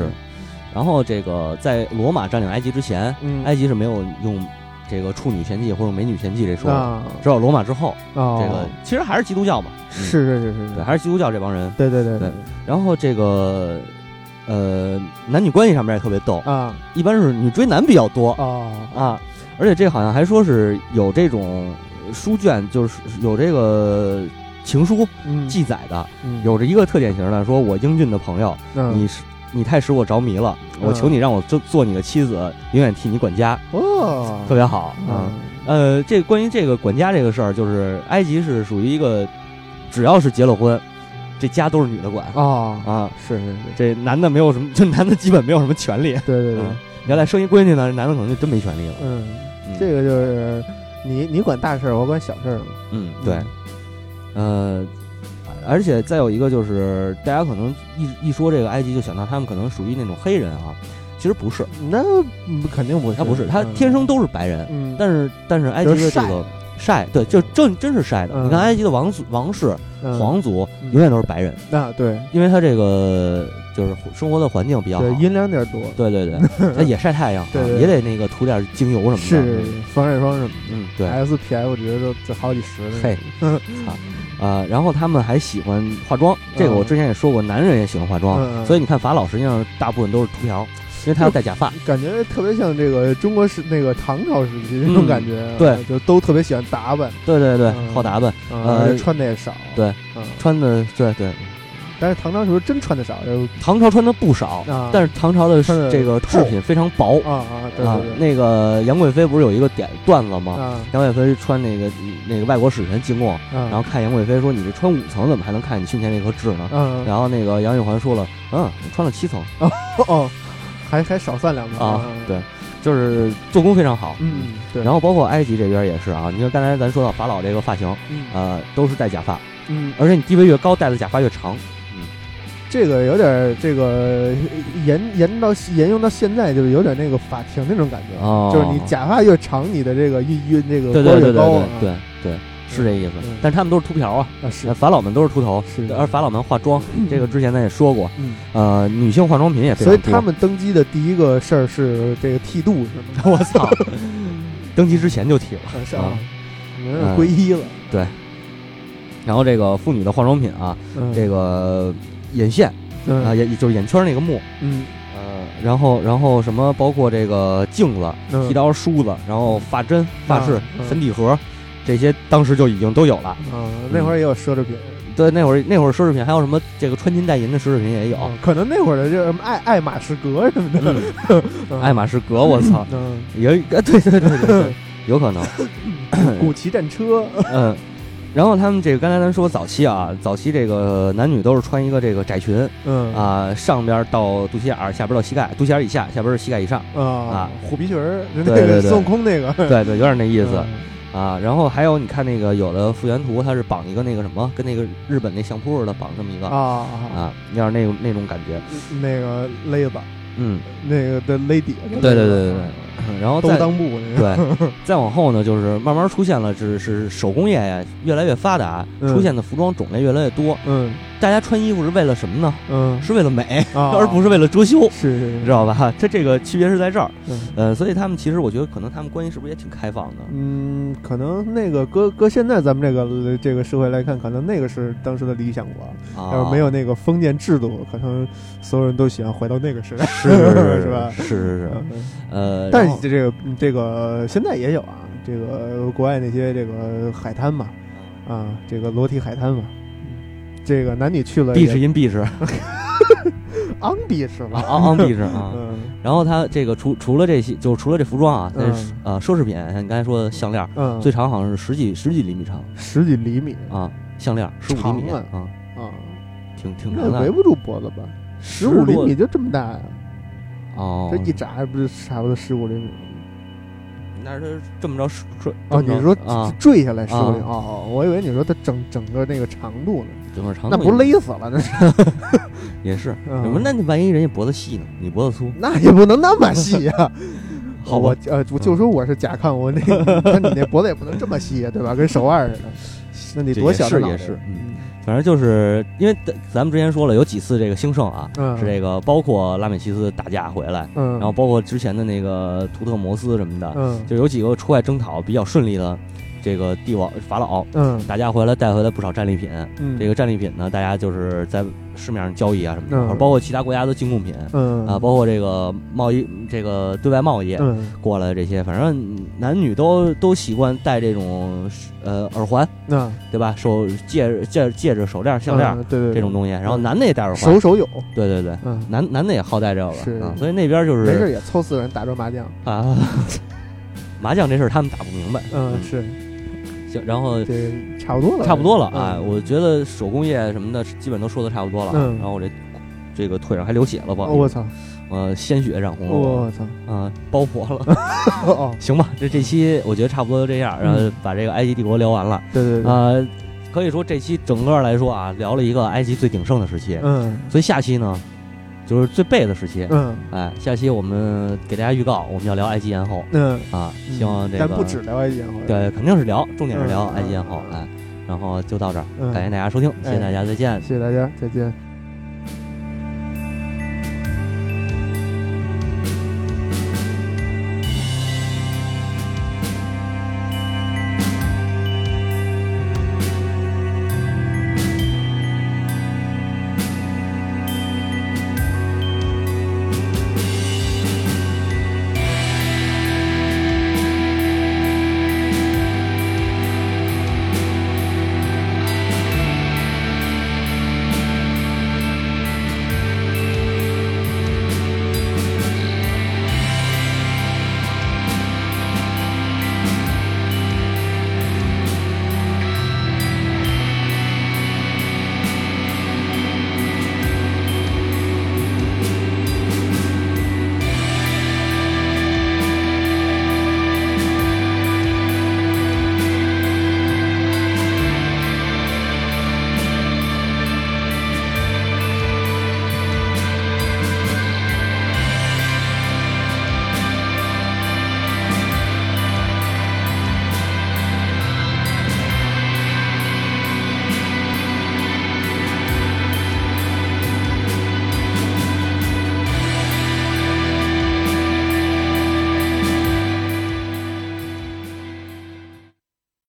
[SPEAKER 2] 然后这个在罗马占领埃及之前，
[SPEAKER 1] 嗯
[SPEAKER 2] 埃及是没有用这个处女献祭或者美女献祭这说的。
[SPEAKER 1] 啊
[SPEAKER 2] 直到罗马之后，这个
[SPEAKER 1] 哦，
[SPEAKER 2] 其实还是基督教嘛，
[SPEAKER 1] 是
[SPEAKER 2] 嗯
[SPEAKER 1] 是是是
[SPEAKER 2] 对，
[SPEAKER 1] 是，
[SPEAKER 2] 还是基督教这帮人。
[SPEAKER 1] 对对对
[SPEAKER 2] 对然后这个呃男女关系上面也特别逗，
[SPEAKER 1] 啊
[SPEAKER 2] 一般是女追男比较多
[SPEAKER 1] 哦
[SPEAKER 2] 啊，而且这好像还说是有这种书卷，就是有这个情书
[SPEAKER 1] 嗯
[SPEAKER 2] 记载的，
[SPEAKER 1] 嗯
[SPEAKER 2] 有着一个特典型的，说我英俊的朋友，
[SPEAKER 1] 嗯
[SPEAKER 2] 你是你太使我着迷了，
[SPEAKER 1] 嗯
[SPEAKER 2] 我求你让我做做你的妻子，永远替你管家，
[SPEAKER 1] 哦
[SPEAKER 2] 特别好啊。呃，这关于这个管家这个事儿，就是埃及是属于一个，只要是结了婚，这家都是女的管
[SPEAKER 1] 啊
[SPEAKER 2] 啊，
[SPEAKER 1] 是是是，
[SPEAKER 2] 这男的没有什么， 就男的基本没有什么权利。
[SPEAKER 1] 对对对
[SPEAKER 2] 嗯，原来生一闺女呢，这男的可能就真没权利了。
[SPEAKER 1] 嗯，
[SPEAKER 2] 嗯
[SPEAKER 1] 这个就是你你管大事儿，我管小事儿嘛。
[SPEAKER 2] 嗯，对，呃，而且再有一个就是，大家可能一一说这个埃及，就想到他们可能属于那种黑人啊，其实不是，
[SPEAKER 1] 那嗯肯定不是，
[SPEAKER 2] 他不是，他
[SPEAKER 1] 嗯
[SPEAKER 2] 天生都是白人，
[SPEAKER 1] 嗯，
[SPEAKER 2] 但是但是埃及的这个晒，对，就真真是晒的。
[SPEAKER 1] 嗯
[SPEAKER 2] 你看埃及的王族王室
[SPEAKER 1] 嗯
[SPEAKER 2] 皇族
[SPEAKER 1] 嗯
[SPEAKER 2] 永远都是白人，
[SPEAKER 1] 啊对
[SPEAKER 2] 因为他这个就是生活的环境比较好
[SPEAKER 1] 对，阴凉点儿多，
[SPEAKER 2] 对对 对，他也晒太阳啊，
[SPEAKER 1] 对对对
[SPEAKER 2] 也得那个涂点精油什么的，
[SPEAKER 1] 是哎防晒霜什么
[SPEAKER 2] 嗯，对
[SPEAKER 1] 的。SPF 值都这好几十呢。
[SPEAKER 2] 嘿，操，啊，然后他们还喜欢化妆，
[SPEAKER 1] 嗯
[SPEAKER 2] 这个我之前也说过，男人也喜欢化妆，
[SPEAKER 1] 嗯嗯
[SPEAKER 2] 啊所以你看法老实际上大部分都是秃瓢，因为他要戴假发。
[SPEAKER 1] 感觉特别像这个中国时那个唐朝时期那种
[SPEAKER 2] 嗯
[SPEAKER 1] 感觉啊，
[SPEAKER 2] 对
[SPEAKER 1] 就都特别喜欢打扮，
[SPEAKER 2] 对对对，
[SPEAKER 1] 嗯
[SPEAKER 2] 好打扮，
[SPEAKER 1] 嗯
[SPEAKER 2] 呃
[SPEAKER 1] 而且穿的也少，
[SPEAKER 2] 对
[SPEAKER 1] 嗯，
[SPEAKER 2] 穿的对对，
[SPEAKER 1] 但是唐朝时候真穿的少，就
[SPEAKER 2] 唐朝穿的不少，
[SPEAKER 1] 啊
[SPEAKER 2] 但是唐朝的
[SPEAKER 1] 穿得
[SPEAKER 2] 这个
[SPEAKER 1] 透
[SPEAKER 2] 制品非常薄
[SPEAKER 1] 啊啊，对
[SPEAKER 2] 啊
[SPEAKER 1] 对。对，
[SPEAKER 2] 那个杨贵妃不是有一个点段子吗？
[SPEAKER 1] 啊
[SPEAKER 2] 杨贵妃穿那个那个外国使臣进贡，
[SPEAKER 1] 啊，然
[SPEAKER 2] 然后看杨贵妃说：“你这穿五层怎么还能看见你胸前那颗痣呢？”
[SPEAKER 1] 嗯，
[SPEAKER 2] 然后那个杨玉环说了：“嗯，我穿了七层
[SPEAKER 1] 哦哦，还还少算两个
[SPEAKER 2] 啊。”，对，就是做工非常好。
[SPEAKER 1] 嗯，对，
[SPEAKER 2] 然后包括埃及这边也是啊，你看刚才咱说到法老这个发型，
[SPEAKER 1] 嗯
[SPEAKER 2] 呃，都是戴假发，
[SPEAKER 1] 嗯
[SPEAKER 2] 而且你地位越高，戴的假发越长。嗯，
[SPEAKER 1] 这个有点这个沿沿到沿用到现在，就是有点那个法庭那种感觉，
[SPEAKER 2] 哦，
[SPEAKER 1] 就是你假发越长，你的这个越越那个官
[SPEAKER 2] 对对
[SPEAKER 1] 儿
[SPEAKER 2] 对
[SPEAKER 1] 越
[SPEAKER 2] 对
[SPEAKER 1] 高啊
[SPEAKER 2] 对对对，是这意思
[SPEAKER 1] 嗯。
[SPEAKER 2] 但是他们都是秃瓢啊，
[SPEAKER 1] 啊是
[SPEAKER 2] 呃法老们都是秃头，
[SPEAKER 1] 是的
[SPEAKER 2] 而法老们化妆，这个之前咱也说过，
[SPEAKER 1] 嗯，
[SPEAKER 2] 呃，女性化妆品也非
[SPEAKER 1] 所
[SPEAKER 2] 常
[SPEAKER 1] 以
[SPEAKER 2] 多。
[SPEAKER 1] 他们登基的第一个事儿是这个剃度是 吗？
[SPEAKER 2] 我操， 登基之前就剃了。
[SPEAKER 1] 啊是
[SPEAKER 2] 啊嗯
[SPEAKER 1] 啊，没人皈依了，
[SPEAKER 2] 然后这个妇女的化妆品啊，
[SPEAKER 1] 嗯
[SPEAKER 2] 这个眼线
[SPEAKER 1] 嗯
[SPEAKER 2] 啊，眼就是眼圈那个墨，
[SPEAKER 1] 嗯
[SPEAKER 2] 呃，然后然后什么包括这个镜子、
[SPEAKER 1] 嗯
[SPEAKER 2] 剃刀、梳子，然后发针、发饰
[SPEAKER 1] 啊、嗯
[SPEAKER 2] 粉底盒。这些当时就已经都有了，
[SPEAKER 1] 啊，那会儿也有奢侈品，
[SPEAKER 2] 对，那会儿那会儿奢侈品还有什么这个穿金戴银的奢侈品也有，
[SPEAKER 1] 啊可能那会儿的就是什么爱爱马仕格什么的，
[SPEAKER 2] 嗯，爱马仕格，我操，
[SPEAKER 1] 嗯，
[SPEAKER 2] 有一个 对对对对对，有可 能，
[SPEAKER 1] 古奇战车，
[SPEAKER 2] 嗯。然后他们这个刚才咱说早期啊，早期这个男女都是穿一个这个窄裙
[SPEAKER 1] 嗯
[SPEAKER 2] 啊、上边到肚脐眼儿，下边到膝盖，肚脐眼儿以下，下边是膝盖以上，
[SPEAKER 1] 啊
[SPEAKER 2] 啊，
[SPEAKER 1] 虎皮裙儿，就那
[SPEAKER 2] 对
[SPEAKER 1] 个
[SPEAKER 2] 对对
[SPEAKER 1] 孙悟空那个
[SPEAKER 2] 对对，有点那意
[SPEAKER 1] 意
[SPEAKER 2] 思
[SPEAKER 1] 嗯
[SPEAKER 2] 啊。然后还有你看那个有的复原图，它是绑一个那个什么，跟那个日本那相扑似的绑这么一个
[SPEAKER 1] 啊啊，
[SPEAKER 2] 啊，有点那种那种感觉，
[SPEAKER 1] 那个勒子，
[SPEAKER 2] 嗯，
[SPEAKER 1] 那个的勒底，对
[SPEAKER 2] 对对对对然后
[SPEAKER 1] 兜
[SPEAKER 2] 再
[SPEAKER 1] 裆部 那个，
[SPEAKER 2] 对，再往后呢，就是慢慢出现了，是是手工业呀越来越发达，
[SPEAKER 1] 嗯
[SPEAKER 2] 出现的服装种类越来越多。
[SPEAKER 1] 嗯
[SPEAKER 2] 大家穿衣服是为了什么呢？
[SPEAKER 1] 嗯，
[SPEAKER 2] 是为了美，
[SPEAKER 1] 啊
[SPEAKER 2] 而不是为了遮羞，
[SPEAKER 1] 是
[SPEAKER 2] 你
[SPEAKER 1] 是
[SPEAKER 2] 知
[SPEAKER 1] 是，
[SPEAKER 2] 道吧？它这个区别是在这儿。
[SPEAKER 1] 嗯
[SPEAKER 2] 呃，所以他们其实我觉得可能他们关系是不是也挺开放的？
[SPEAKER 1] 嗯，可能那个搁搁现在咱们这个这个社会来看，可能那个是当时的理想国，
[SPEAKER 2] 啊，
[SPEAKER 1] 要是没有那个封建制度，可能所有人都喜欢回到那个时代，
[SPEAKER 2] 是是是
[SPEAKER 1] 是吧？
[SPEAKER 2] 是是是，
[SPEAKER 1] 嗯
[SPEAKER 2] 呃，
[SPEAKER 1] 但
[SPEAKER 2] 然
[SPEAKER 1] 是
[SPEAKER 2] 后
[SPEAKER 1] 这个这个现在也有啊，这个国外那些这个海滩嘛，
[SPEAKER 2] 嗯
[SPEAKER 1] 啊，这个裸体海滩嘛，这个男女去了
[SPEAKER 2] beach in beach 啊
[SPEAKER 1] 昂比是吧？
[SPEAKER 2] ，on on beach 啊。
[SPEAKER 1] 嗯
[SPEAKER 2] 然后它这个除除了这些，就是除了这服装啊，但是
[SPEAKER 1] 嗯
[SPEAKER 2] 呃奢侈品，像你刚才说的项链，
[SPEAKER 1] 嗯，
[SPEAKER 2] 最长好像是十几十几厘米长
[SPEAKER 1] 十几厘米
[SPEAKER 2] 啊，项链十五厘米
[SPEAKER 1] 长啊
[SPEAKER 2] 啊，
[SPEAKER 1] 啊，
[SPEAKER 2] 挺挺长
[SPEAKER 1] 那围
[SPEAKER 2] 的，
[SPEAKER 1] 不住脖子吧？
[SPEAKER 2] 十
[SPEAKER 1] 十五厘米就这么大呀？
[SPEAKER 2] 哦
[SPEAKER 1] 这，一扎不是差不多十五厘米？
[SPEAKER 2] 那是这么着是坠
[SPEAKER 1] 哦，你说
[SPEAKER 2] 啊，
[SPEAKER 1] 坠下来十五厘米？
[SPEAKER 2] 啊
[SPEAKER 1] 哦哦，我以为你说它整整个那个长度呢，
[SPEAKER 2] 整个长
[SPEAKER 1] 那
[SPEAKER 2] 度
[SPEAKER 1] 不
[SPEAKER 2] 也
[SPEAKER 1] 勒死了？那是
[SPEAKER 2] 也是？
[SPEAKER 1] 嗯
[SPEAKER 2] 什么？那你万一人家脖子细呢？你脖子粗？
[SPEAKER 1] 那也不能那么细啊呀。
[SPEAKER 2] 好吧
[SPEAKER 1] 我呃，我就说我是甲亢，我那个，那你那脖子也不能这么细，啊对吧？跟手腕似的，那你
[SPEAKER 2] 这
[SPEAKER 1] 多
[SPEAKER 2] 也
[SPEAKER 1] 小
[SPEAKER 2] 是
[SPEAKER 1] 的脑
[SPEAKER 2] 也
[SPEAKER 1] 袋
[SPEAKER 2] 是嗯反正就是因为咱咱们之前说了，有几次这个兴盛啊，
[SPEAKER 1] 嗯
[SPEAKER 2] 是这个包括拉美西斯打架回来，
[SPEAKER 1] 嗯，
[SPEAKER 2] 然后包括之前的那个图特摩斯什么的，
[SPEAKER 1] 嗯
[SPEAKER 2] 就有几个出外征讨比较顺利的这个帝王法老
[SPEAKER 1] 嗯
[SPEAKER 2] 打架回来带回来不少战利品，
[SPEAKER 1] 嗯
[SPEAKER 2] 这个战利品呢，大家就是在市面上交易啊什么的，
[SPEAKER 1] 嗯
[SPEAKER 2] 或者包括其他国家的进贡品
[SPEAKER 1] 嗯
[SPEAKER 2] 啊，包括这个贸易，这个对外贸易
[SPEAKER 1] 嗯
[SPEAKER 2] 过来的这些，反正男女都都习惯戴这种呃耳环，
[SPEAKER 1] 那
[SPEAKER 2] 对吧？手戒戒戒指、手链、项链
[SPEAKER 1] 嗯对对对
[SPEAKER 2] 这种东西，然后男的也戴耳环
[SPEAKER 1] 手，手有，
[SPEAKER 2] 对对对，
[SPEAKER 1] 嗯，
[SPEAKER 2] 男男的也好戴这
[SPEAKER 1] 是
[SPEAKER 2] 个，啊所以那边就
[SPEAKER 1] 没事
[SPEAKER 2] 是
[SPEAKER 1] 也凑四个人打桌麻将，
[SPEAKER 2] 啊， 麻将这事儿他们打不明白，
[SPEAKER 1] 嗯，是
[SPEAKER 2] 行，然后
[SPEAKER 1] 这差不多了，
[SPEAKER 2] 差不多了啊，
[SPEAKER 1] 啊，
[SPEAKER 2] 哎我觉得手工业什么的，基本都说的差不多了啊。
[SPEAKER 1] 嗯哦
[SPEAKER 2] 然后我这这个腿上还流血了，不好
[SPEAKER 1] 我
[SPEAKER 2] 意思，
[SPEAKER 1] 操，
[SPEAKER 2] 呃，鲜血染红了我，
[SPEAKER 1] 我操，
[SPEAKER 2] 啊，包裹了。
[SPEAKER 1] 哦，
[SPEAKER 2] 行吧，这这期我觉得差不多就这样，然后
[SPEAKER 1] 嗯
[SPEAKER 2] 把这个埃及帝国聊完了。
[SPEAKER 1] 对对对，
[SPEAKER 2] 呃，可以说这期整个来说啊，聊了一个埃及最鼎盛的时期，
[SPEAKER 1] 嗯
[SPEAKER 2] 所以下期呢，就是最背的时期。
[SPEAKER 1] 嗯
[SPEAKER 2] 哎，下期我们给大家预告，我们要聊埃及艳后
[SPEAKER 1] 嗯，
[SPEAKER 2] 啊，
[SPEAKER 1] 嗯
[SPEAKER 2] 希望这个
[SPEAKER 1] 但不止聊埃及艳后，
[SPEAKER 2] 对，肯定是聊，重点是聊
[SPEAKER 1] 嗯
[SPEAKER 2] 埃及艳后
[SPEAKER 1] 嗯。嗯
[SPEAKER 2] 哎，然后就到这儿，
[SPEAKER 1] 嗯
[SPEAKER 2] 感谢大家收听，谢谢大家，再见。
[SPEAKER 1] 谢谢大家，再见。